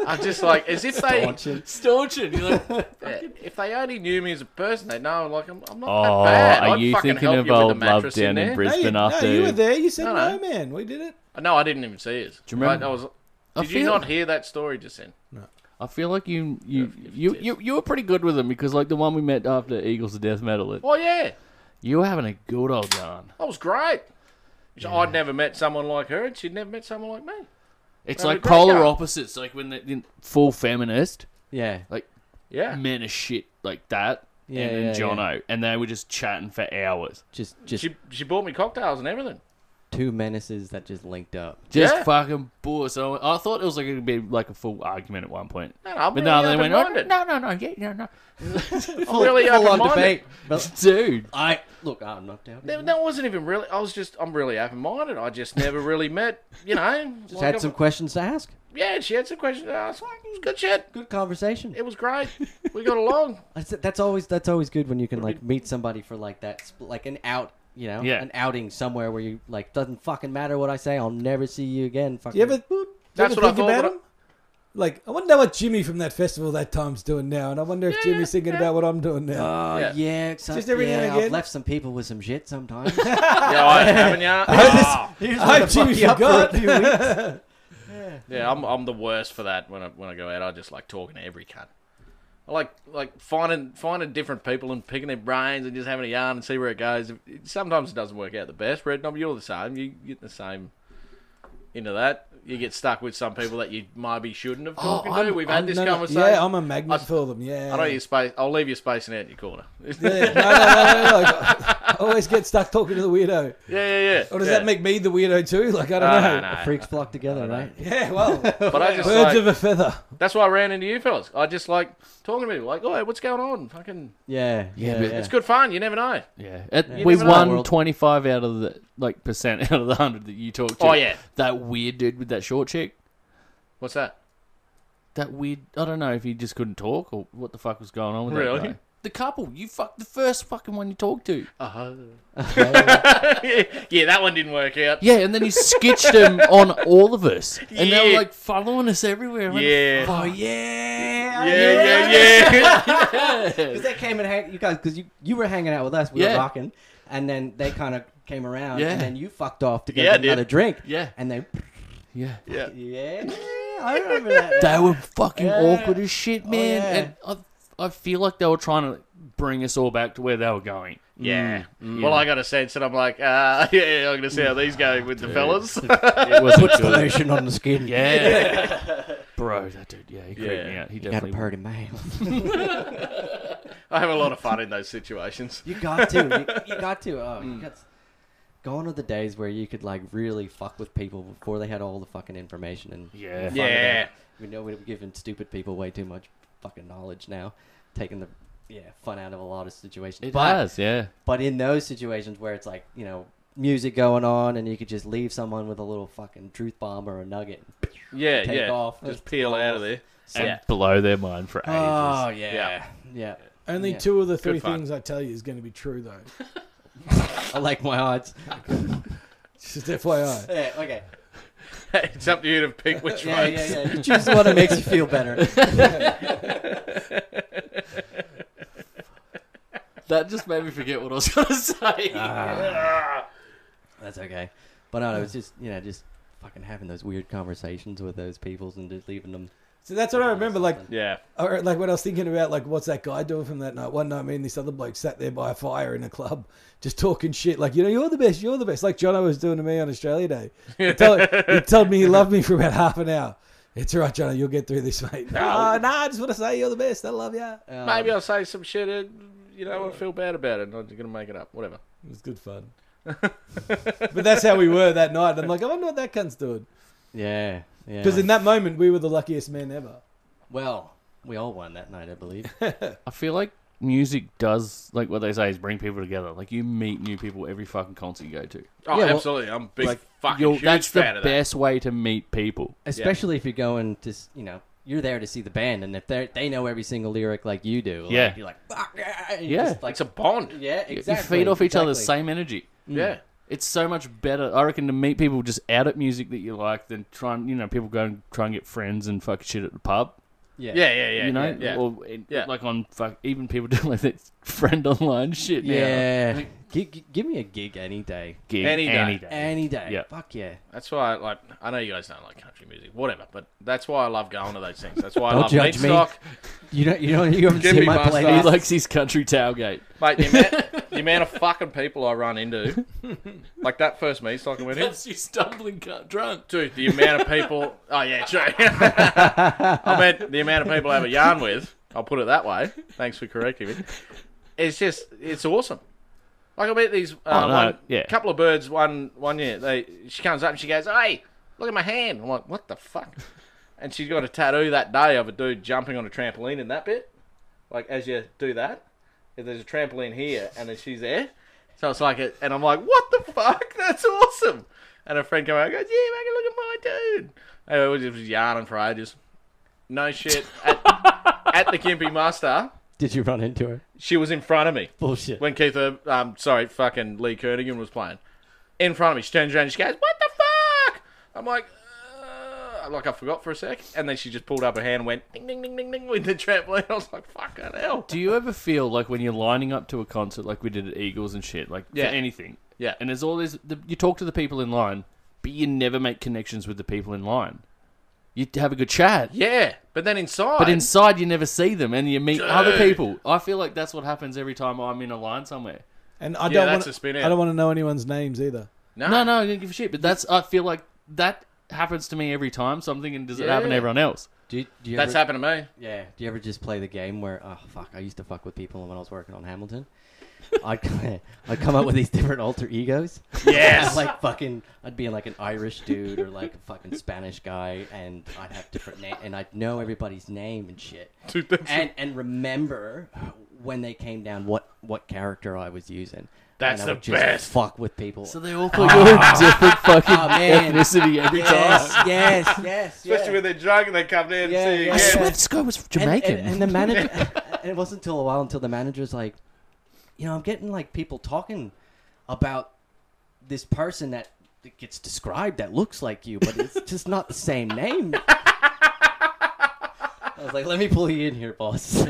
C: I'm just like, as if they,
F: Staunching. You're like,
C: yeah, if they only knew me as a person, they know like I'm, I'm not
F: oh,
C: that bad.
F: are
C: I'd
F: you
C: fucking
F: thinking
C: help
F: of
C: you with the
F: old love
C: mattress in
F: down in,
C: there.
D: No, you,
F: Brisbane
D: no,
F: after?
D: you were there. You said,
C: No,
D: "No,
C: no.
D: man, we did it."
C: No, I didn't even see it.
F: Do you remember-
C: I, I was. Did
F: I
C: you
F: feel-
C: not hear that story just then?
F: I feel like you you you, you you were pretty good with him because like the one we met after Eagles of Death Metal, it,
C: Oh yeah,
F: you were having a good old yarn.
C: that was great. She- I'd never met someone like her, and she'd never met someone like me.
F: It's
C: Having a
F: like
C: great
F: polar
C: yarn.
F: opposites. Like when the full feminist,
G: Yeah.
F: like
C: Yeah.
F: men of shit like that.
G: Yeah,
F: and,
G: yeah,
F: and Jono, and they were just chatting for hours,
G: Just just
C: She she bought me cocktails and everything.
G: two menaces that just linked up.
F: just
C: Yeah.
F: fucking bullshit. So I thought it was like it'd be like a full argument at one point.
C: No, no, I'm
F: But
C: really
F: no, they went, oh,
C: open-minded.
F: no, no, no, yeah, no, no.
C: I'm really open-minded.
G: But
F: Dude,
G: I look, I'm not down.
C: That, that wasn't even really. I was just. I'm really open-minded. I just never really met. You know.
G: Just
C: like
G: had
C: I've-
G: some questions to ask.
C: Yeah, she had some questions to ask. Like, it was good shit.
G: Good conversation.
C: It was great. We got along.
G: That's, that's always that's always good when you can like meet somebody for like that sp- like an out you know
F: Yeah.
G: an outing somewhere where you like doesn't fucking matter what I say I'll never see you again. Fucking.
D: Do you ever, do you
C: That's
D: ever
C: what I
D: think
C: thought,
D: about
C: but I-
D: him? Like, I wonder what Jimmy from that festival that time's doing now, and I wonder if
C: Yeah,
D: Jimmy's thinking
C: yeah. Uh,
D: about what I'm doing now.
G: Oh yeah,
C: Yeah.
G: some,
D: Just every now
G: yeah,
D: and
G: I've
D: again.
G: left some people with some shit sometimes.
C: Yeah, I haven't ya? Ah.
D: I hope Jimmy forgot.
C: Yeah, I'm, I'm the worst for that. When I when I go out, I just like talking to every cunt. I like like finding finding different people and picking their brains and just having a yarn and see where it goes. It- Sometimes it doesn't work out the best. Red Knob, you're the same. You get the same into that. You get stuck with some people that you maybe shouldn't have talked to.
D: I'm-
C: We've
D: I'm-
C: had this
D: no, no,
C: conversation.
D: Yeah, I'm a magnet
C: I-
D: for them. Yeah,
C: I know your space. I'll leave you spacing out in your corner. yeah,
D: Yeah, yeah. no, no, no, no, no. I always get stuck talking to the weirdo.
C: yeah, yeah.
D: Or does
C: yeah.
D: that make me the weirdo too? Like I don't
C: No,
D: know.
C: no, no.
G: Freaks flock together, right?
D: Yeah, well, birds
C: But I just like,
D: of a feather.
C: that's why I ran into you fellas. I just like talking to people. Like, oh, what's going on? Fucking,
G: Yeah, yeah,
F: but-
G: yeah.
C: it's good fun. You never know.
F: yeah, It-
C: You
F: we
C: never know.
F: won
G: World.
F: twenty five out of the like percent out of the hundred that you talked to.
C: Oh, yeah.
F: that weird dude with that short chick.
C: What's that?
F: That weird. I don't know if he just couldn't talk or what the fuck was going on with
C: Really?
F: that guy. The couple, you fuck the first fucking one you talked to.
C: Uh-huh. yeah, that one didn't work out.
F: Yeah, and then he sketched him on all of us, and they were
C: Yeah.
F: like following us everywhere. I'm like,
C: Yeah.
F: oh yeah,
C: Yeah, yeah, yeah.
G: Because they came and hang, you guys, because you, you were hanging out with us, we
F: Yeah.
G: were rocking, and then they kind of came around,
F: Yeah.
G: and then you fucked off to go
C: Yeah,
G: get
C: dude.
G: another drink,
F: Yeah.
G: and they,
F: yeah.
G: yeah, I remember that.
F: They were fucking
G: Yeah.
F: awkward as shit, man.
G: yeah.
F: And I, I feel like they were trying to bring us all back to where they were going. Mm.
C: yeah. Well, I got a sense, and I'm like, uh, yeah, I'm going to see how these go with the fellas.
F: It was
G: Put lotion on the skin.
F: Yeah, bro, that dude. Yeah, he creeped me
C: Yeah.
F: out. He
G: You got a
F: definitely.
G: purty man.
C: I have a lot of fun in those situations.
G: You got to. You, you got to. Oh,
C: Mm.
G: you got. Gone are the days where you could like really fuck with people before they had all the fucking information and
F: Yeah.
G: finding
C: Yeah.
G: out. We know we're giving stupid people way too much fucking knowledge now, taking the yeah fun out of a lot of situations.
F: It
G: but
F: has, yeah.
G: but in those situations where it's like you know music going on and you could just leave someone with a little fucking truth bomb or a nugget.
C: Yeah,
G: Take
C: yeah.
G: off.
C: Just peel out of there.
F: And
G: Yeah.
F: below their mind for ages.
G: Oh
C: Yeah.
G: yeah.
D: Only
G: Yeah.
D: two of the three
C: fun.
D: things I tell you is going to be true though.
G: I like my odds.
D: Just FYI.
G: Yeah, okay.
C: it's up to you to pick which
G: Yeah,
C: one.
G: yeah, yeah. You choose the one that makes you feel better.
F: That just made me forget what I was going to say.
G: Ah. That's okay. But no, it was just you know just fucking having those weird conversations with those peoples and just leaving them.
D: So that's what I remember. Like,
C: Yeah.
D: or, like when I was thinking about like what's that guy doing from that night. One night, me and this other bloke sat there by a fire in a club, just talking shit. Like, you know, you're the best. You're the best. Like Jono was doing to me on Australia Day. He told, he told me he loved me for about half an hour. It's all right, Jono. You'll get through this, mate. No, no. I just want to say you're the best. I love you. It
G: Um,
C: Maybe I'll say some shit, and, you know, I feel bad about it, and I'm going to make it up. Whatever.
D: was good fun. but that's how we were that night. I'm like, I wonder what that cunt's doing.
G: Yeah, yeah.
D: Because in that moment, we were the luckiest men ever.
G: well, we all won that night, I believe.
F: I feel like music does, like what they say, is bring people together. Like you meet new people every fucking concert you go to.
C: Oh,
G: Yeah, well,
C: absolutely. I'm a big
F: Like,
C: fucking
F: you're-
C: huge
F: that's
C: fan
F: the
C: of that.
F: best way to meet people.
G: Especially if you're going to s- you know you're there to see the band, and if they they know every single lyric like you do, like,
F: Yeah.
G: you're like fuck yeah, and you
F: Yeah.
G: just, like
C: It's a bond.
G: yeah, exactly.
F: you feed off each
G: exactly.
F: other's same energy.
C: Yeah.
F: It's so much better, I reckon, to meet people just out at music that you like than try and you know people go and try and get friends and fuck shit at the pub.
G: Yeah,
C: Yeah, yeah, yeah.
F: you know,
C: Eh, yeah, yeah.
F: or it-
C: Yeah.
F: like on fuck, even people do like that friend online shit. now.
G: yeah. Gi- gi- give me a gig any day,
F: Gig,
C: Any day.
G: any day.
F: Yeah.
G: Fuck yeah.
C: That's why, I like, I know you guys don't like country music, whatever, but that's why I love going to those things. That's why I
G: Don't
C: love
G: judge me.
C: Meatstock.
G: You don't. You don't. You haven't
C: Give
G: seen
C: me
G: my
C: my
F: He
G: playlist.
C: stuff.
F: likes his country tailgate.
C: Mate, the amount, the amount of fucking people I run into, like that first Meatstock I went in,
F: That's you stumbling cunt drunk.
C: dude, the amount of people. Oh yeah, true. I meant the amount of people I have a yarn with. I'll put it that way. Thanks for correcting me. It's just, it's awesome. Like I met these, uh,
F: Oh, no,
C: one-
F: yeah.
C: couple of birds one one year. They she comes up and she goes, "Hey, look at my hand." I'm like, "What the fuck?" And she's got a tattoo that day of a dude jumping on a trampoline in that bit. Like as you do that, if there's a trampoline here, and then she's there. So it's like, it, and I'm like, "What the fuck? That's awesome!" And a friend came out and goes, "Yeah, man, look at my dude." And we just was yarning for ages. No shit. At, at the Kimpy Master,
G: Did you run into her?
C: she was in front of me
G: Bullshit.
C: when Keith, Ur- um, sorry, fucking Lee Kernigan was playing in front of me. She turns around and she goes, "What the fuck?" I'm like, uh, like I forgot for a sec, and then she just pulled up her hand and went ding ding ding ding ding with the trampoline. I was like, "Fucking hell!"
F: Do you ever feel like when you're lining up to a concert, like we did at Eagles and shit, like
C: Yeah.
F: for anything?
C: Yeah.
F: And there's all these, the, you talk to the people in line, but you never make connections with the people in line. You have a good chat,
C: Yeah, but then inside,
F: but inside you never see them, and you meet other people. I feel like that's what happens every time I'm in a line somewhere.
D: And I
C: Yeah,
D: don't
C: that's
D: want
C: a spin out.
D: I don't want to know anyone's names either.
C: no,
F: No, no, I don't give a shit. But that's I feel like that happens to me every time. Something and does it happen to
C: Yeah.
F: everyone else?
G: Do you, do you
C: that's
G: ever,
C: happened to me.
G: Yeah. Do you ever just play the game where, oh fuck, I used to fuck with people when I was working on Hamilton. I'd come, I'd come up with these different alter egos.
C: Yes.
G: like fucking, I'd be like an Irish dude or like a fucking Spanish guy, and I'd have different name, and I'd know everybody's name and shit,
C: Dude, that's-
G: and and remember when they came down what what character I was using.
C: That's
G: and I
C: the
G: would just
C: best.
G: Fuck with people.
F: So they all thought you were a different fucking
G: Oh, man.
F: ethnicity every time.
G: yes, yes, yes, yes.
C: Especially when they're drunk and they come in and
G: Yeah,
C: see you
G: yeah.
F: I
C: again.
F: swear this guy was
G: and,
F: Jamaican.
G: and- and the manager, and it wasn't until a while until the manager's like, you know, I'm getting like people talking about this person that gets described that looks like you, but it's just not the same name. I was like, let me pull you in here, boss.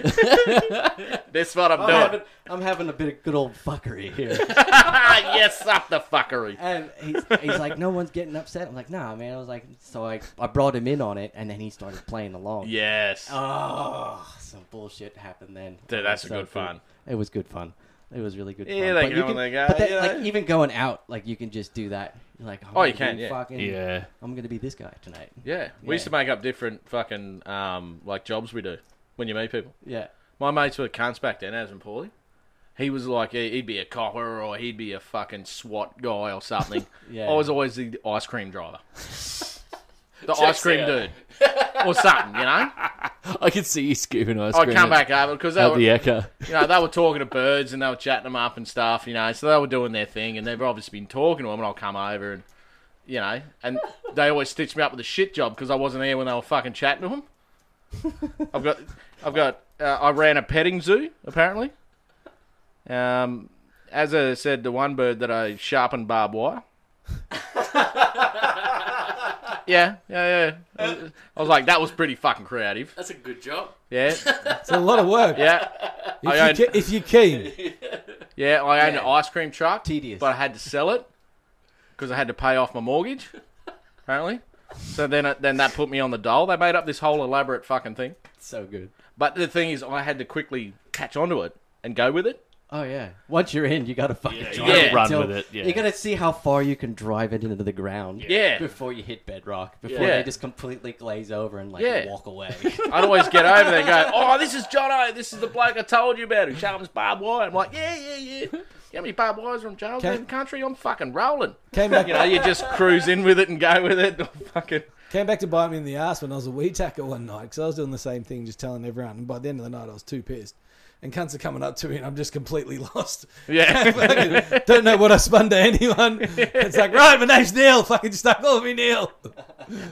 C: That's what I'm
G: I'm, having,
C: doing.
G: I'm having a bit of good old fuckery here.
C: Ah, yes, up the fuckery.
G: And he's, he's like, no one's getting upset. I'm like, nah, man. I was like, so I, I brought him in on it, and then he started playing along.
C: Yes.
G: Oh, some bullshit happened then.
C: Dude, that's a
G: So
C: good fun.
G: It was good fun. It was really good
C: Yeah,
G: fun.
C: they
G: But
C: go
G: you
C: and
G: can-
C: they go,
G: but that-
C: you know. uh,
G: like even going out, like you can just do that. You're like,
C: Oh, you
G: I'm gonna
C: can,
G: be
C: yeah.
G: Fucking,
F: yeah.
G: I'm gonna be this guy tonight.
C: yeah, we used to make up different fucking um, like jobs we do when you meet people.
G: Yeah.
C: My mates were cunts back then, as in Paulie. He was like, he- he'd be a copper or he'd be a fucking SWAT guy or something.
G: Yeah.
C: I was always the ice cream driver. The ice cream dude. Or something, you know?
F: I could see you scooping ice cream.
C: I'd Oh, come
F: at-
C: back over because they
F: at
C: were,
F: the Ecker.
C: you know, they were talking to birds and they were chatting them up and stuff, you know, so they were doing their thing and they've obviously been talking to them and I'll come over and, you know, and they always stitch me up with a shit job because I wasn't there when they were fucking chatting to them. I've got, I've got, uh, I ran a petting zoo apparently. Um, as I said, the one bird that I sharpened barbed wire. yeah, yeah, yeah. I was- I was like, that was pretty fucking creative.
F: That's a good job.
C: Yeah,
D: It's a lot of work.
C: yeah.
D: if,
C: I
D: you ca- if you're keen,
C: Yeah, I owned an ice cream truck.
G: Tedious.
C: But I had to sell it because I had to pay off my mortgage, apparently. So then, it- then that put me on the dole. They made up this whole elaborate fucking thing.
G: It's so good.
C: But the thing is, I had to quickly catch onto it and go with it.
G: Oh yeah. Once you're in, you gotta fucking drive
C: gotta
G: it
F: run
G: till-
F: with it, yeah.
G: You gotta see how far you can drive it into the ground.
C: Yeah.
G: Before you hit bedrock. Before
C: Yeah.
G: they just completely glaze over and like
C: Yeah.
G: walk away.
C: I'd always get over there and go, "Oh, this is Jono. This is the bloke I told you about who sharpens barbed wire." I'm like, "Yeah, yeah, yeah." You know how many barbed wires are on Jono's
D: Can-
C: in the country? I'm fucking rolling.
D: came back,
C: You know, you just cruise in with it and go with it. fucking
D: came back to bite me in the ass when I was a weed tacker one night because I was doing the same thing, just telling everyone. And by the end of the night, I was too pissed. And cunts are coming up to me, and I'm just completely lost.
C: yeah.
D: Fucking don't know what I spun to anyone. It's like, right, my name's Neil. Fucking just start calling me Neil.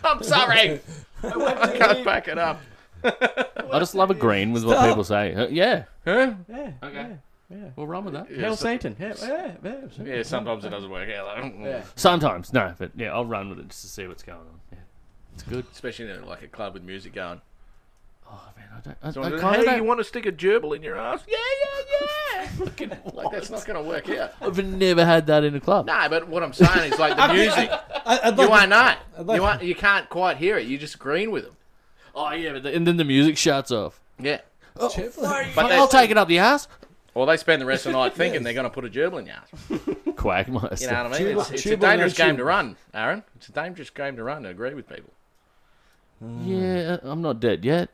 C: I'm sorry. I can't back it up.
F: I just love agreeing with what
D: Stop.
F: people say. Uh, yeah.
C: Huh?
G: yeah.
F: Okay. Yeah. We'll run with that.
G: Hail Satan. Yeah, yeah, yeah.
C: Yeah, sometimes it doesn't work out. Like, mm.
G: Yeah.
F: Sometimes, no, but yeah, I'll run with it just to see what's going on. Yeah. It's good.
C: Especially in like a club with music going.
F: Oh man, I don't. I,
C: Someone
F: I
C: says,
F: kind
C: hey,
F: of
C: you want to stick a gerbil in your ass? Yeah, yeah, yeah. like that's not going to work out.
F: I've never had that in a club.
C: No, but what I'm saying is like the music.
D: I, I'd
C: You
D: like
C: are not.
D: like-
C: You aren't, You can't quite hear it. You're just agreeing with them.
F: Oh yeah, but the, and then the music shuts off.
C: Yeah.
D: to-
C: But
F: I'll
C: they,
F: take it up the ass.
C: or they spend the rest of the night thinking they're going to put a gerbil in your ass.
F: Quackmeister.
C: You know what I mean?
D: Gerbil-
C: It's, it's a
D: gerbil, no
C: dangerous game
D: gerbil.
C: to run, Aaron. It's a dangerous game to run. I agree with people.
F: Yeah, uh, I'm not dead yet.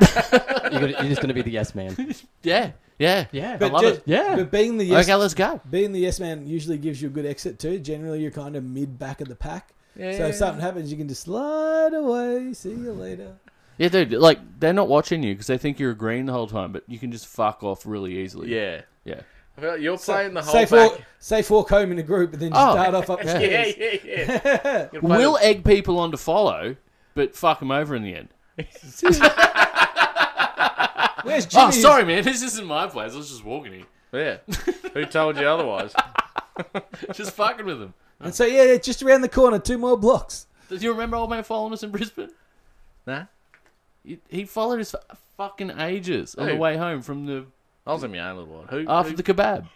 G: You're, gonna, you're just going to be the yes man.
F: yeah, yeah,
G: Yeah.
F: I love
D: just-
F: it. Yeah.
D: But being the yes,
F: okay, let's go.
D: being the yes man usually gives you a good exit too. Generally, you're kind of mid back of the pack. so if something happens, you can just slide away. See you later.
F: Yeah, dude. Like they're not watching you because they think you're agreeing the whole time, but you can just fuck off really easily.
C: Yeah.
F: yeah.
C: Well, You're playing the whole
D: Say
C: back.
D: four, say four comb in a group, and then just
F: Oh.
D: dart off up the
C: Yeah,
D: stairs.
C: yeah, yeah. You can play
F: We'll
C: the-
F: egg people on to follow, but fuck them over in the end.
D: Where's Jimmy?
F: Oh, sorry, man. This isn't my place. I was just walking here,
C: Yeah. Who told you otherwise?
F: just fucking with them.
D: And so yeah, yeah, just around the corner, two more blocks.
F: Do you remember old man following us in Brisbane?
C: Nah.
F: He, he followed us for fucking ages on the
C: Who?
F: way home from the
C: I was in my own little one. Who?
F: after
C: who-
F: the kebab.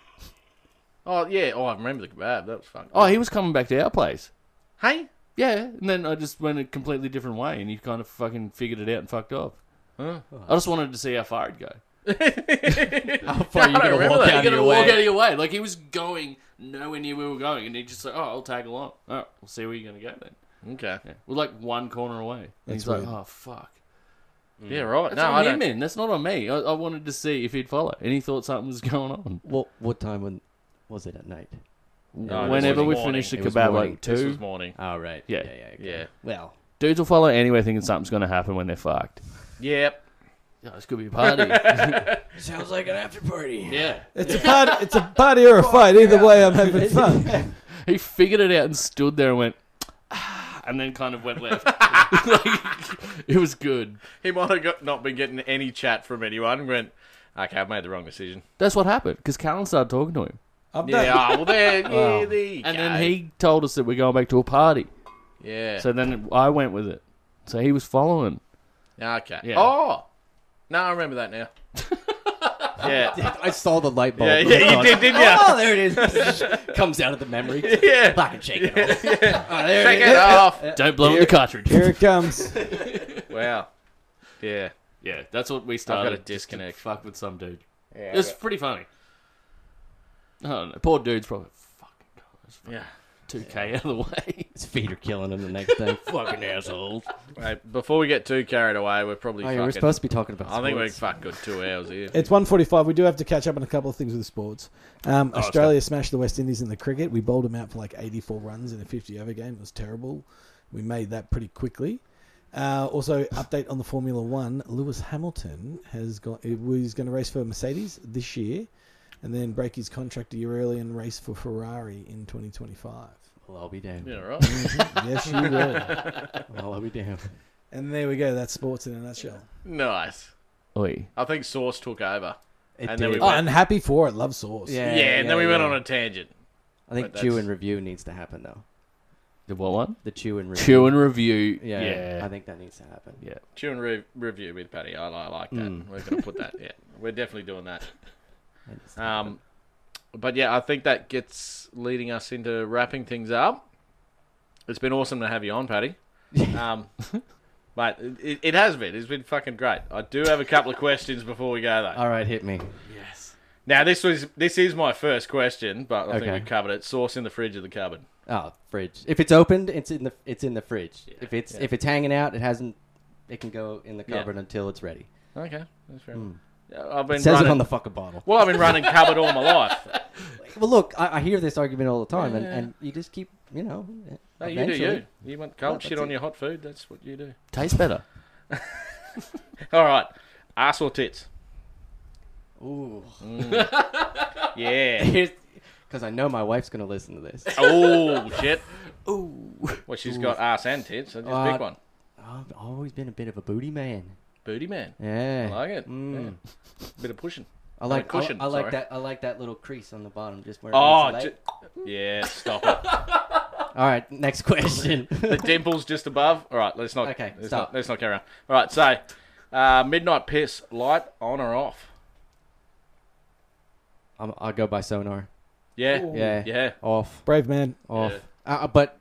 C: Oh yeah. Oh, I remember the kebab. That was fun.
F: Oh, he was coming back to our place.
C: hey.
F: Yeah, and then I just went a completely different way, and he kind of fucking figured it out and fucked off. I just wanted to see how far it'd go.
G: How far you
C: I remember
G: going to walk
C: that.
G: out
F: you
G: of
F: gotta
G: your
F: walk out
G: way?
F: of your way. Like he was going nowhere near where we were going, and he just like, oh, I'll tag along. All right, we'll see where you're gonna go then.
C: Okay. Yeah.
F: Yeah. We're like one corner away. And
D: That's
F: he's like,
D: weird.
F: oh fuck.
C: right.
F: That's
C: no, I
F: on
C: don't.
F: him, man. That's not on me. I, I wanted to see if he'd follow, and he thought something was going on.
G: What, what time when, was it at night?
C: No,
F: Whenever
C: this
F: we
C: was morning.
F: finished the
G: It was
F: kebab,
G: morning.
F: like
C: This was
F: two
C: morning.
G: Oh, right.
F: Yeah.
G: Yeah. yeah, okay.
C: Yeah.
G: Well,
F: dudes will follow anywhere thinking something's gonna happen when they're fucked.
C: Yep.
F: Yeah, this could be a party.
G: sounds like an after party.
F: yeah,
D: It's a party. It's a party or a fight. Either way, I'm having fun.
F: he figured it out and stood there and went, "Ah," and then kind of went left. Like, it was good.
C: He might have got, not been getting any chat from anyone. Went. Okay, I've made the wrong decision.
F: That's what happened because Callan started talking to him,
D: I've
C: Yeah.
D: done.
C: ah, well, there. Yeah, there you
F: and
C: go.
F: then he told us that we're going back to a party.
C: Yeah.
F: So then I went with it. So he was following.
C: okay.
F: Yeah.
C: Oh. No, I remember that now. yeah.
G: I saw the light bulb.
C: Yeah, yeah, you did, didn't you?
G: Oh, there it is. Comes out of the memory.
C: Yeah.
G: Black and shake it off. Oh, there
C: Shake
G: it is.
C: it off.
F: Don't blow in the cartridge.
D: Here it comes.
C: Wow. Yeah.
F: Yeah, that's what we
C: got
F: started.
C: a
F: just to
C: disconnect.
F: Fuck with some dude.
C: Yeah.
F: It was pretty funny. Oh no, poor dude's probably fucking gosh,
C: yeah.
F: two k out of the way.
G: His feet are killing him the next day.
F: fucking assholes.
C: Right, before we get too carried away, we're probably
G: Oh, yeah,
C: fucking.
G: we're supposed to be talking about
C: I think we're
G: sports.
C: fucking good two hours here.
D: It's 1:45. We do have to catch up on a couple of things with the sports. Um, Australia smashed the West Indies in the cricket. We bowled them out for like 84 runs in a 50 over game. It was terrible. We made that pretty quickly. Uh, also, update on the Formula One. Lewis Hamilton has got. He was going to race for Mercedes this year, and then break his contract a year early and race for Ferrari in 2025.
G: Well, I'll be damned.
C: Yeah, right.
D: yes, you will.
G: Well, I'll be damned.
D: And there we go. That's sports in a nutshell.
C: nice.
F: Oi.
C: I think Source took over.
G: It
C: And then we
G: did.
D: Oh, and happy for it. Love sauce.
C: Yeah, and then we went on a tangent.
G: I think
C: but
G: chew
C: that's-
G: and review needs to happen though.
F: The what one?
G: The chew and review.
F: Chew and review.
G: Yeah,
F: Yeah.
G: I think that needs to happen.
F: Yeah.
C: Chew and re- review with Paddy. I, I like that.
G: Hmm.
C: We're going to put that. Yeah, we're definitely doing that.
G: That needs to
C: Um, but yeah, I think that gets leading us into wrapping things up. It's been awesome to have you on, Paddy. Um, but it, it has been. It's been fucking great. I do have a couple of questions before we go though.
G: All right, hit me.
C: Now this was this is my first question, but I think
G: Okay.
C: we covered it. Source in the fridge or the cupboard.
G: Oh, fridge. If it's opened, it's in the it's in the fridge. if it's if it's hanging out, it hasn't. It can go in the
C: Yeah.
G: cupboard until it's ready.
C: Okay, that's fair. Yeah, I've been
G: Hmm. It says
C: running,
G: it on the fucking bottle.
C: well, I've been running cupboard all my life.
G: Well, look, I, I hear this argument all the time, and, and you just keep, you know.
C: No, Oh, you do you.
G: eventually-
C: You want cold
G: Oh,
C: shit
G: that's
C: on
G: it.
C: your hot food. That's what you do.
F: Tastes better.
C: All right, ass or tits?
G: Ooh,
C: Yeah.
G: because I know my wife's gonna listen to this.
C: oh shit.
G: Ooh,
C: Well, she's got ass and tits. So just
G: Uh,
C: pick one.
G: I've always been a bit of a booty man.
C: Booty man.
G: Yeah,
C: I like it.
G: Mm.
C: Yeah. Bit of pushing.
G: I like
C: mean,
G: I,
C: cushion,
G: I like
C: sorry.
G: that I like that little crease on the bottom just where. It
C: Oh,
G: meets the
C: ju-
G: leg.
C: yeah. Stop it.
G: all right. Next question.
C: The dimples just above. All right, let's not.
G: Okay,
C: let's
G: stop.
C: Not, let's not carry on. All right, so uh, midnight piss light on or off?
G: I'm, I'll go by sonar.
C: Yeah.
G: Yeah,
C: Yeah.
G: off,
D: Brave man.
G: off. Uh, but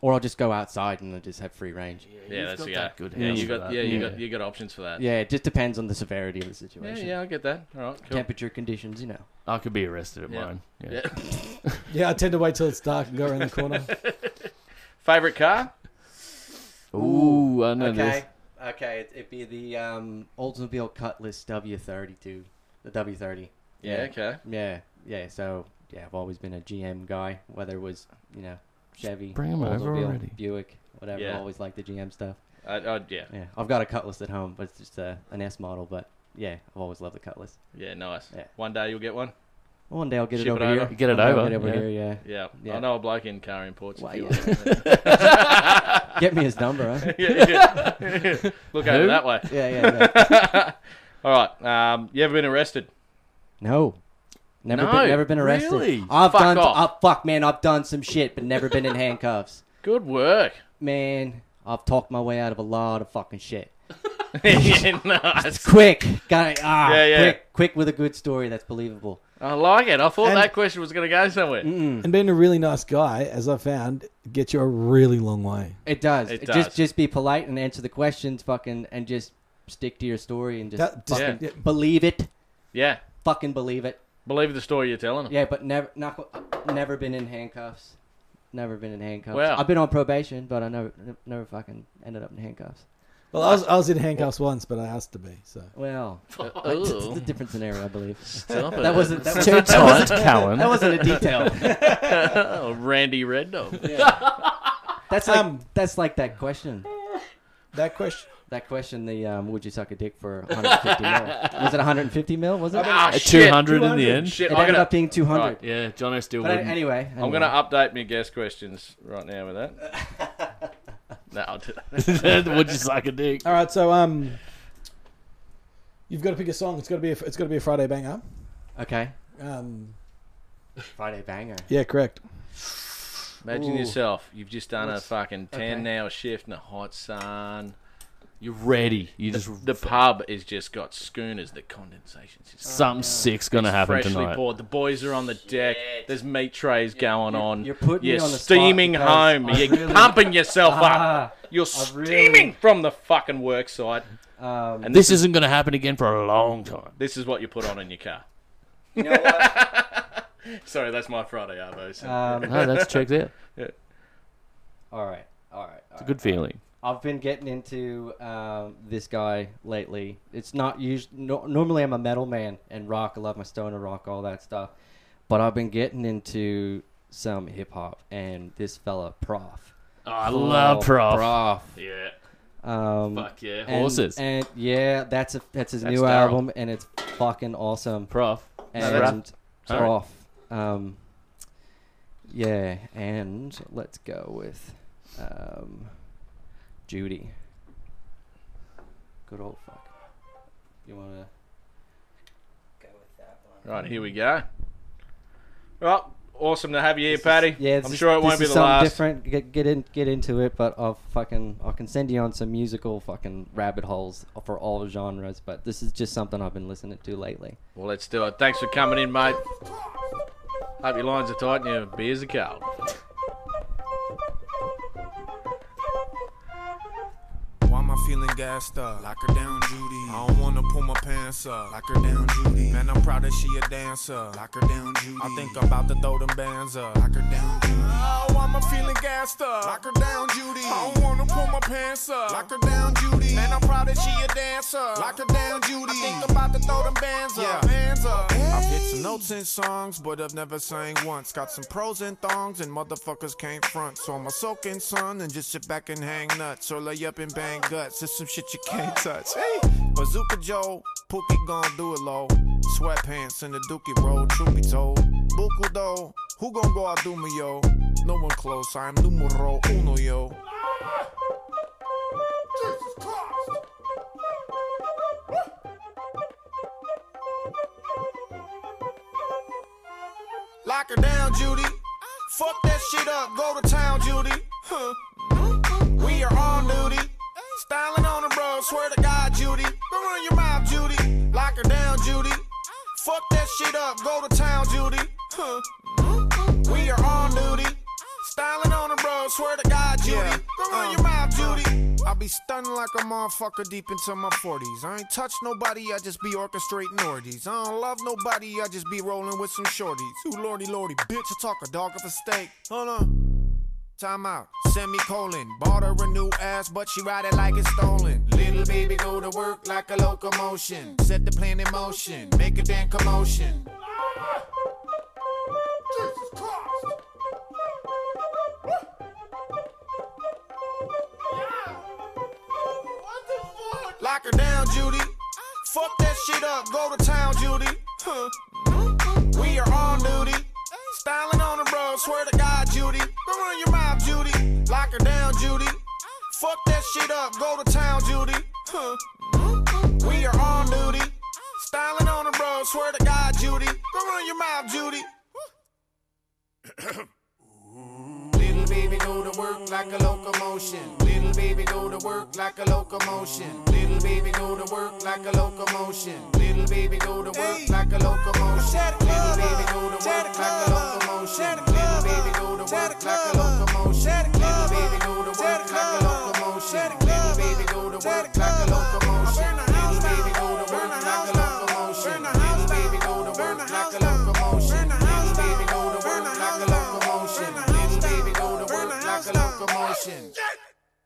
G: or I'll just go outside and just have free range.
C: Yeah, that's
F: got
C: the
F: that
C: guy.
F: good
C: yeah,
F: house
C: you
F: for
C: got
F: that.
C: yeah, you
G: Yeah.
C: got you got options for that.
G: Yeah, it just depends on the severity of the
C: yeah,
G: situation.
C: yeah I get that. All right, cool.
G: Temperature conditions, you know.
F: I could be arrested at
C: Yeah.
F: mine. Yeah.
C: Yeah.
D: Yeah, I tend to wait till it's dark and go around the corner.
C: Favorite car?
F: Ooh, Ooh, I know
G: okay.
F: this.
G: Okay, it, it'd be the um, Oldsmobile Cutlass W32, the W30.
C: Yeah, okay.
G: Yeah, yeah. So yeah, I've always been a GM guy, whether it was you know Chevy,
F: Bring 'em over
G: Oldsmobile,
F: already.
G: Buick, whatever.
C: Yeah.
G: I always liked the GM stuff.
C: I, I, yeah.
G: Yeah, I've got a Cutlass at home, but it's just a, an S model. But yeah, I've always loved the Cutlass.
C: Yeah, nice.
G: Yeah.
C: One day you'll get one.
G: One day I'll get
C: Ship
G: it
C: it
G: over
C: over.
G: here.
F: Get it
G: One day I'll
F: over,
G: Get it over
F: yeah.
G: here. Yeah.
C: Yeah.
G: Yeah.
C: I know a bloke in car imports.
G: Well,
C: if you
G: yeah.
C: want.
G: Get me his number, huh?
C: yeah, yeah. Look over that way.
G: Yeah, yeah, yeah.
C: All right. Um, you ever been arrested?
G: No. Never,
C: No,
G: been, never been arrested.
F: really?
G: I've
C: Fuck
G: done.
C: off.
G: I've- fuck, man. I've done some shit, but never been in handcuffs.
C: Good work.
G: Man, I've talked my way out of a lot of fucking shit.
C: yeah, nice.
G: Quick, got it. Ah,
C: Yeah, yeah.
G: quick, quick with a good story that's believable.
C: I like it. I thought
D: And-
C: that question was going to go somewhere.
D: And being a really nice guy, as I found, gets you a really long way.
G: It does.
C: It does.
G: Just, just be polite and answer the questions, fucking, and just stick to your story and just
D: That- just-
G: fucking
D: yeah.
G: believe it.
C: Yeah.
G: Fucking believe it.
C: Believe the story you're telling 'em.
G: Yeah, but never, not, never been in handcuffs. Never been in handcuffs.
C: Wow.
G: I've been on probation, but I never, never fucking ended up in handcuffs.
D: Well, I was, I was in handcuffs once, but I asked to be. So
G: Well,
C: Ooh.
G: it's a different scenario, I believe.
C: Stop it.
G: That wasn't that, was,
F: Too
G: that,
F: tight,
G: wasn't,
F: Callan.
G: that wasn't a detail.
C: Oh, Randy Red Dog.
G: That's like
D: Um,
G: that's like that question.
D: that question,
G: That question, the um, would you suck a dick for 150 mil? Was it 150 mil? Was it?
C: Ah,
F: Two
C: shit.
F: hundred in the end.
C: Shit,
G: It
C: I'm
G: ended
C: gonna,
G: up being 200.
C: Right.
F: Yeah, Jono still
G: But
F: wouldn't.
G: anyway, anyway.
C: I'm going to update my guest questions right now with that. no, I'll do that.
F: Would you suck a dick?
D: all right. So um, you've got to pick a song. It's got to be a, it's got to be a Friday banger.
G: Okay.
D: Um,
G: Friday banger.
D: yeah, correct.
C: Imagine
G: Ooh.
C: yourself. You've just done a fucking
G: okay.
C: 10 hour shift in the hot sun.
F: You're ready. You just
C: The pub is just got schooners. The condensation's just
F: something sick's gonna happen
C: freshly
F: tonight.
C: poured. The boys are on the deck. There's meat trays going on.
G: you're putting
C: You're
G: me on the spot
C: steaming
G: because
C: home.
G: I
C: You're
G: really-
C: pumping yourself
G: Ah,
C: up. You're
G: I
C: steaming
G: really-
C: from the fucking work site. And
G: Um,
C: this,
F: This
C: is,
F: isn't gonna happen again for a long time.
C: this is what you put on in your car.
G: you know what?
C: Sorry, that's my Friday arvo. So.
G: Um,
F: No, that's checked out.
G: all right. All right. all
F: It's a
G: right.
F: good feeling.
G: I've been getting into um, this guy lately. It's not usually. No, normally, I'm a metal man and rock. I love my stoner rock, all that stuff. But I've been getting into some hip hop and this fella, Prof.
F: Oh, I love prof.
G: Prof.
F: Yeah,
G: Um,
F: fuck yeah,
G: and-
F: horses.
G: And, yeah, that's a that's his
F: That's
G: new
F: Daryl.
G: album, and it's fucking awesome.
F: prof.
G: and
F: Sorry.
G: Prof. Um, yeah, and let's go with um, Judy. Good old fuck. You wanna?
C: Right, here we go. Well, awesome to have you here, Paddy.
G: Yeah,
C: I'm
G: this-
C: sure it
G: this
C: won't be
G: is
C: the
G: something
C: last.
G: Different. Get get in, get into it, but I'll fucking I can send you on some musical fucking rabbit holes for all genres. But this is just something I've been listening to lately.
C: Well, let's do it. Thanks for coming in, mate. Hope your lines are tight and your beers are cold.
J: Why am I feeling gassed up? Lock her down, Judy. I don't wanna pull my pants up. Lock her down, Judy. Man, I'm proud that she a dancer. Lock her down, Judy. I think I'm about to throw them bands up. Lock her down, Judy. Oh, why am I feeling gassed up? Lock her down, Judy. I don't wanna pull my pants up. Lock her down, Judy. Man, I'm proud that she a dancer. Lock her down, Judy. I think I'm about to throw them bands up. Bands up. I've hit some notes in songs, but I've never sang once. Got some pros and thongs, and motherfuckers can't front. So I'm a soaking sun and just sit back and hang nuts. Or lay up and bang guts. There's some shit you can't touch. Hey, Bazooka Joe, Pookie gon' do it low. Sweatpants in the dookie roll, truth be told. Buku though, who gon' go out do me yo? No one close, I'm numero uno yo. Lock her down, Judy. Fuck that shit up. Go to town, Judy. Huh. We are on duty. Styling on the road. Swear to God, Judy. Go run your mouth, Judy. Lock her down, Judy. Fuck that shit up. Go to town, Judy. Huh. We are on duty. Styling on the road. Swear to God, Judy. Go run your mouth, Judy. I be stunning like a motherfucker deep into my 40s. I ain't touch nobody, I just be orchestrating orgies. I don't love nobody, I just be rolling with some shorties. Ooh, lordy, lordy, bitch, I talk a dog of a steak. Hold on. Time out, semicolon. Bought her a new ass, but she ride it like it's stolen. Little baby go to work like a locomotion. Set the plan in motion, make a damn commotion. Lock her down, Judy. Fuck that shit up, go to town, Judy. Huh. We are on duty. Styling on the road, swear to God, Judy. Don't run your mouth, Judy. Lock her down, Judy. Fuck that shit up, go to town, Judy. Huh. We are on duty. Styling on the road, swear to God, Judy. Don't run your mouth, Judy. Little baby go to work like a locomotion. Little baby go to work like a locomotion. Little baby go to work like a locomotion. Little baby go to work like a locomotion. Little baby go to work like a locomotion. Little baby go to work like a locomotion. Little baby go to work like a locomotion. Little baby go to work like a locomotion. Little baby go to work like a locomotion. Little baby go to work like a locomotion. Little baby go to work like a locomotion. Little baby go to work like a locomotion.